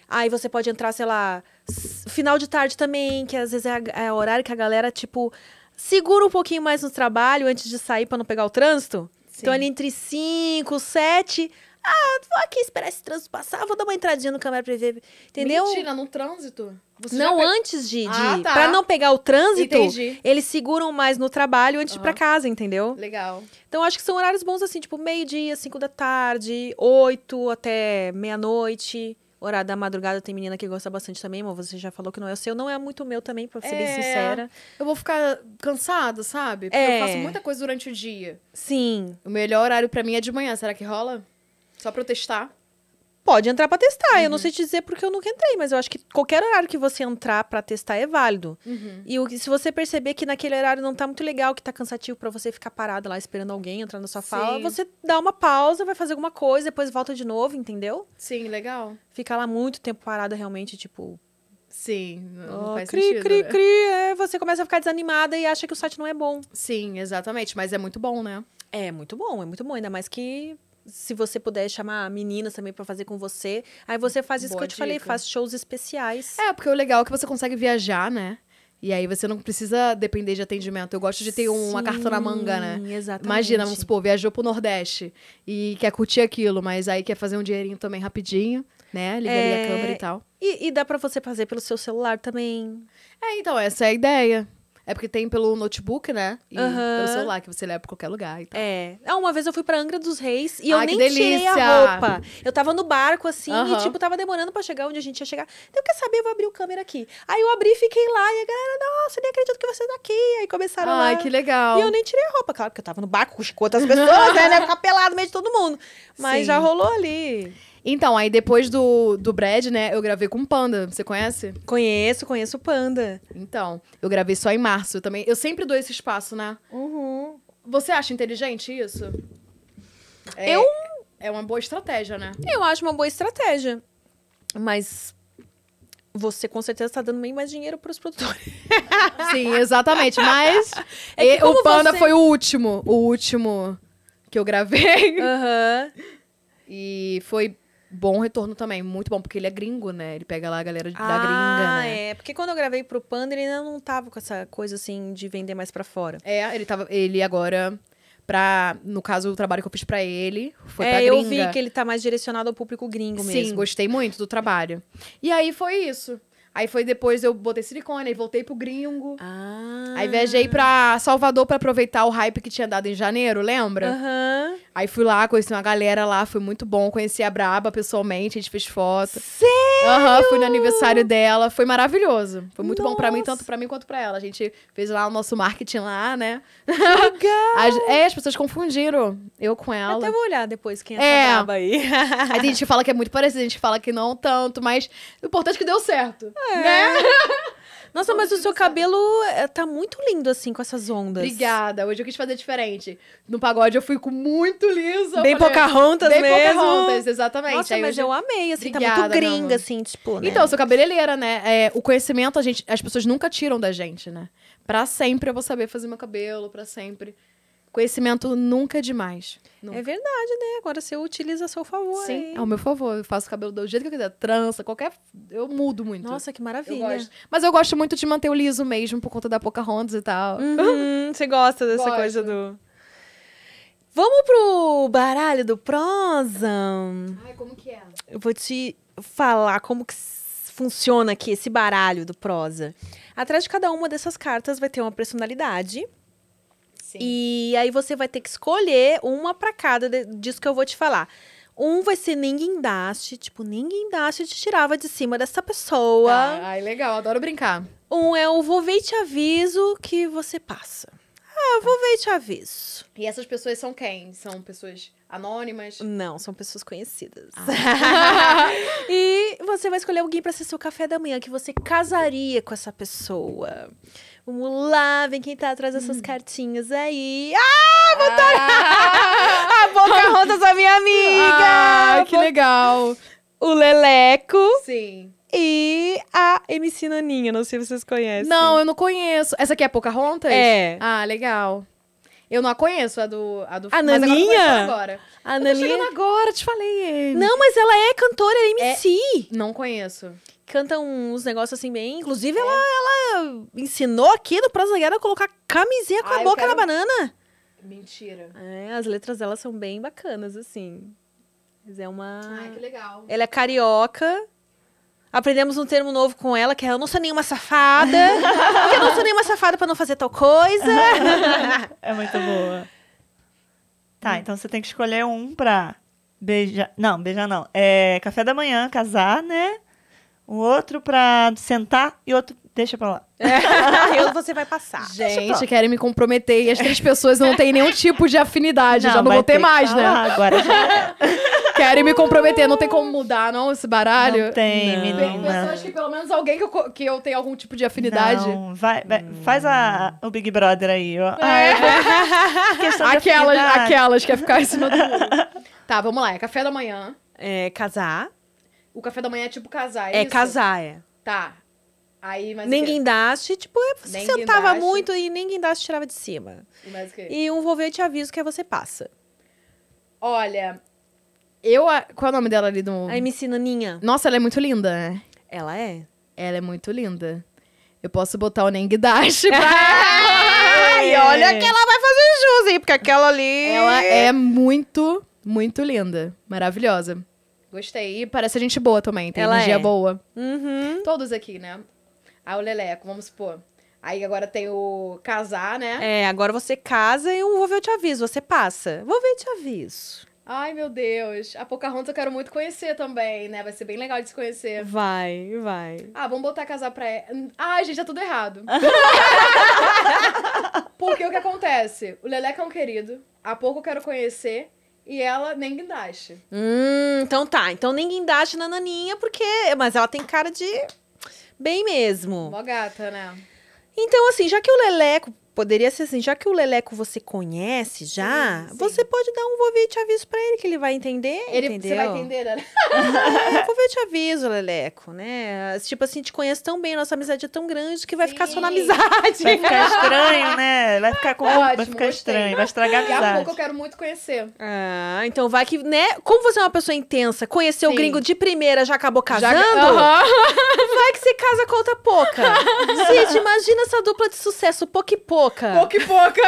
[SPEAKER 1] Aí você pode entrar, sei lá, s- final de tarde também, que às vezes é, a- é o horário que a galera, tipo, segura um pouquinho mais no trabalho antes de sair pra não pegar o trânsito. Então ali entre 5, 7. Ah, vou aqui esperar esse trânsito passar, vou dar uma entradinha no câmera prevê. Entendeu?
[SPEAKER 2] Mentira, no trânsito? Você já
[SPEAKER 1] não
[SPEAKER 2] pegou-
[SPEAKER 1] antes de, de
[SPEAKER 2] Ah, tá.
[SPEAKER 1] para não pegar o trânsito,
[SPEAKER 2] Entendi.
[SPEAKER 1] eles seguram mais no trabalho antes de ir pra
[SPEAKER 2] Aham.
[SPEAKER 1] casa, entendeu?
[SPEAKER 2] Legal.
[SPEAKER 1] Então acho que são horários bons assim, tipo meio-dia, cinco da tarde, oito até meia-noite. Horário da madrugada tem menina que gosta bastante também, mas você já falou que não é o seu, não é muito o meu também, pra ser bem
[SPEAKER 2] É.
[SPEAKER 1] sincera.
[SPEAKER 2] Eu vou ficar cansada, sabe? Porque
[SPEAKER 1] É.
[SPEAKER 2] eu faço muita coisa durante o dia.
[SPEAKER 1] Sim.
[SPEAKER 2] O melhor horário pra mim é de manhã. Será que rola? Só pra eu testar?
[SPEAKER 1] Pode entrar pra testar.
[SPEAKER 2] Uhum.
[SPEAKER 1] Eu não sei te dizer porque eu nunca entrei, mas eu acho que qualquer horário que você entrar pra testar é válido.
[SPEAKER 2] Uhum.
[SPEAKER 1] E o que- se você perceber que naquele horário não tá muito legal, que tá cansativo pra você ficar parada lá esperando alguém entrar na sua fala,
[SPEAKER 2] Sim.
[SPEAKER 1] você dá uma pausa, vai fazer alguma coisa, depois volta de novo, entendeu?
[SPEAKER 2] Sim, legal.
[SPEAKER 1] Ficar lá muito tempo parada realmente, tipo,
[SPEAKER 2] Sim, não não
[SPEAKER 1] Ó,
[SPEAKER 2] faz
[SPEAKER 1] cri,
[SPEAKER 2] sentido.
[SPEAKER 1] cri,
[SPEAKER 2] né?
[SPEAKER 1] cri, é, você começa a ficar desanimada e acha que o site não é bom.
[SPEAKER 2] Sim, exatamente. Mas é muito bom, né?
[SPEAKER 1] É muito bom, é muito bom. Ainda mais que se você puder chamar meninas também pra fazer com você. Aí você faz isso
[SPEAKER 2] Boa
[SPEAKER 1] que eu te falei,
[SPEAKER 2] dica.
[SPEAKER 1] faz shows especiais.
[SPEAKER 2] É, porque o legal é que você consegue viajar, né? E aí você não precisa depender de atendimento. Eu gosto de ter um- uma carta na manga, né?
[SPEAKER 1] Sim, Exatamente.
[SPEAKER 2] Imagina, vamos supor, viajou pro Nordeste e quer curtir aquilo, mas aí quer fazer um dinheirinho também rapidinho, né? Liga ali
[SPEAKER 1] É.
[SPEAKER 2] a câmera e tal.
[SPEAKER 1] E, e dá pra você fazer pelo seu celular também.
[SPEAKER 2] É, então, essa é a ideia. É porque tem pelo notebook, né? E
[SPEAKER 1] Aham.
[SPEAKER 2] pelo celular, que você leva pra qualquer lugar e tal.
[SPEAKER 1] É. Ah, uma vez eu fui pra Angra dos Reis e eu
[SPEAKER 2] Tá. Ai, que
[SPEAKER 1] nem tirei a
[SPEAKER 2] delícia!
[SPEAKER 1] roupa. Eu tava no barco, assim, e
[SPEAKER 2] Aham.
[SPEAKER 1] tipo, tava demorando pra chegar onde a gente ia chegar. Eu quer saber, eu vou abrir o câmera aqui. Aí eu abri e fiquei lá, e a galera, nossa, nem acredito que você tá aqui. Aí começaram lá.
[SPEAKER 2] Ai, que legal.
[SPEAKER 1] E eu nem tirei a roupa, claro, porque eu tava no barco com outras pessoas, né? né? Ficar pelado no meio de todo mundo. Mas
[SPEAKER 2] Sim.
[SPEAKER 1] já rolou ali.
[SPEAKER 2] Então, aí depois do, do Brad, né, eu gravei com o Panda. Você conhece?
[SPEAKER 1] Conheço, conheço o Panda.
[SPEAKER 2] Então, eu gravei só em março eu também. Eu sempre dou esse espaço, né?
[SPEAKER 1] Uhum.
[SPEAKER 2] Você acha inteligente isso? É,
[SPEAKER 1] Eu-
[SPEAKER 2] É uma boa estratégia, né?
[SPEAKER 1] Eu acho uma boa estratégia. Mas você com certeza tá dando bem mais dinheiro pros produtores.
[SPEAKER 2] [laughs] Sim, exatamente. Mas
[SPEAKER 1] [laughs] É que
[SPEAKER 2] e-
[SPEAKER 1] como
[SPEAKER 2] o Panda
[SPEAKER 1] você-
[SPEAKER 2] foi o último, o último que
[SPEAKER 1] [laughs]
[SPEAKER 2] eu gravei.
[SPEAKER 1] Aham.
[SPEAKER 2] E foi bom retorno também, muito bom, porque ele é gringo, né? Ele pega lá a galera de- da
[SPEAKER 1] ah,
[SPEAKER 2] gringa, né?
[SPEAKER 1] é. Porque quando eu gravei pro Panda, ele ainda não tava com essa coisa assim de vender mais pra fora.
[SPEAKER 2] É, ele tava. Ele agora. Pra, no caso, o trabalho que eu fiz pra ele foi
[SPEAKER 1] é,
[SPEAKER 2] pra
[SPEAKER 1] eu
[SPEAKER 2] gringa.
[SPEAKER 1] vi que ele tá mais direcionado ao público gringo
[SPEAKER 2] Sim,
[SPEAKER 1] mesmo.
[SPEAKER 2] gostei muito do trabalho. E aí foi isso. Aí foi depois eu botei silicone, aí voltei pro gringo.
[SPEAKER 1] Ah.
[SPEAKER 2] Aí viajei pra Salvador pra aproveitar o hype que tinha dado em janeiro, lembra?
[SPEAKER 1] Aham.
[SPEAKER 2] Aí fui lá, conheci uma galera lá, foi muito bom. Conheci a Braba pessoalmente, a gente fez foto. [laughs]
[SPEAKER 1] Sério?
[SPEAKER 2] Aham, fui no aniversário dela, foi maravilhoso. Foi muito bom pra mim,
[SPEAKER 1] Nossa.
[SPEAKER 2] tanto pra mim quanto pra ela. A gente fez lá o nosso marketing lá, né?
[SPEAKER 1] Legal.
[SPEAKER 2] As- é, as pessoas confundiram eu com
[SPEAKER 1] Eu
[SPEAKER 2] ela.
[SPEAKER 1] até vou olhar depois quem é,
[SPEAKER 2] É.
[SPEAKER 1] essa braba aí. [laughs]
[SPEAKER 2] Aí tem gente que fala que é muito parecido, a gente que fala que não tanto, mas o importante é que deu certo. Né?
[SPEAKER 1] Nossa, mas o seu cabelo é, tá muito lindo, assim, com essas ondas.
[SPEAKER 2] Obrigada, hoje eu quis fazer diferente. No pagode eu fui com muito lisa. eu
[SPEAKER 1] Bem
[SPEAKER 2] falei, "É,
[SPEAKER 1] Pocahontas
[SPEAKER 2] Bem
[SPEAKER 1] mesmo.
[SPEAKER 2] Pocahontas, exatamente.
[SPEAKER 1] Nossa,
[SPEAKER 2] Aí
[SPEAKER 1] mas
[SPEAKER 2] hoje-
[SPEAKER 1] eu amei, assim, tá muito
[SPEAKER 2] Obrigada, meu
[SPEAKER 1] gringa,
[SPEAKER 2] amor.
[SPEAKER 1] assim, tipo, né?
[SPEAKER 2] Então, eu sou cabeleireira, né? É, o conhecimento, a gente, as pessoas nunca tiram da gente, né? Pra sempre eu vou saber fazer meu cabelo, pra sempre. Conhecimento nunca é demais. Nunca.
[SPEAKER 1] É verdade, né? Agora você utiliza a seu favor.
[SPEAKER 2] Sim, É
[SPEAKER 1] aí.
[SPEAKER 2] ao meu favor. Eu faço o cabelo do jeito que eu quiser. Trança, qualquer... Eu mudo muito.
[SPEAKER 1] Nossa, que
[SPEAKER 2] eu
[SPEAKER 1] maravilha.
[SPEAKER 2] gosto. Mas eu gosto muito de manter o liso mesmo, por conta da Pocahontas e tal.
[SPEAKER 1] Uhum, você gosta dessa
[SPEAKER 2] Gosto.
[SPEAKER 1] coisa do. Vamos pro baralho do Prozan.
[SPEAKER 2] Ai, como que é?
[SPEAKER 1] Eu vou te falar como que s- funciona aqui esse baralho do prosa. Atrás de cada uma dessas cartas vai ter uma personalidade.
[SPEAKER 2] Sim.
[SPEAKER 1] E aí você vai ter que escolher uma pra cada de- disso que eu vou te falar. Um vai ser ninguém daste, tipo, ninguém daste te tirava de cima dessa pessoa.
[SPEAKER 2] Tá. Ai, legal. Adoro brincar.
[SPEAKER 1] Um é o vou ver e te aviso que você passa. Ah, vou ver e te aviso.
[SPEAKER 2] E essas pessoas são quem? São pessoas anônimas?
[SPEAKER 1] Não, são pessoas conhecidas.
[SPEAKER 2] Ah.
[SPEAKER 1] [laughs] e você vai escolher alguém pra ser seu café da manhã, que você casaria com essa pessoa. Vamos lá, vem quem tá atrás
[SPEAKER 2] Hum.
[SPEAKER 1] dessas cartinhas aí. Ah,
[SPEAKER 2] Ah.
[SPEAKER 1] [laughs] a Pocahontas, a minha amiga!
[SPEAKER 2] Ai, que legal.
[SPEAKER 1] O Leleco
[SPEAKER 2] Sim.
[SPEAKER 1] e a MC Naninha, não sei se vocês conhecem.
[SPEAKER 2] Não, eu não conheço. Essa aqui é Pocahontas?
[SPEAKER 1] É.
[SPEAKER 2] Ah, legal. Eu não a conheço, a do... A, do,
[SPEAKER 1] A
[SPEAKER 2] mas agora eu tô
[SPEAKER 1] Naninha?
[SPEAKER 2] conhecendo agora.
[SPEAKER 1] A
[SPEAKER 2] Eu tô
[SPEAKER 1] Naninha...
[SPEAKER 2] chegando agora, te falei.
[SPEAKER 1] Não, mas ela é cantora, é MC.
[SPEAKER 2] Não conheço.
[SPEAKER 1] Canta uns negócios assim bem... Inclusive, ela, ela ensinou aqui no Prosa da Guerra a colocar camisinha com
[SPEAKER 2] Ah,
[SPEAKER 1] a
[SPEAKER 2] eu
[SPEAKER 1] boca na
[SPEAKER 2] quero-
[SPEAKER 1] banana.
[SPEAKER 2] Mentira.
[SPEAKER 1] É, as letras dela são bem bacanas, assim. Mas é uma...
[SPEAKER 4] Ai, que legal.
[SPEAKER 1] Ela é carioca. Aprendemos um termo novo com ela, que é eu não sou nenhuma [laughs] safada. Porque eu não sou nenhuma safada pra não fazer tal [laughs] coisa.
[SPEAKER 3] É muito boa. Tá, então você tem que escolher um pra beijar. Não, beijar não. É café da manhã, casar, né? O outro pra sentar e outro. Deixa pra lá.
[SPEAKER 1] É, [laughs] eu você vai passar.
[SPEAKER 2] Ah, Gente, querem me comprometer. E as três pessoas eu não têm nenhum tipo de afinidade. já não
[SPEAKER 3] vai
[SPEAKER 2] vou ter
[SPEAKER 3] que
[SPEAKER 2] mais, né? [laughs]
[SPEAKER 3] falar Agora já
[SPEAKER 2] Querem me comprometer. Não tem como mudar, Uh! não, esse baralho.
[SPEAKER 3] não tem,
[SPEAKER 2] Tem
[SPEAKER 3] menina.
[SPEAKER 2] pessoas que, pelo menos, alguém que eu, co- que eu tenho algum tipo de afinidade. É,
[SPEAKER 3] Não, vai, vai- faz a, o Big Brother aí, ó. Ah, questão de
[SPEAKER 2] Aquelas,
[SPEAKER 3] afinidade.
[SPEAKER 2] aquelas que ia ficar em cima do [laughs] muro. Tá, vamos lá. É café da manhã.
[SPEAKER 1] É, casar.
[SPEAKER 2] O café da manhã é tipo casar,
[SPEAKER 1] É
[SPEAKER 2] isso?
[SPEAKER 1] casar, é.
[SPEAKER 2] Tá. Aí, mas
[SPEAKER 1] Nem guindaste, tipo, é, você
[SPEAKER 2] Nem
[SPEAKER 1] sentava
[SPEAKER 2] guindaste.
[SPEAKER 1] muito e nem guindaste tirava de cima.
[SPEAKER 2] o quê? Mas o quê?
[SPEAKER 1] E um envolvente aviso que aí você passa.
[SPEAKER 2] Olha, eu... a- Qual é o nome dela ali do...
[SPEAKER 1] A MC Naninha,
[SPEAKER 2] Nossa, ela é muito linda, né?
[SPEAKER 1] ela é?
[SPEAKER 2] Ela é muito linda. Eu posso botar o [laughs] Nengdash pra ela.
[SPEAKER 1] É.
[SPEAKER 2] E olha É que
[SPEAKER 5] Ela vai fazer jus, hein? Porque aquela ali.
[SPEAKER 2] ela é muito, muito linda. Maravilhosa. Gostei. E parece gente boa também. Tem
[SPEAKER 1] Ela
[SPEAKER 2] energia
[SPEAKER 1] é.
[SPEAKER 2] boa.
[SPEAKER 1] Uhum.
[SPEAKER 2] Todos aqui, né? Aí o Leleco, vamos supor. Aí agora tem o Casar, né?
[SPEAKER 1] É, agora você casa e um vou ver eu te aviso, você passa. Vou ver eu te aviso.
[SPEAKER 2] Ai, meu Deus. A Pocahontas eu quero muito conhecer também, né? Vai ser bem legal de se conhecer.
[SPEAKER 1] Vai, vai.
[SPEAKER 2] Ah, vamos botar casar pra ela. Ai, gente, é tudo
[SPEAKER 3] [laughs]
[SPEAKER 2] errado. Porque o que acontece? O Leleco é um querido, há pouco eu quero conhecer, e ela nem guindaste.
[SPEAKER 1] Hum, então tá. Então nem guindaste na Naninha, porque. Mas ela tem cara de. Bem mesmo.
[SPEAKER 2] Mó gata, né?
[SPEAKER 1] Então, assim, já que o Leleco. Poderia ser assim, já que o Leleco você conhece já,
[SPEAKER 2] Sim, sim.
[SPEAKER 1] você pode dar um vou ver e te aviso pra ele, que ele vai entender.
[SPEAKER 2] Ele,
[SPEAKER 1] entendeu?
[SPEAKER 2] você vai entender, né?
[SPEAKER 1] É, vou ver e te aviso, Leleco, né? Tipo assim, te conheço tão bem, nossa amizade é tão grande que vai ficar só na
[SPEAKER 2] Sim.
[SPEAKER 1] amizade.
[SPEAKER 3] Vai ficar estranho, né? Vai ficar com.
[SPEAKER 2] Ótimo,
[SPEAKER 3] vai ficar
[SPEAKER 2] gostei.
[SPEAKER 3] estranho, vai estragar a
[SPEAKER 2] E há pouco eu
[SPEAKER 3] amizade.
[SPEAKER 2] quero muito conhecer.
[SPEAKER 1] Ah, então vai que, né? Como você é uma pessoa intensa, conheceu o
[SPEAKER 2] Sim.
[SPEAKER 1] gringo de primeira, já acabou
[SPEAKER 2] Já-
[SPEAKER 1] casando,
[SPEAKER 2] Aham.
[SPEAKER 1] vai que você casa com outra
[SPEAKER 2] [laughs]
[SPEAKER 1] pouca. Gente, imagina essa dupla de sucesso, pouca e pouca.
[SPEAKER 3] Ah.
[SPEAKER 2] Pouco e pouca.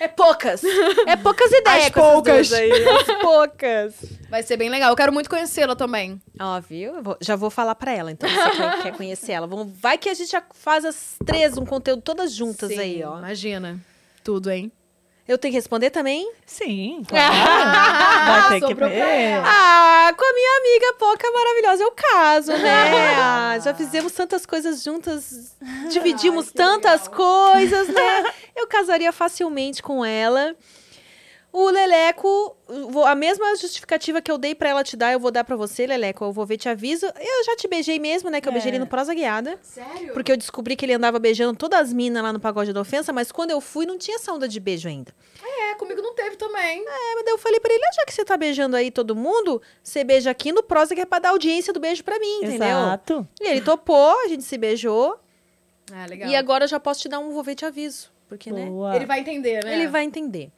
[SPEAKER 1] É poucas. É poucas ideias.
[SPEAKER 2] As
[SPEAKER 1] com essas
[SPEAKER 2] poucas.
[SPEAKER 1] duas
[SPEAKER 2] [laughs]
[SPEAKER 1] aí. As poucas.
[SPEAKER 2] Vai ser bem legal. Eu quero muito conhecê-la também.
[SPEAKER 1] Ó, viu? Eu vou- já vou falar pra ela, então, se você quer, quer conhecer ela. Vamos, vai que a gente já faz as três, um conteúdo todas juntas
[SPEAKER 2] Sim,
[SPEAKER 1] aí, ó.
[SPEAKER 2] Imagina. Tudo, hein?
[SPEAKER 1] Eu tenho que responder também?
[SPEAKER 3] Sim, claro. [laughs] Vai ter que
[SPEAKER 2] Sobrou pra ela.
[SPEAKER 1] Ah, com a minha amiga Poca maravilhosa, eu caso, né? Ah,
[SPEAKER 2] [laughs]
[SPEAKER 1] já fizemos tantas coisas juntas, dividimos
[SPEAKER 2] que
[SPEAKER 1] tantas
[SPEAKER 2] legal.
[SPEAKER 1] coisas,
[SPEAKER 2] [laughs]
[SPEAKER 1] né? Eu casaria facilmente com ela. O Leleco, vou- a mesma justificativa que eu dei pra ela te dar, eu vou dar pra você, Leleco. Eu vou ver, te aviso. Eu já te beijei mesmo, né? Que eu beijei
[SPEAKER 2] É.
[SPEAKER 1] ele no Prosa Guiada.
[SPEAKER 4] Sério?
[SPEAKER 1] Porque eu descobri que ele andava beijando todas as minas lá no Pagode da Ofensa, mas quando eu fui, não tinha essa onda de beijo ainda.
[SPEAKER 2] É, comigo não teve também.
[SPEAKER 3] É.
[SPEAKER 1] Mas daí eu falei pra ele, ah, já que você tá beijando aí todo mundo, você beija aqui no prosa que é pra dar audiência do beijo pra mim, entendeu?
[SPEAKER 3] Exato.
[SPEAKER 1] E ele topou, a gente se beijou.
[SPEAKER 2] Ah, legal.
[SPEAKER 1] E agora eu já posso te dar um vou ver te aviso. Porque, né?
[SPEAKER 3] Boa.
[SPEAKER 2] Ele vai entender, né?
[SPEAKER 1] Ele vai entender.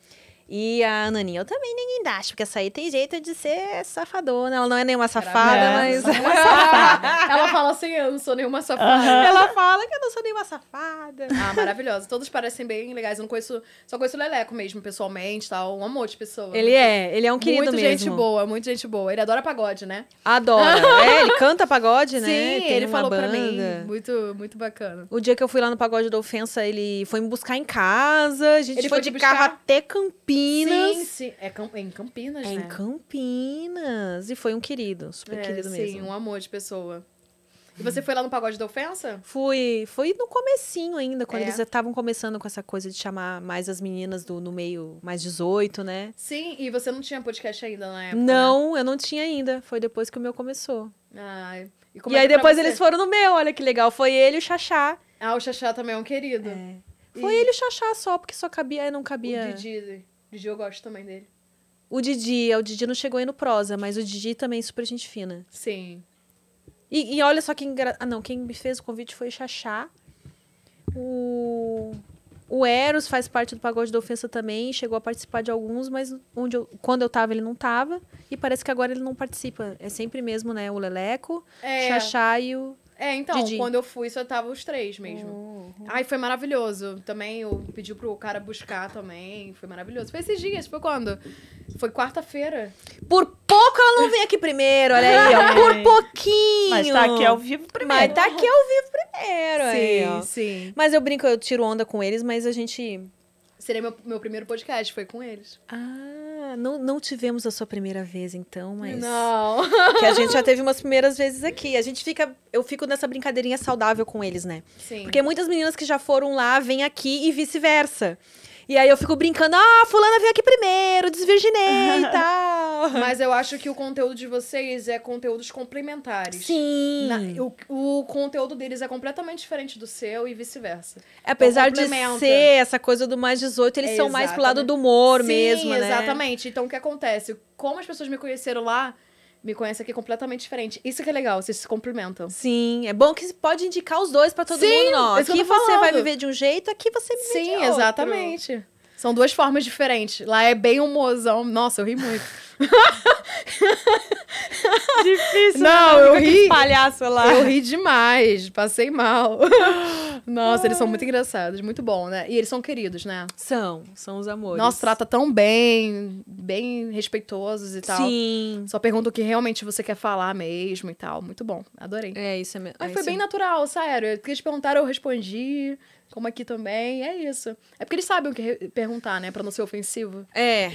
[SPEAKER 1] E a Ananinha, eu também ninguém dá, porque essa aí tem jeito de ser safadona. Ela não é nenhuma safada,
[SPEAKER 3] Maravilhosa.
[SPEAKER 2] Né?
[SPEAKER 1] mas. [laughs]
[SPEAKER 2] é ela fala assim, eu não sou nenhuma safada.
[SPEAKER 1] ela fala que eu não sou nenhuma safada.
[SPEAKER 2] Ah, maravilhosa. Todos parecem bem legais. Eu não conheço, só conheço o Leleco mesmo, pessoalmente, tal. Um amor de pessoa.
[SPEAKER 1] Ele é, ele é um querido
[SPEAKER 2] muito
[SPEAKER 1] mesmo.
[SPEAKER 2] gente boa, muito gente boa. Ele adora pagode, né?
[SPEAKER 1] Adora. é, ele canta pagode, né?
[SPEAKER 2] Sim,
[SPEAKER 1] Tem
[SPEAKER 2] ele
[SPEAKER 1] uma
[SPEAKER 2] falou
[SPEAKER 1] banda.
[SPEAKER 2] pra mim. Muito, muito bacana.
[SPEAKER 1] O dia que eu fui lá no Pagode da Ofensa, ele foi me buscar em casa. A gente
[SPEAKER 2] Ele
[SPEAKER 1] foi
[SPEAKER 2] foi
[SPEAKER 1] de
[SPEAKER 2] te
[SPEAKER 1] carro
[SPEAKER 2] buscar?
[SPEAKER 1] até Campinas.
[SPEAKER 2] Sim, sim. É, Cam- é em Campinas,
[SPEAKER 1] É
[SPEAKER 2] né?
[SPEAKER 1] em Campinas. E foi um querido, super
[SPEAKER 2] É,
[SPEAKER 1] querido
[SPEAKER 2] sim,
[SPEAKER 1] mesmo.
[SPEAKER 2] um amor de pessoa. E você foi lá no pagode da ofensa?
[SPEAKER 1] Fui, foi no comecinho ainda, quando
[SPEAKER 2] É.
[SPEAKER 1] eles estavam começando com essa coisa de chamar mais as meninas do no meio mais 18, né?
[SPEAKER 2] Sim, e você não tinha podcast ainda na época?
[SPEAKER 1] Não, eu não tinha ainda. Foi depois que o meu começou.
[SPEAKER 2] Né? Ai, e
[SPEAKER 1] e aí
[SPEAKER 2] foi é pra
[SPEAKER 1] depois
[SPEAKER 2] você?
[SPEAKER 1] eles foram no meu, olha que legal. Foi ele e o Xaxá.
[SPEAKER 2] Ah, o Xaxá também é um querido.
[SPEAKER 1] Foi ele e o Xaxá só, porque só cabia, não cabia.
[SPEAKER 2] O Didi. Didi, eu gosto também dele.
[SPEAKER 1] O Didi, é, o Didi não chegou aí no prosa, mas o Didi também é super gente fina.
[SPEAKER 2] Sim.
[SPEAKER 1] E, e olha só quem. Gra... Ah, não, quem me fez o convite foi o Xaxá. O. O Eros faz parte do Pagode da Ofensa também, chegou a participar de alguns, mas onde eu- quando eu tava, ele não tava. E parece que agora ele não participa. É sempre mesmo, né? O Leleco,
[SPEAKER 2] É.
[SPEAKER 1] Xaxá e o.
[SPEAKER 2] É, então,
[SPEAKER 1] Didi. Uhum.
[SPEAKER 2] quando eu fui, só tava os três mesmo. Ai, foi maravilhoso. Também eu pedi pro cara buscar também. Foi maravilhoso. Foi esses dias, foi quando? Foi quarta-feira.
[SPEAKER 1] Por pouco ela não vem aqui primeiro, olha aí, ó.
[SPEAKER 2] [laughs] É.
[SPEAKER 1] Por pouquinho.
[SPEAKER 3] Mas tá aqui ao vivo primeiro.
[SPEAKER 1] Mas tá aqui ao vivo primeiro, aí, é, ó.
[SPEAKER 2] sim, sim.
[SPEAKER 1] Mas eu brinco, eu tiro onda com eles, mas a gente.
[SPEAKER 2] Seria meu, meu primeiro podcast, foi com eles.
[SPEAKER 1] Ah, não, não tivemos a sua primeira vez, então, mas. [laughs]
[SPEAKER 2] Não.
[SPEAKER 1] Que a gente já teve umas primeiras vezes aqui. A gente fica. Eu fico nessa brincadeirinha saudável com eles, né?
[SPEAKER 2] Sim.
[SPEAKER 1] Porque muitas meninas que já foram lá vêm aqui e vice-versa. E aí eu fico brincando, ah, fulana veio aqui primeiro, desvirginei e
[SPEAKER 2] [laughs]
[SPEAKER 1] tal.
[SPEAKER 2] Mas eu acho que o conteúdo de vocês é conteúdos complementares.
[SPEAKER 1] Sim.
[SPEAKER 2] Na- o, o conteúdo deles é completamente diferente do seu e vice-versa.
[SPEAKER 1] É, Apesar de
[SPEAKER 2] complementa.
[SPEAKER 1] ser essa coisa do mais 18, eles
[SPEAKER 2] É,
[SPEAKER 1] são mais pro
[SPEAKER 2] exatamente.
[SPEAKER 1] lado do humor
[SPEAKER 2] Sim,
[SPEAKER 1] mesmo, né?
[SPEAKER 2] exatamente. Então, o que acontece? Como as pessoas me conheceram lá, Me conhece aqui completamente diferente. Isso que é legal, vocês se cumprimentam.
[SPEAKER 1] Sim, é bom que se pode indicar os dois pra todo
[SPEAKER 2] Sim,
[SPEAKER 1] mundo. Não,
[SPEAKER 2] é isso que
[SPEAKER 1] aqui
[SPEAKER 2] eu tô
[SPEAKER 1] você vai
[SPEAKER 2] falando.
[SPEAKER 1] viver de um jeito, aqui você vive de
[SPEAKER 2] Sim,
[SPEAKER 1] é outro.
[SPEAKER 2] exatamente. São duas formas diferentes. Lá é bem humozão. Nossa, eu
[SPEAKER 1] [laughs]
[SPEAKER 2] ri muito.
[SPEAKER 1] Difícil.
[SPEAKER 2] Não,
[SPEAKER 1] né?
[SPEAKER 2] eu
[SPEAKER 1] Com aquele
[SPEAKER 2] ri.
[SPEAKER 1] palhaço lá.
[SPEAKER 2] Eu ri demais, passei mal. [laughs] Nossa, eles são muito engraçados, muito bom, né? E eles são queridos, né?
[SPEAKER 1] São, são os amores.
[SPEAKER 2] Nossa, trata tão bem, bem respeitosos e tal.
[SPEAKER 1] Sim.
[SPEAKER 2] Só pergunta o que realmente você quer falar mesmo e tal. Muito bom, adorei.
[SPEAKER 1] É isso mesmo.
[SPEAKER 2] Mas
[SPEAKER 1] É
[SPEAKER 2] foi
[SPEAKER 1] isso
[SPEAKER 2] bem
[SPEAKER 1] mesmo.
[SPEAKER 2] natural, sério. Porque eles perguntaram, eu respondi. Como aqui também, é isso. É porque eles sabem o que re- perguntar, né? Pra não ser ofensivo.
[SPEAKER 1] É,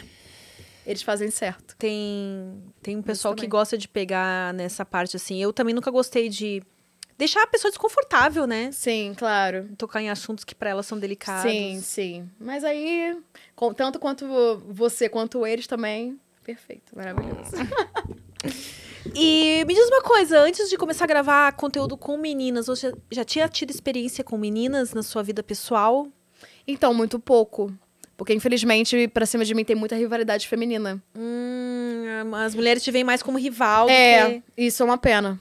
[SPEAKER 2] Eles fazem certo.
[SPEAKER 1] tem, tem um pessoal que
[SPEAKER 2] também.
[SPEAKER 1] gosta de pegar nessa parte assim. Eu também nunca gostei de deixar a pessoa desconfortável, né?
[SPEAKER 2] Sim, claro.
[SPEAKER 1] Tocar em assuntos que pra ela são delicados.
[SPEAKER 2] Sim, sim. Mas aí, com- tanto quanto você quanto eles também, perfeito, maravilhoso.
[SPEAKER 1] E me diz uma coisa, antes de começar a gravar conteúdo com meninas, você já tinha tido experiência com meninas na sua vida pessoal?
[SPEAKER 2] Então, muito pouco. Porque, infelizmente, pra cima de mim tem muita rivalidade feminina.
[SPEAKER 1] Hum, as mulheres te veem mais como rival. do
[SPEAKER 2] É,
[SPEAKER 1] que-
[SPEAKER 2] isso é uma pena.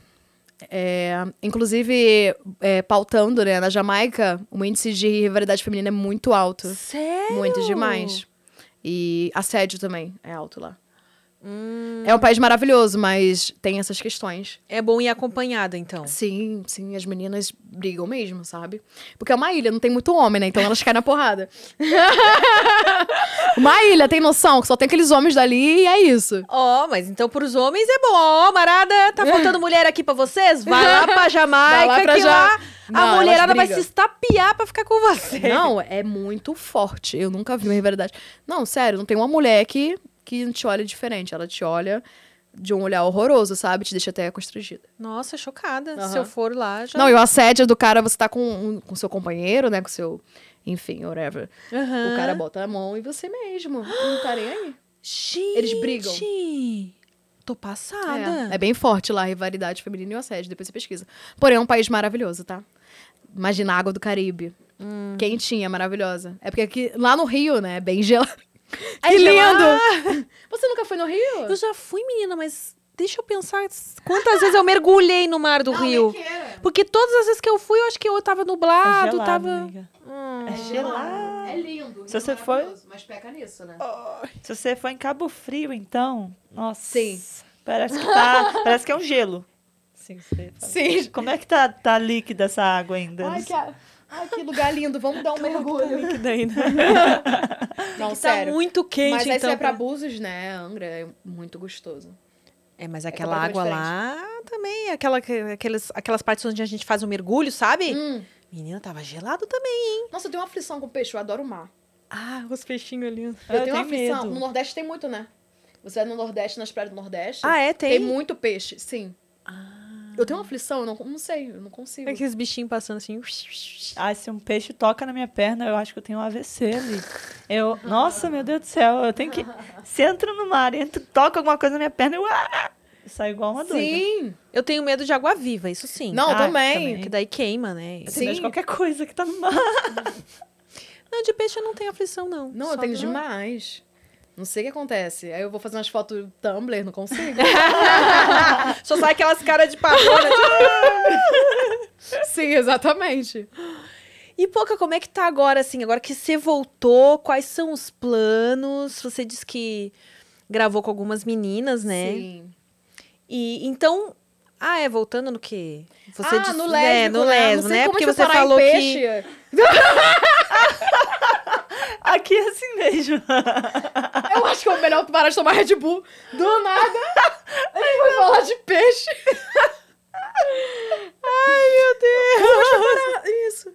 [SPEAKER 2] É, inclusive, é, pautando, né, na Jamaica, o índice de rivalidade feminina é muito alto.
[SPEAKER 1] Sério?
[SPEAKER 2] Muito demais. E assédio também é alto lá. É um país maravilhoso, mas tem essas questões.
[SPEAKER 1] É bom ir acompanhada, então.
[SPEAKER 2] Sim, sim, as meninas brigam mesmo, sabe? Porque é uma ilha, não tem muito homem, né? Então elas caem na porrada. uma ilha, tem noção? Que só tem aqueles homens dali e é isso.
[SPEAKER 1] Ó, mas então pros homens é bom. Ó, marada,
[SPEAKER 2] [laughs]
[SPEAKER 1] tá faltando mulher aqui pra vocês? Vai lá pra Jamaica,
[SPEAKER 2] Vai lá pra
[SPEAKER 1] que
[SPEAKER 2] Ja-
[SPEAKER 1] lá
[SPEAKER 2] Não,
[SPEAKER 1] a
[SPEAKER 2] elas
[SPEAKER 1] mulherada vai se
[SPEAKER 2] brigam.
[SPEAKER 1] estapear pra ficar com você.
[SPEAKER 2] Não, é muito forte. Eu nunca vi uma rivalidade. Não, sério, não tem uma mulher que, que te olha diferente. Ela te olha de um olhar horroroso, sabe? Te deixa até constrangida.
[SPEAKER 1] Nossa, chocada.
[SPEAKER 2] Aham.
[SPEAKER 1] Se eu for lá, já...
[SPEAKER 2] Não, e o assédio do cara, você tá com um- com seu companheiro, né? Com seu. Enfim, whatever.
[SPEAKER 1] Aham.
[SPEAKER 2] O cara é bota a mão e você mesmo. Não tá nem aí.
[SPEAKER 1] Gente,
[SPEAKER 2] eles brigam.
[SPEAKER 1] Tô passada.
[SPEAKER 2] É, é bem forte lá a rivalidade feminina e o assédio, depois você pesquisa. Porém, é um país maravilhoso, tá? Imagina a água do Caribe. Hum. Quentinha, maravilhosa. É porque aqui, lá no Rio, né, é bem [laughs] gelado.
[SPEAKER 1] É
[SPEAKER 2] que
[SPEAKER 1] gelado.
[SPEAKER 2] lindo! Você nunca foi no
[SPEAKER 1] Eu
[SPEAKER 2] Rio?
[SPEAKER 1] já fui menina, mas deixa eu pensar quantas vezes eu mergulhei no mar do Rio.
[SPEAKER 2] é
[SPEAKER 6] Queira.
[SPEAKER 1] Porque todas as vezes que eu fui, eu acho que eu tava nublado,
[SPEAKER 3] é gelado,
[SPEAKER 1] tava...
[SPEAKER 2] né? [laughs]
[SPEAKER 3] amiga. É gelado.
[SPEAKER 6] Ah. É lindo.
[SPEAKER 3] Se
[SPEAKER 6] lindo,
[SPEAKER 3] você for-
[SPEAKER 6] maravilhoso, Mas peca nisso, né?
[SPEAKER 3] Se você for em Cabo Frio, então, nossa.
[SPEAKER 2] Sim.
[SPEAKER 3] Parece que tá, parece que é um gelo. Sim,
[SPEAKER 2] Sim.
[SPEAKER 3] Como é que tá, tá líquida essa água ainda?
[SPEAKER 2] Ai que, a- ai, que lugar lindo.
[SPEAKER 6] [laughs]
[SPEAKER 2] Vamos dar um mergulho.
[SPEAKER 1] Que daí, né?
[SPEAKER 2] Não,
[SPEAKER 1] Tá
[SPEAKER 2] sério.
[SPEAKER 1] muito quente,
[SPEAKER 2] Mas aí
[SPEAKER 1] então.
[SPEAKER 2] você vai pra Búzios, né, Angra? É muito gostoso.
[SPEAKER 1] É, mas aquela
[SPEAKER 2] completamente
[SPEAKER 1] água lá também, aquela, aquelas, aquelas partes onde a gente faz o mergulho, sabe?
[SPEAKER 2] Hum.
[SPEAKER 1] Menina, tava gelado também.
[SPEAKER 2] Nossa, eu tenho uma aflição com peixe. Eu adoro o mar.
[SPEAKER 1] Ah, os peixinhos ali.
[SPEAKER 2] Eu,
[SPEAKER 3] Eu
[SPEAKER 2] tenho uma
[SPEAKER 3] tenho
[SPEAKER 2] aflição.
[SPEAKER 3] medo.
[SPEAKER 2] No Nordeste tem muito, né? Você vai no Nordeste, nas praias do Nordeste.
[SPEAKER 1] Ah, é? Tem? Ah.
[SPEAKER 2] Tem muito peixe, sim. Eu tenho uma aflição, eu não, não sei, eu não consigo.
[SPEAKER 1] Aqueles bichinhos passando assim.
[SPEAKER 3] Ah, se um peixe toca na minha perna, eu acho que eu tenho um AVC ali. Eu, nossa, meu Deus do céu, eu tenho que. Se entra no mar, entra, toca alguma coisa na minha perna, eu. Ah! Eu saio igual uma doida.
[SPEAKER 2] Sim.
[SPEAKER 1] Eu tenho medo de água viva, isso sim. tá?
[SPEAKER 2] Não,
[SPEAKER 3] Ah,
[SPEAKER 2] também.
[SPEAKER 3] também.
[SPEAKER 1] Que daí queima, né?
[SPEAKER 3] Eu tenho medo de
[SPEAKER 2] sim.
[SPEAKER 3] qualquer coisa que tá no mar.
[SPEAKER 1] Não, de peixe eu não tenho aflição, não.
[SPEAKER 2] Não, eu
[SPEAKER 1] Só
[SPEAKER 2] tenho
[SPEAKER 1] do-
[SPEAKER 2] demais. Não sei o que acontece. Aí eu vou fazer umas fotos Tumblr, não consigo. [laughs]
[SPEAKER 1] Ah, Só sai aquelas caras de né? pavona.
[SPEAKER 2] sim, exatamente.
[SPEAKER 1] E, Poca, como é que tá agora, assim? Agora que você voltou, quais são os planos? Você disse que gravou com algumas meninas, né?
[SPEAKER 2] Sim.
[SPEAKER 1] E então. Ah, é, voltando no que? Você
[SPEAKER 2] ah,
[SPEAKER 1] disse-
[SPEAKER 2] no
[SPEAKER 1] né,
[SPEAKER 2] lésbico,
[SPEAKER 1] no
[SPEAKER 2] né?
[SPEAKER 1] lesbo,
[SPEAKER 2] Não sei
[SPEAKER 1] né?
[SPEAKER 2] como
[SPEAKER 1] Porque
[SPEAKER 2] se
[SPEAKER 1] você
[SPEAKER 2] parar em
[SPEAKER 1] falou que.
[SPEAKER 2] peixe.
[SPEAKER 3] Aqui é assim mesmo.
[SPEAKER 2] Eu acho que é o melhor tu parar de tomar Red Bull. Do nada. A gente vai falar de peixe. Ai, meu Deus.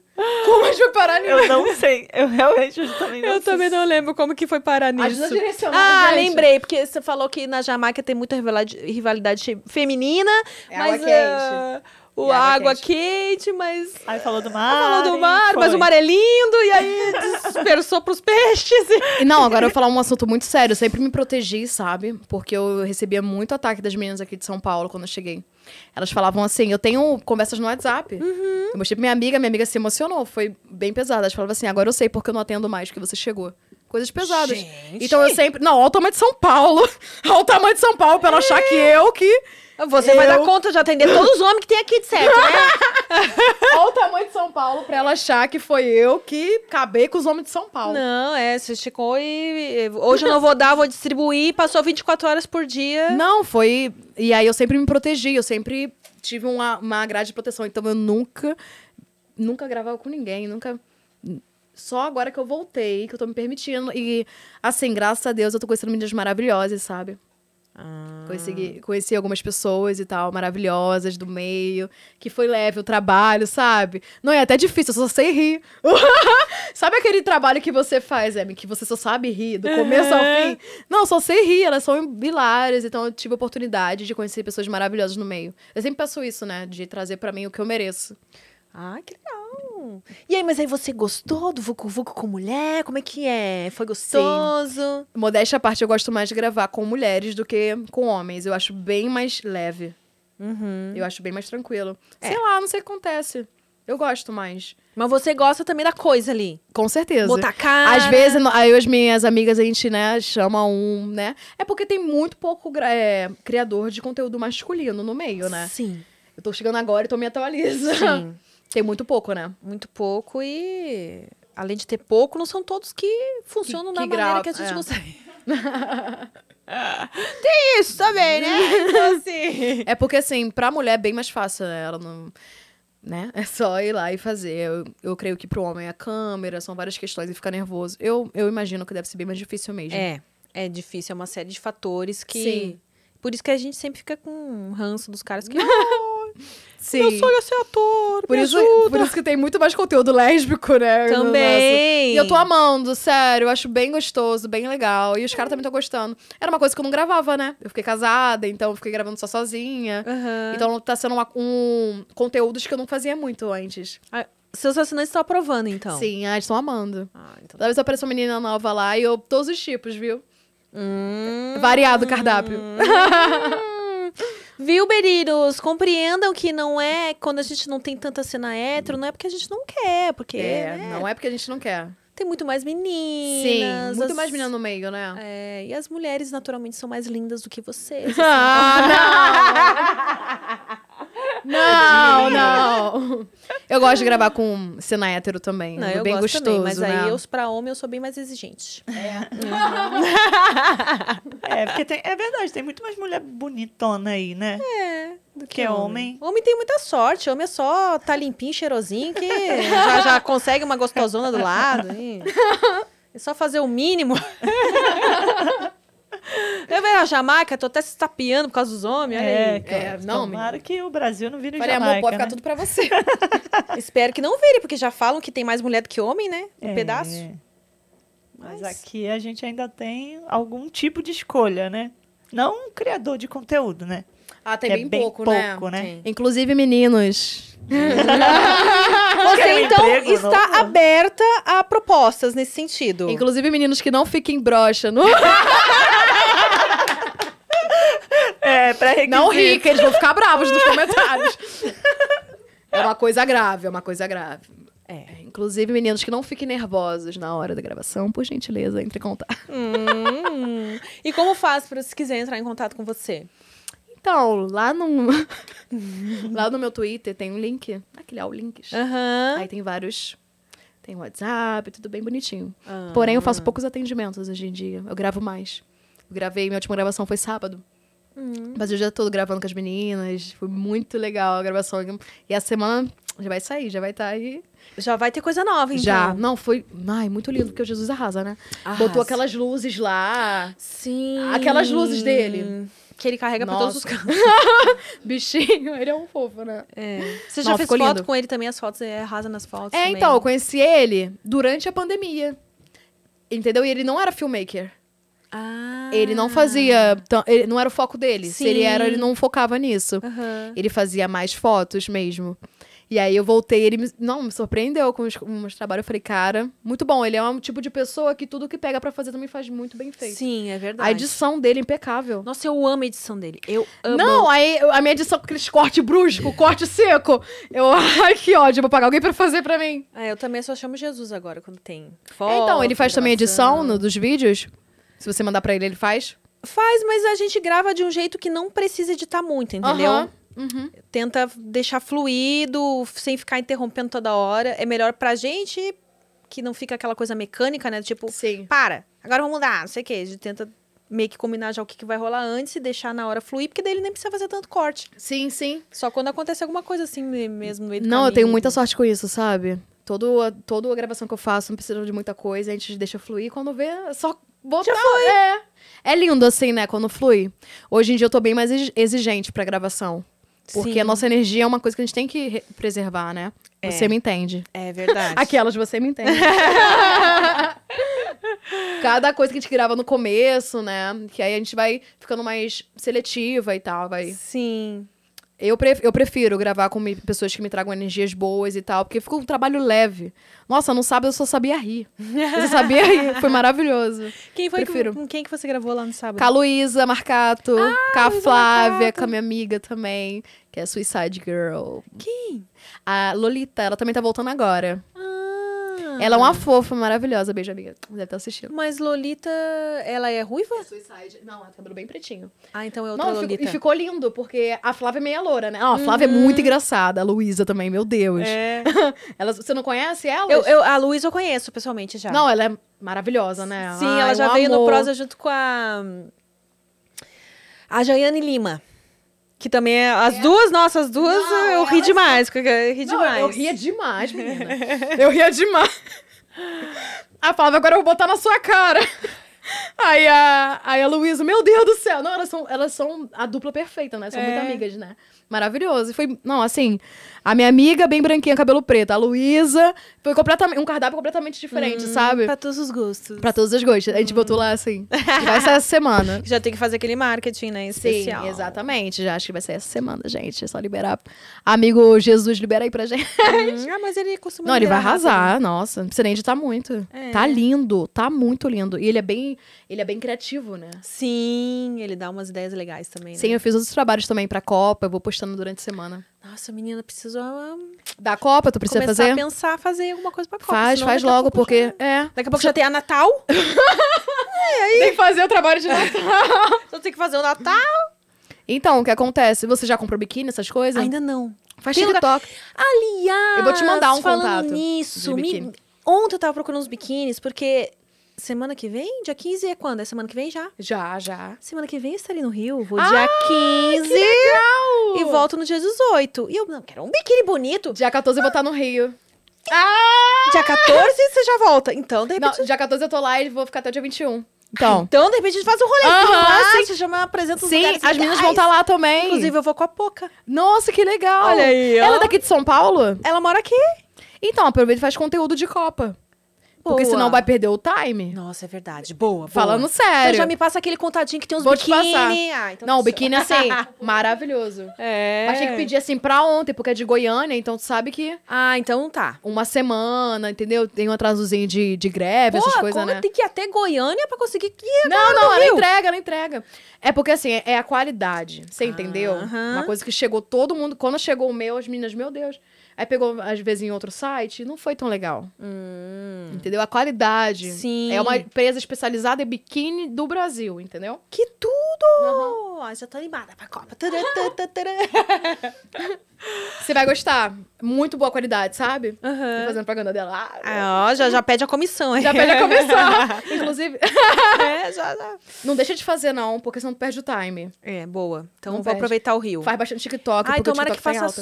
[SPEAKER 2] Como a gente vai parar nisso? Como a gente vai parar nisso?
[SPEAKER 3] Eu não sei. Eu realmente eu também não
[SPEAKER 1] Eu
[SPEAKER 3] sei.
[SPEAKER 1] também não lembro como que foi parar nisso.
[SPEAKER 2] Ajuda a direcionar,
[SPEAKER 1] Ah,
[SPEAKER 2] gente.
[SPEAKER 1] lembrei, porque você falou que na Jamaica tem muita rivalidade, rivalidade che- feminina,
[SPEAKER 2] É água
[SPEAKER 1] mas
[SPEAKER 2] quente.
[SPEAKER 1] ah, o
[SPEAKER 2] É água Ah,
[SPEAKER 1] água quente, mas
[SPEAKER 3] Aí falou do mar.
[SPEAKER 1] falou do
[SPEAKER 3] e
[SPEAKER 1] mar, mas
[SPEAKER 3] foi.
[SPEAKER 1] o mar é lindo, e aí dispersou pros
[SPEAKER 2] [laughs]
[SPEAKER 1] peixes. e-
[SPEAKER 2] E Não, agora eu vou falar um assunto muito sério. Eu sempre me protegi, sabe? Porque eu recebia muito ataque das meninas aqui de São Paulo quando eu cheguei. Elas falavam assim: eu tenho conversas no WhatsApp. Eu mostrei pra minha amiga, minha amiga se emocionou, foi bem pesada. Elas falavam assim: agora eu sei porque eu não atendo mais que você chegou. coisas pesadas.
[SPEAKER 1] Gente.
[SPEAKER 2] Então eu sempre. Não, olha o tamanho de São Paulo. [laughs] Olha o tamanho de São Paulo, pra ela achar que eu que.
[SPEAKER 1] Você vai dar conta de atender todos os homens que tem aqui de certo, né?
[SPEAKER 2] Olha o tamanho de São Paulo pra ela achar que foi eu que acabei com os homens de São Paulo.
[SPEAKER 1] Não, é, você esticou e. e Hoje eu não vou dar, vou distribuir. Passou 24 horas por dia.
[SPEAKER 2] Não, foi. E aí eu sempre me protegi, eu sempre tive uma, uma grade de proteção. Então eu nunca, nunca gravava com ninguém, nunca. Só agora que eu voltei, que eu tô me permitindo. E, assim, graças a Deus, eu tô conhecendo meninas maravilhosas, sabe? Ah. Consegui, conheci algumas pessoas e tal, maravilhosas do meio, que foi leve o trabalho, sabe? Não é até difícil, eu só sei rir. [laughs] sabe aquele trabalho que você faz, Amy, que você só sabe rir, do começo ao fim? Não, só sei rir, elas são hilárias, então eu tive a oportunidade de conhecer pessoas maravilhosas no meio. Eu sempre peço isso, né? De trazer pra mim o que eu mereço.
[SPEAKER 1] Ah, que legal. E aí, mas aí você gostou do Vucu Vucu com mulher? Como é que é? Foi gostoso?
[SPEAKER 2] Modéstia à parte, eu gosto mais de gravar com mulheres do que com homens. Eu acho bem mais leve.
[SPEAKER 1] Uhum.
[SPEAKER 2] Eu acho bem mais tranquilo. Sei lá, não sei o que acontece. Eu gosto mais.
[SPEAKER 1] Mas você gosta também da coisa ali.
[SPEAKER 2] Com certeza.
[SPEAKER 1] Botar a cara.
[SPEAKER 2] Às vezes, no- aí as minhas amigas, a gente, né, chama um, né? É porque tem muito pouco gra- é, criador de conteúdo masculino no meio, né?
[SPEAKER 1] Sim.
[SPEAKER 2] Eu tô chegando agora, então me atualiza.
[SPEAKER 1] Sim.
[SPEAKER 2] [laughs] Tem muito pouco, né?
[SPEAKER 1] Muito pouco e. Além de ter pouco, não são todos que funcionam
[SPEAKER 2] Que-
[SPEAKER 1] da
[SPEAKER 2] que
[SPEAKER 1] maneira
[SPEAKER 2] grava-
[SPEAKER 1] que a gente
[SPEAKER 2] é.
[SPEAKER 1] gostaria. [laughs]
[SPEAKER 7] Isso também,
[SPEAKER 1] [laughs]
[SPEAKER 7] né? Então, assim.
[SPEAKER 2] É porque, assim, pra mulher é bem mais fácil, né? Ela não. Né? [laughs] É só ir lá e fazer. Eu, eu creio que pro homem é a câmera, são várias questões e ficar nervoso. Eu, eu imagino que deve ser bem mais difícil mesmo.
[SPEAKER 1] É, é difícil, é uma série de fatores que.
[SPEAKER 2] Sim.
[SPEAKER 1] Por isso que a gente sempre fica com um ranço dos caras que.
[SPEAKER 2] Sim.
[SPEAKER 1] Meu sonho é ser ator.
[SPEAKER 2] Por
[SPEAKER 1] me
[SPEAKER 2] isso,
[SPEAKER 1] ajuda.
[SPEAKER 2] por isso que tem muito mais conteúdo lésbico, né? no nosso-
[SPEAKER 1] Também.
[SPEAKER 2] E eu tô amando, sério. Eu acho bem gostoso, bem legal. E os caras também estão gostando. Era uma coisa que eu não gravava, né? Eu fiquei casada, então eu fiquei gravando só sozinha.
[SPEAKER 1] Aham.
[SPEAKER 2] Então tá sendo uma- um conteúdos que eu não fazia muito antes.
[SPEAKER 1] Ah, Seus assinantes estão aprovando, então.
[SPEAKER 2] Sim, ah, eles estão amando.
[SPEAKER 1] Ah, então.
[SPEAKER 2] Talvez apareça uma menina nova lá e eu, todos os tipos, viu?
[SPEAKER 1] Hum.
[SPEAKER 2] Variado
[SPEAKER 1] [laughs]
[SPEAKER 2] o cardápio.
[SPEAKER 1] Viu, Beridos? Compreendam que não é quando a gente não tem tanta cena hétero, não é porque a gente não quer, porque
[SPEAKER 2] é,
[SPEAKER 1] né,
[SPEAKER 2] não é porque a gente não quer.
[SPEAKER 1] tem muito mais
[SPEAKER 2] Sim,
[SPEAKER 1] meninas.
[SPEAKER 2] muito
[SPEAKER 1] as-
[SPEAKER 2] mais menina no meio, né?
[SPEAKER 1] É, e as mulheres naturalmente são mais lindas do que vocês.
[SPEAKER 2] Ah, Não, [laughs] não. Eu gosto de gravar com cena hétero também.
[SPEAKER 1] [laughs] Não,
[SPEAKER 2] é
[SPEAKER 1] eu
[SPEAKER 2] bem
[SPEAKER 1] gosto
[SPEAKER 2] gostoso,
[SPEAKER 1] também, mas
[SPEAKER 2] né?
[SPEAKER 1] aí eu, pra homem, eu sou bem mais exigente.
[SPEAKER 3] É, porque tem, é verdade, tem muito mais mulher bonitona aí, né?
[SPEAKER 1] É.
[SPEAKER 3] Do que homem.
[SPEAKER 1] Homem tem muita sorte, homem é só tá limpinho, cheirosinho, que já, já consegue uma gostosona do lado. hein? É só fazer o mínimo. Eu vejo a Jamaica, tô até se estapeando por causa dos homens. olha
[SPEAKER 3] É,
[SPEAKER 1] aí.
[SPEAKER 3] cara,
[SPEAKER 2] É, não,
[SPEAKER 3] tomara que o Brasil não vire
[SPEAKER 2] Falei, amor,
[SPEAKER 3] Jamaica,
[SPEAKER 2] pode ficar
[SPEAKER 3] né?
[SPEAKER 2] tudo
[SPEAKER 1] [laughs]
[SPEAKER 2] pra você.
[SPEAKER 1] Espero que não vire, porque já falam que tem mais mulher do que homem, né? Um
[SPEAKER 3] É.
[SPEAKER 1] pedaço.
[SPEAKER 3] né? Mas...
[SPEAKER 1] Mas-
[SPEAKER 3] aqui a gente ainda tem algum tipo de escolha, né? Não um criador de conteúdo, né?
[SPEAKER 2] Ah, tem
[SPEAKER 3] Que é
[SPEAKER 2] bem,
[SPEAKER 3] bem
[SPEAKER 2] pouco,
[SPEAKER 3] pouco, né?
[SPEAKER 2] Tem. Inclusive, meninos.
[SPEAKER 1] Você,
[SPEAKER 3] Quer um
[SPEAKER 1] então,
[SPEAKER 3] emprego
[SPEAKER 1] está
[SPEAKER 3] novo?
[SPEAKER 1] aberta a propostas nesse sentido.
[SPEAKER 2] Inclusive, meninos que não fiquem broxa. Não,
[SPEAKER 3] É, pra
[SPEAKER 2] não ri, que eles vão ficar bravos nos comentários. É uma coisa grave, é uma coisa grave.
[SPEAKER 1] É.
[SPEAKER 2] Inclusive, meninos que não fiquem nervosos na hora da gravação, por gentileza, entre em contato.
[SPEAKER 1] Hum. E como faz para se quiser entrar em contato com você?
[SPEAKER 2] Então, lá no... [laughs] lá no meu Twitter tem um link. Aquele é o links.
[SPEAKER 1] Aham.
[SPEAKER 2] Aí tem vários... Tem WhatsApp, tudo bem bonitinho.
[SPEAKER 1] Ah.
[SPEAKER 2] Porém, eu faço poucos atendimentos hoje em dia. Eu gravo mais. Eu gravei, minha última gravação foi sábado.
[SPEAKER 1] Hum.
[SPEAKER 2] Mas o dia todo gravando com as meninas. Foi muito legal a gravação. E a semana já vai sair, já vai estar aí.
[SPEAKER 1] Já vai ter coisa nova, então.
[SPEAKER 2] Já. Não, foi. Ai, muito lindo, porque o Jesus arrasa, né?
[SPEAKER 1] Arrasa.
[SPEAKER 2] Botou aquelas luzes lá. [laughs]
[SPEAKER 1] Sim.
[SPEAKER 2] Aquelas luzes dele.
[SPEAKER 1] Que ele carrega pra todos os
[SPEAKER 2] Nossa.
[SPEAKER 1] cantos.
[SPEAKER 2] Bichinho, ele [laughs] é um fofo, né?
[SPEAKER 1] É. Você já
[SPEAKER 2] Não,
[SPEAKER 1] fez
[SPEAKER 2] ficou
[SPEAKER 1] foto
[SPEAKER 2] lindo.
[SPEAKER 1] com ele também, as fotos, é, arrasa nas fotos.
[SPEAKER 2] É,
[SPEAKER 1] também.
[SPEAKER 2] então, eu conheci ele durante a pandemia. Entendeu? E ele não era filmmaker.
[SPEAKER 1] Ah.
[SPEAKER 2] Ele não fazia. tão- Ele, não era o foco dele. Se ele era,
[SPEAKER 1] Sim.
[SPEAKER 2] ele não focava nisso.
[SPEAKER 1] Aham.
[SPEAKER 2] Ele fazia mais fotos mesmo. E aí eu voltei, ele me, não, me surpreendeu com os, com os trabalhos. Eu falei, cara, muito bom. Ele é um tipo de pessoa que tudo que pega pra fazer também faz muito bem feito.
[SPEAKER 1] Sim, é verdade.
[SPEAKER 2] A edição dele é impecável.
[SPEAKER 1] Nossa, eu amo a edição dele. Eu amo.
[SPEAKER 2] Não, aí eu- a minha edição com aqueles corte brusco, corte seco. Eu, [laughs] ai, que ódio, vou pagar alguém pra fazer pra mim.
[SPEAKER 1] Ah, eu também só chamo Jesus agora, quando tem
[SPEAKER 2] É,
[SPEAKER 1] foto,
[SPEAKER 2] então, ele faz também edição
[SPEAKER 1] gravação.
[SPEAKER 2] no- dos vídeos? Se você mandar pra ele, ele faz?
[SPEAKER 1] Faz, mas a gente grava de um jeito que não precisa editar muito, entendeu?
[SPEAKER 2] Aham, uhum.
[SPEAKER 1] Tenta deixar fluido, sem ficar interrompendo toda hora. É melhor pra gente que não fica aquela coisa mecânica, né? Tipo,
[SPEAKER 2] Sim.
[SPEAKER 1] para, agora vamos mudar, não sei o quê. A gente tenta meio que combinar já o que, que vai rolar antes e deixar na hora fluir, porque daí ele nem precisa fazer tanto corte.
[SPEAKER 2] Sim, sim.
[SPEAKER 1] Só quando acontece alguma coisa assim me- mesmo no meio do
[SPEAKER 2] Não, eu tenho
[SPEAKER 1] caminho.
[SPEAKER 2] muita sorte com isso, sabe? Todo, a- toda a gravação que eu faço não precisa de muita coisa, a gente deixa fluir. Quando vê, é só botar. É. É lindo assim, né? Quando flui. Hoje em dia eu tô bem mais exi- exigente pra gravação. Porque
[SPEAKER 1] Sim.
[SPEAKER 2] a nossa energia é uma coisa que a gente tem que re- preservar, né? Você me entende.
[SPEAKER 1] É
[SPEAKER 2] [laughs]
[SPEAKER 1] verdade.
[SPEAKER 2] Aquelas você me entende. [laughs] Cada coisa que a gente grava no começo, né? Que aí a gente vai ficando mais seletiva e tal, vai.
[SPEAKER 1] Sim.
[SPEAKER 2] Eu, pref- eu prefiro gravar com me- pessoas que me tragam energias boas e tal, porque fica um trabalho leve. Nossa, no sábado eu só sabia rir. Eu só sabia rir. [laughs] Foi maravilhoso.
[SPEAKER 1] Quem foi
[SPEAKER 2] Prefiro.
[SPEAKER 1] que, com quem que você gravou lá no sábado?
[SPEAKER 2] Com a Luísa Marcato, com a Flávia, com a minha amiga também, que é Suicide Girl.
[SPEAKER 1] Quem?
[SPEAKER 2] A Lolita, ela também tá voltando agora.
[SPEAKER 1] Ah.
[SPEAKER 2] Ela é uma fofa, maravilhosa. Beijo, amiga. Deve estar assistindo.
[SPEAKER 1] Mas Lolita, ela é ruiva?
[SPEAKER 2] Suicide. Não, ela tem cabelo bem pretinho.
[SPEAKER 1] Ah, então é outra
[SPEAKER 2] não,
[SPEAKER 1] Lolita. Uhum.
[SPEAKER 2] ficou- e ficou lindo, porque a Flávia é meia loura, né? Não, a Flávia é muito engraçada. A Luísa também, meu Deus.
[SPEAKER 8] É.
[SPEAKER 2] [laughs] Elas, você não conhece ela?
[SPEAKER 1] Eu, eu- a Luísa eu conheço pessoalmente já.
[SPEAKER 2] Não, ela é maravilhosa, né?
[SPEAKER 1] Sim,
[SPEAKER 2] Ai,
[SPEAKER 1] ela já
[SPEAKER 2] um
[SPEAKER 1] veio no
[SPEAKER 2] amor.
[SPEAKER 1] Prosa junto com a. A Jaiane Lima. Que também é. As duas, nossa, as duas
[SPEAKER 2] Não,
[SPEAKER 1] eu ri
[SPEAKER 2] elas-
[SPEAKER 1] demais. porque Eu ri
[SPEAKER 2] Não,
[SPEAKER 1] É demais.
[SPEAKER 2] Eu ria demais, menina. eu ria demais. A Flávia, agora eu vou botar na sua cara. Aí a, aí a Luísa, meu Deus do céu. Não, elas são, elas são a dupla perfeita, né? São muito amigas, né? Maravilhoso. E foi, não, assim, a minha amiga bem branquinha, cabelo preto. A Luísa foi completamente, um cardápio completamente diferente, sabe?
[SPEAKER 1] Pra todos os gostos.
[SPEAKER 2] Pra todos os gostos. A gente botou lá assim. e Vai ser essa semana.
[SPEAKER 1] Já tem que fazer aquele marketing, né?
[SPEAKER 2] Sim,
[SPEAKER 1] [laughs] Especial.
[SPEAKER 2] exatamente. Já acho que vai ser essa semana, gente. É só liberar. Amigo Jesus, libera aí pra gente.
[SPEAKER 1] Hum, ah, mas ele costuma.
[SPEAKER 2] Não, ele vai
[SPEAKER 1] liderar
[SPEAKER 2] arrasar, nossa. Não precisa nem editar muito.
[SPEAKER 1] né, É.
[SPEAKER 2] Tá lindo, tá muito lindo. E ele é bem, ele é bem criativo, né?
[SPEAKER 1] rápido. Sim, ele dá umas ideias legais também. né?
[SPEAKER 2] Sim, eu fiz outros trabalhos também pra Copa, eu vou postando durante a semana.
[SPEAKER 1] Nossa, menina, preciso ah,
[SPEAKER 2] Da Copa, tu precisa
[SPEAKER 1] começar
[SPEAKER 2] fazer?
[SPEAKER 1] a pensar fazer alguma coisa pra Copa.
[SPEAKER 2] Faz,
[SPEAKER 1] senão
[SPEAKER 2] faz
[SPEAKER 1] daqui a
[SPEAKER 2] logo,
[SPEAKER 1] pouco
[SPEAKER 2] porque.
[SPEAKER 1] já-
[SPEAKER 2] É.
[SPEAKER 1] Daqui a pouco já tem a
[SPEAKER 2] [laughs]
[SPEAKER 1] Natal.
[SPEAKER 2] Tem que fazer o trabalho de
[SPEAKER 1] Então tem que fazer o Natal.
[SPEAKER 2] [laughs] Então, o que acontece? Você já comprou biquíni, essas coisas?
[SPEAKER 1] Ainda não.
[SPEAKER 2] Faz
[SPEAKER 1] tem lugar-
[SPEAKER 2] TikTok.
[SPEAKER 1] Aliás,
[SPEAKER 2] Eu vou te mandar um
[SPEAKER 1] falando
[SPEAKER 2] contato
[SPEAKER 1] nisso,
[SPEAKER 2] de
[SPEAKER 1] me-
[SPEAKER 2] biquíni.
[SPEAKER 1] ontem eu tava procurando uns biquínis, porque semana que vem, dia 15 é quando? É semana que vem já?
[SPEAKER 2] Já, já.
[SPEAKER 1] Semana que vem eu estarei no Rio, vou
[SPEAKER 2] Ah,
[SPEAKER 1] dia 15 e volto no dia 18. E eu, não, quero um biquíni bonito.
[SPEAKER 2] Dia 14 eu vou estar no Rio.
[SPEAKER 1] Dia 14 você já volta. Então, de
[SPEAKER 2] Não,
[SPEAKER 1] repente...
[SPEAKER 2] dia 14 eu tô lá e vou ficar até o dia 21. Então.
[SPEAKER 1] Então, de repente a gente faz um rolezinho
[SPEAKER 2] Aham,
[SPEAKER 1] lá,
[SPEAKER 2] sim.
[SPEAKER 1] você chama, apresenta os
[SPEAKER 2] Sim,
[SPEAKER 1] lugares
[SPEAKER 2] as meninas
[SPEAKER 1] legais.
[SPEAKER 2] vão estar lá também.
[SPEAKER 1] Inclusive, eu vou com a Poca.
[SPEAKER 2] Nossa, que legal.
[SPEAKER 1] Olha aí, ó.
[SPEAKER 2] Ela é daqui de São Paulo?
[SPEAKER 1] Ela mora aqui.
[SPEAKER 2] Então, aproveita e faz conteúdo de Copa. Porque
[SPEAKER 1] Boa.
[SPEAKER 2] senão vai perder o time.
[SPEAKER 1] Nossa, é verdade. Boa, boa.
[SPEAKER 2] Falando sério.
[SPEAKER 1] Então já me passa aquele contadinho que tem uns
[SPEAKER 2] Vou te
[SPEAKER 1] biquíni.
[SPEAKER 2] passar.
[SPEAKER 1] Ah, então
[SPEAKER 2] Não,
[SPEAKER 1] fechou.
[SPEAKER 2] o biquíni
[SPEAKER 1] [laughs]
[SPEAKER 2] assim, maravilhoso.
[SPEAKER 1] É.
[SPEAKER 2] Mas tem que pedir assim pra ontem, porque é de Goiânia, então tu sabe que
[SPEAKER 1] Ah, então tá.
[SPEAKER 2] uma semana, entendeu? Tem um atrasozinho de, de greve, essas coisas,
[SPEAKER 1] como
[SPEAKER 2] né?
[SPEAKER 1] tem que ir até Goiânia pra conseguir que...
[SPEAKER 2] Não, não, ela
[SPEAKER 1] Rio.
[SPEAKER 2] entrega, ela entrega. É porque assim, é- é a qualidade. Você entendeu?
[SPEAKER 1] Ah, Aham.
[SPEAKER 2] Uma coisa que chegou todo mundo. Quando chegou o meu, as meninas, meu Deus. Aí pegou, às vezes, em outro site, não foi tão legal. Entendeu? A qualidade.
[SPEAKER 1] Hum. Sim.
[SPEAKER 2] É uma empresa especializada em biquíni do Brasil, entendeu?
[SPEAKER 1] Que tudo! Ai, já tô animada pra Copa. Tará, tá, tá, tará.
[SPEAKER 2] Você vai gostar. Muito boa qualidade, sabe?
[SPEAKER 1] [laughs]
[SPEAKER 2] Tô
[SPEAKER 1] Aham.
[SPEAKER 2] fazendo propaganda dela. Ah,
[SPEAKER 1] Ah, ó, já, já pede a comissão, hein? [laughs]
[SPEAKER 2] Já pede a começar. Inclusive, [laughs]
[SPEAKER 1] É, já, já.
[SPEAKER 2] não deixa de fazer, não, porque senão tu perde o time.
[SPEAKER 1] É, boa. Então
[SPEAKER 2] Não
[SPEAKER 1] vou
[SPEAKER 2] perde.
[SPEAKER 1] aproveitar o Rio.
[SPEAKER 2] Faz bastante TikTok,
[SPEAKER 1] Ai,
[SPEAKER 2] porque o
[SPEAKER 1] tomara
[SPEAKER 2] TikTok
[SPEAKER 1] que
[SPEAKER 2] tá em
[SPEAKER 1] faça
[SPEAKER 2] alta.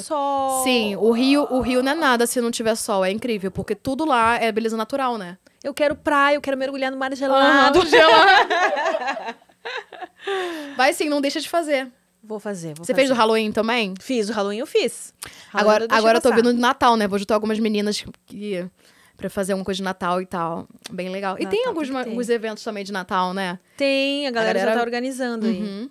[SPEAKER 1] sol.
[SPEAKER 2] Sim, o Rio, o Rio não é nada se não tiver sol, é incrível, porque tudo lá é beleza natural, né?
[SPEAKER 1] Eu quero praia, eu quero mergulhar no mar gelado.
[SPEAKER 2] [laughs] Vai sim, não deixa de fazer.
[SPEAKER 1] Vou fazer, vou
[SPEAKER 2] Você
[SPEAKER 1] fazer.
[SPEAKER 2] fez o Halloween também?
[SPEAKER 1] Fiz, o Halloween eu fiz. Halloween
[SPEAKER 2] agora
[SPEAKER 1] deixei
[SPEAKER 2] agora eu tô
[SPEAKER 1] passar.
[SPEAKER 2] vindo de Natal, né? Vou juntar algumas meninas que para fazer alguma coisa de Natal e tal. Bem legal. E
[SPEAKER 1] Natal
[SPEAKER 2] tem
[SPEAKER 1] tem
[SPEAKER 2] alguns,
[SPEAKER 1] que ter.
[SPEAKER 2] alguns eventos também de Natal, né?
[SPEAKER 1] Tem, a galera, já
[SPEAKER 2] galera-
[SPEAKER 1] tá organizando aí.
[SPEAKER 2] Uhum.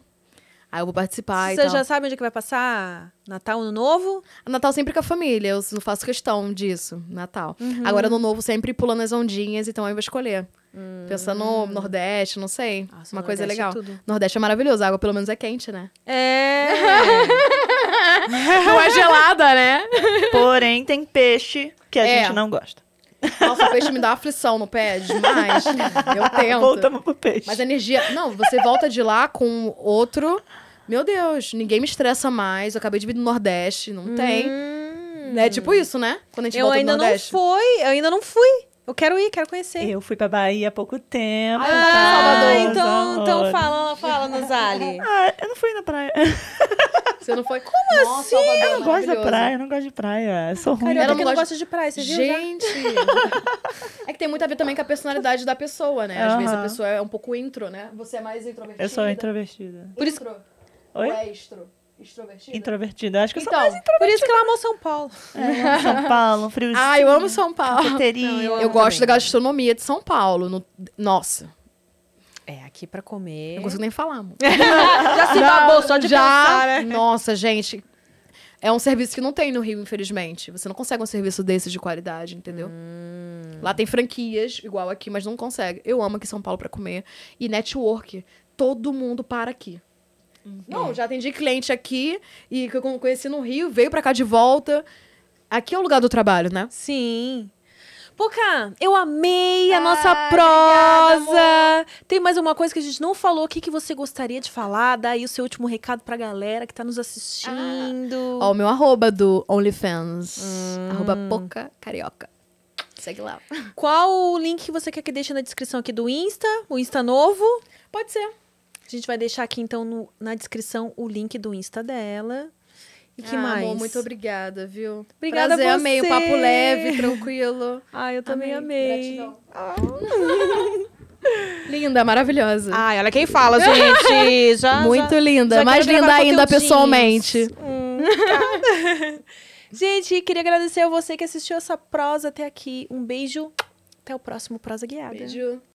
[SPEAKER 2] Aí eu vou participar e
[SPEAKER 1] Você
[SPEAKER 2] tal.
[SPEAKER 1] já sabe onde é que vai passar Natal, Ano Novo?
[SPEAKER 2] Natal sempre com a família, eu não faço questão disso, Natal.
[SPEAKER 1] Uhum.
[SPEAKER 2] Agora, no novo, sempre pulando as ondinhas, então aí eu vou escolher. Pensando no Nordeste, não sei.
[SPEAKER 1] Hum. Nossa,
[SPEAKER 2] uma
[SPEAKER 1] o
[SPEAKER 2] coisa
[SPEAKER 1] Nordeste é
[SPEAKER 2] legal.
[SPEAKER 1] tudo.
[SPEAKER 2] Nordeste é maravilhoso, a água pelo menos é quente,
[SPEAKER 1] [laughs]
[SPEAKER 2] né?
[SPEAKER 1] É.
[SPEAKER 2] Não é gelada, né?
[SPEAKER 3] [laughs] Porém, tem peixe que a
[SPEAKER 2] É.
[SPEAKER 3] gente não gosta.
[SPEAKER 2] Nossa, o peixe me dá aflição no pé demais.
[SPEAKER 1] [laughs]
[SPEAKER 2] Eu tento.
[SPEAKER 3] Tá, Voltamos pro peixe.
[SPEAKER 2] Ah, Mas a energia. Não, você volta de lá com outro. Meu Deus, ninguém me estressa mais. Eu acabei de vir do Nordeste, não tem. É tipo isso, né? Quando a gente
[SPEAKER 1] Hum. Eu
[SPEAKER 2] volta
[SPEAKER 1] ainda
[SPEAKER 2] do
[SPEAKER 1] não
[SPEAKER 2] Nordeste.
[SPEAKER 1] fui, eu ainda não fui. Eu quero ir, quero conhecer.
[SPEAKER 3] Eu fui pra Bahia há pouco tempo. tá?
[SPEAKER 1] Ah,
[SPEAKER 3] Salvador,
[SPEAKER 1] então, então
[SPEAKER 3] Salvador.
[SPEAKER 1] fala, fala, [laughs] Nuzali.
[SPEAKER 3] Ah, eu não fui na praia. [laughs]
[SPEAKER 2] Você não foi? Como Nossa, assim?
[SPEAKER 3] Eu não gosto da praia, eu não gosto de praia. Eu sou ruim.
[SPEAKER 1] Carioca
[SPEAKER 2] Ela não
[SPEAKER 1] que não
[SPEAKER 2] gosta-
[SPEAKER 1] gosta de praia, você viu já?
[SPEAKER 2] Gente! [laughs] é que tem muito a ver também com a personalidade da pessoa, né? Às vezes a
[SPEAKER 3] Aham.
[SPEAKER 2] pessoa é um pouco intro, né? Você é mais introvertida.
[SPEAKER 3] Eu sou introvertida.
[SPEAKER 2] Por isso... Ou
[SPEAKER 3] Oi?
[SPEAKER 2] é extro? Extrovertida?
[SPEAKER 3] Introvertida. Acho que eu sou
[SPEAKER 2] Então,
[SPEAKER 1] Por isso que ela amou São Paulo.
[SPEAKER 3] mais de São Paulo,
[SPEAKER 2] [laughs]
[SPEAKER 3] um friozinho.
[SPEAKER 2] ah, eu amo São Paulo.
[SPEAKER 3] cafeteria.
[SPEAKER 2] Eu gosto da gastronomia de São Paulo. no- Nossa,
[SPEAKER 1] É, aqui pra comer.
[SPEAKER 2] não consigo nem falar. amor.
[SPEAKER 1] [laughs] Já se babou só de
[SPEAKER 2] Já,
[SPEAKER 1] pensar, né?
[SPEAKER 2] nossa, gente. É um serviço que não tem no Rio, infelizmente. Você não consegue um serviço desse de qualidade, entendeu?
[SPEAKER 1] Hum.
[SPEAKER 2] Lá tem franquias, igual aqui, mas não consegue. Eu amo aqui São Paulo pra comer. E network, todo mundo para aqui.
[SPEAKER 1] Uhum.
[SPEAKER 2] Não, já atendi cliente aqui e que eu con- conheci no Rio, veio pra cá de volta. Aqui é o lugar do trabalho, né?
[SPEAKER 1] Sim. Pucá, eu amei a nossa
[SPEAKER 2] Ah,
[SPEAKER 1] prosa. Tem mais uma coisa que a gente não falou. O que, que você gostaria de falar? Dá aí o seu último recado pra galera que tá nos assistindo.
[SPEAKER 2] Ó, o meu arroba do OnlyFans. Arroba
[SPEAKER 1] Hum.
[SPEAKER 2] Poca Carioca. Segue lá.
[SPEAKER 1] Qual o link que você quer que deixe na descrição aqui do Insta? O Insta novo?
[SPEAKER 2] Pode ser.
[SPEAKER 1] A gente vai deixar aqui, então, no- na descrição o link do Insta dela. E que
[SPEAKER 2] Ah,
[SPEAKER 1] mais?
[SPEAKER 2] Amor, muito obrigada, viu?
[SPEAKER 1] Obrigada a
[SPEAKER 2] Prazer, amei
[SPEAKER 1] você.
[SPEAKER 2] o papo leve, tranquilo.
[SPEAKER 1] Ah, eu também amei.
[SPEAKER 2] Linda, maravilhosa.
[SPEAKER 1] Ai, olha quem fala, [laughs] gente. Já,
[SPEAKER 2] Muito
[SPEAKER 1] já-
[SPEAKER 2] linda,
[SPEAKER 1] já
[SPEAKER 2] mais
[SPEAKER 1] quero gravar
[SPEAKER 2] linda ainda
[SPEAKER 1] conteúdinhos.
[SPEAKER 2] pessoalmente.
[SPEAKER 1] Hum, tá. gente, queria agradecer a você que assistiu essa prosa até aqui. Um beijo. Até o próximo Prosa Guiada.
[SPEAKER 2] Beijo.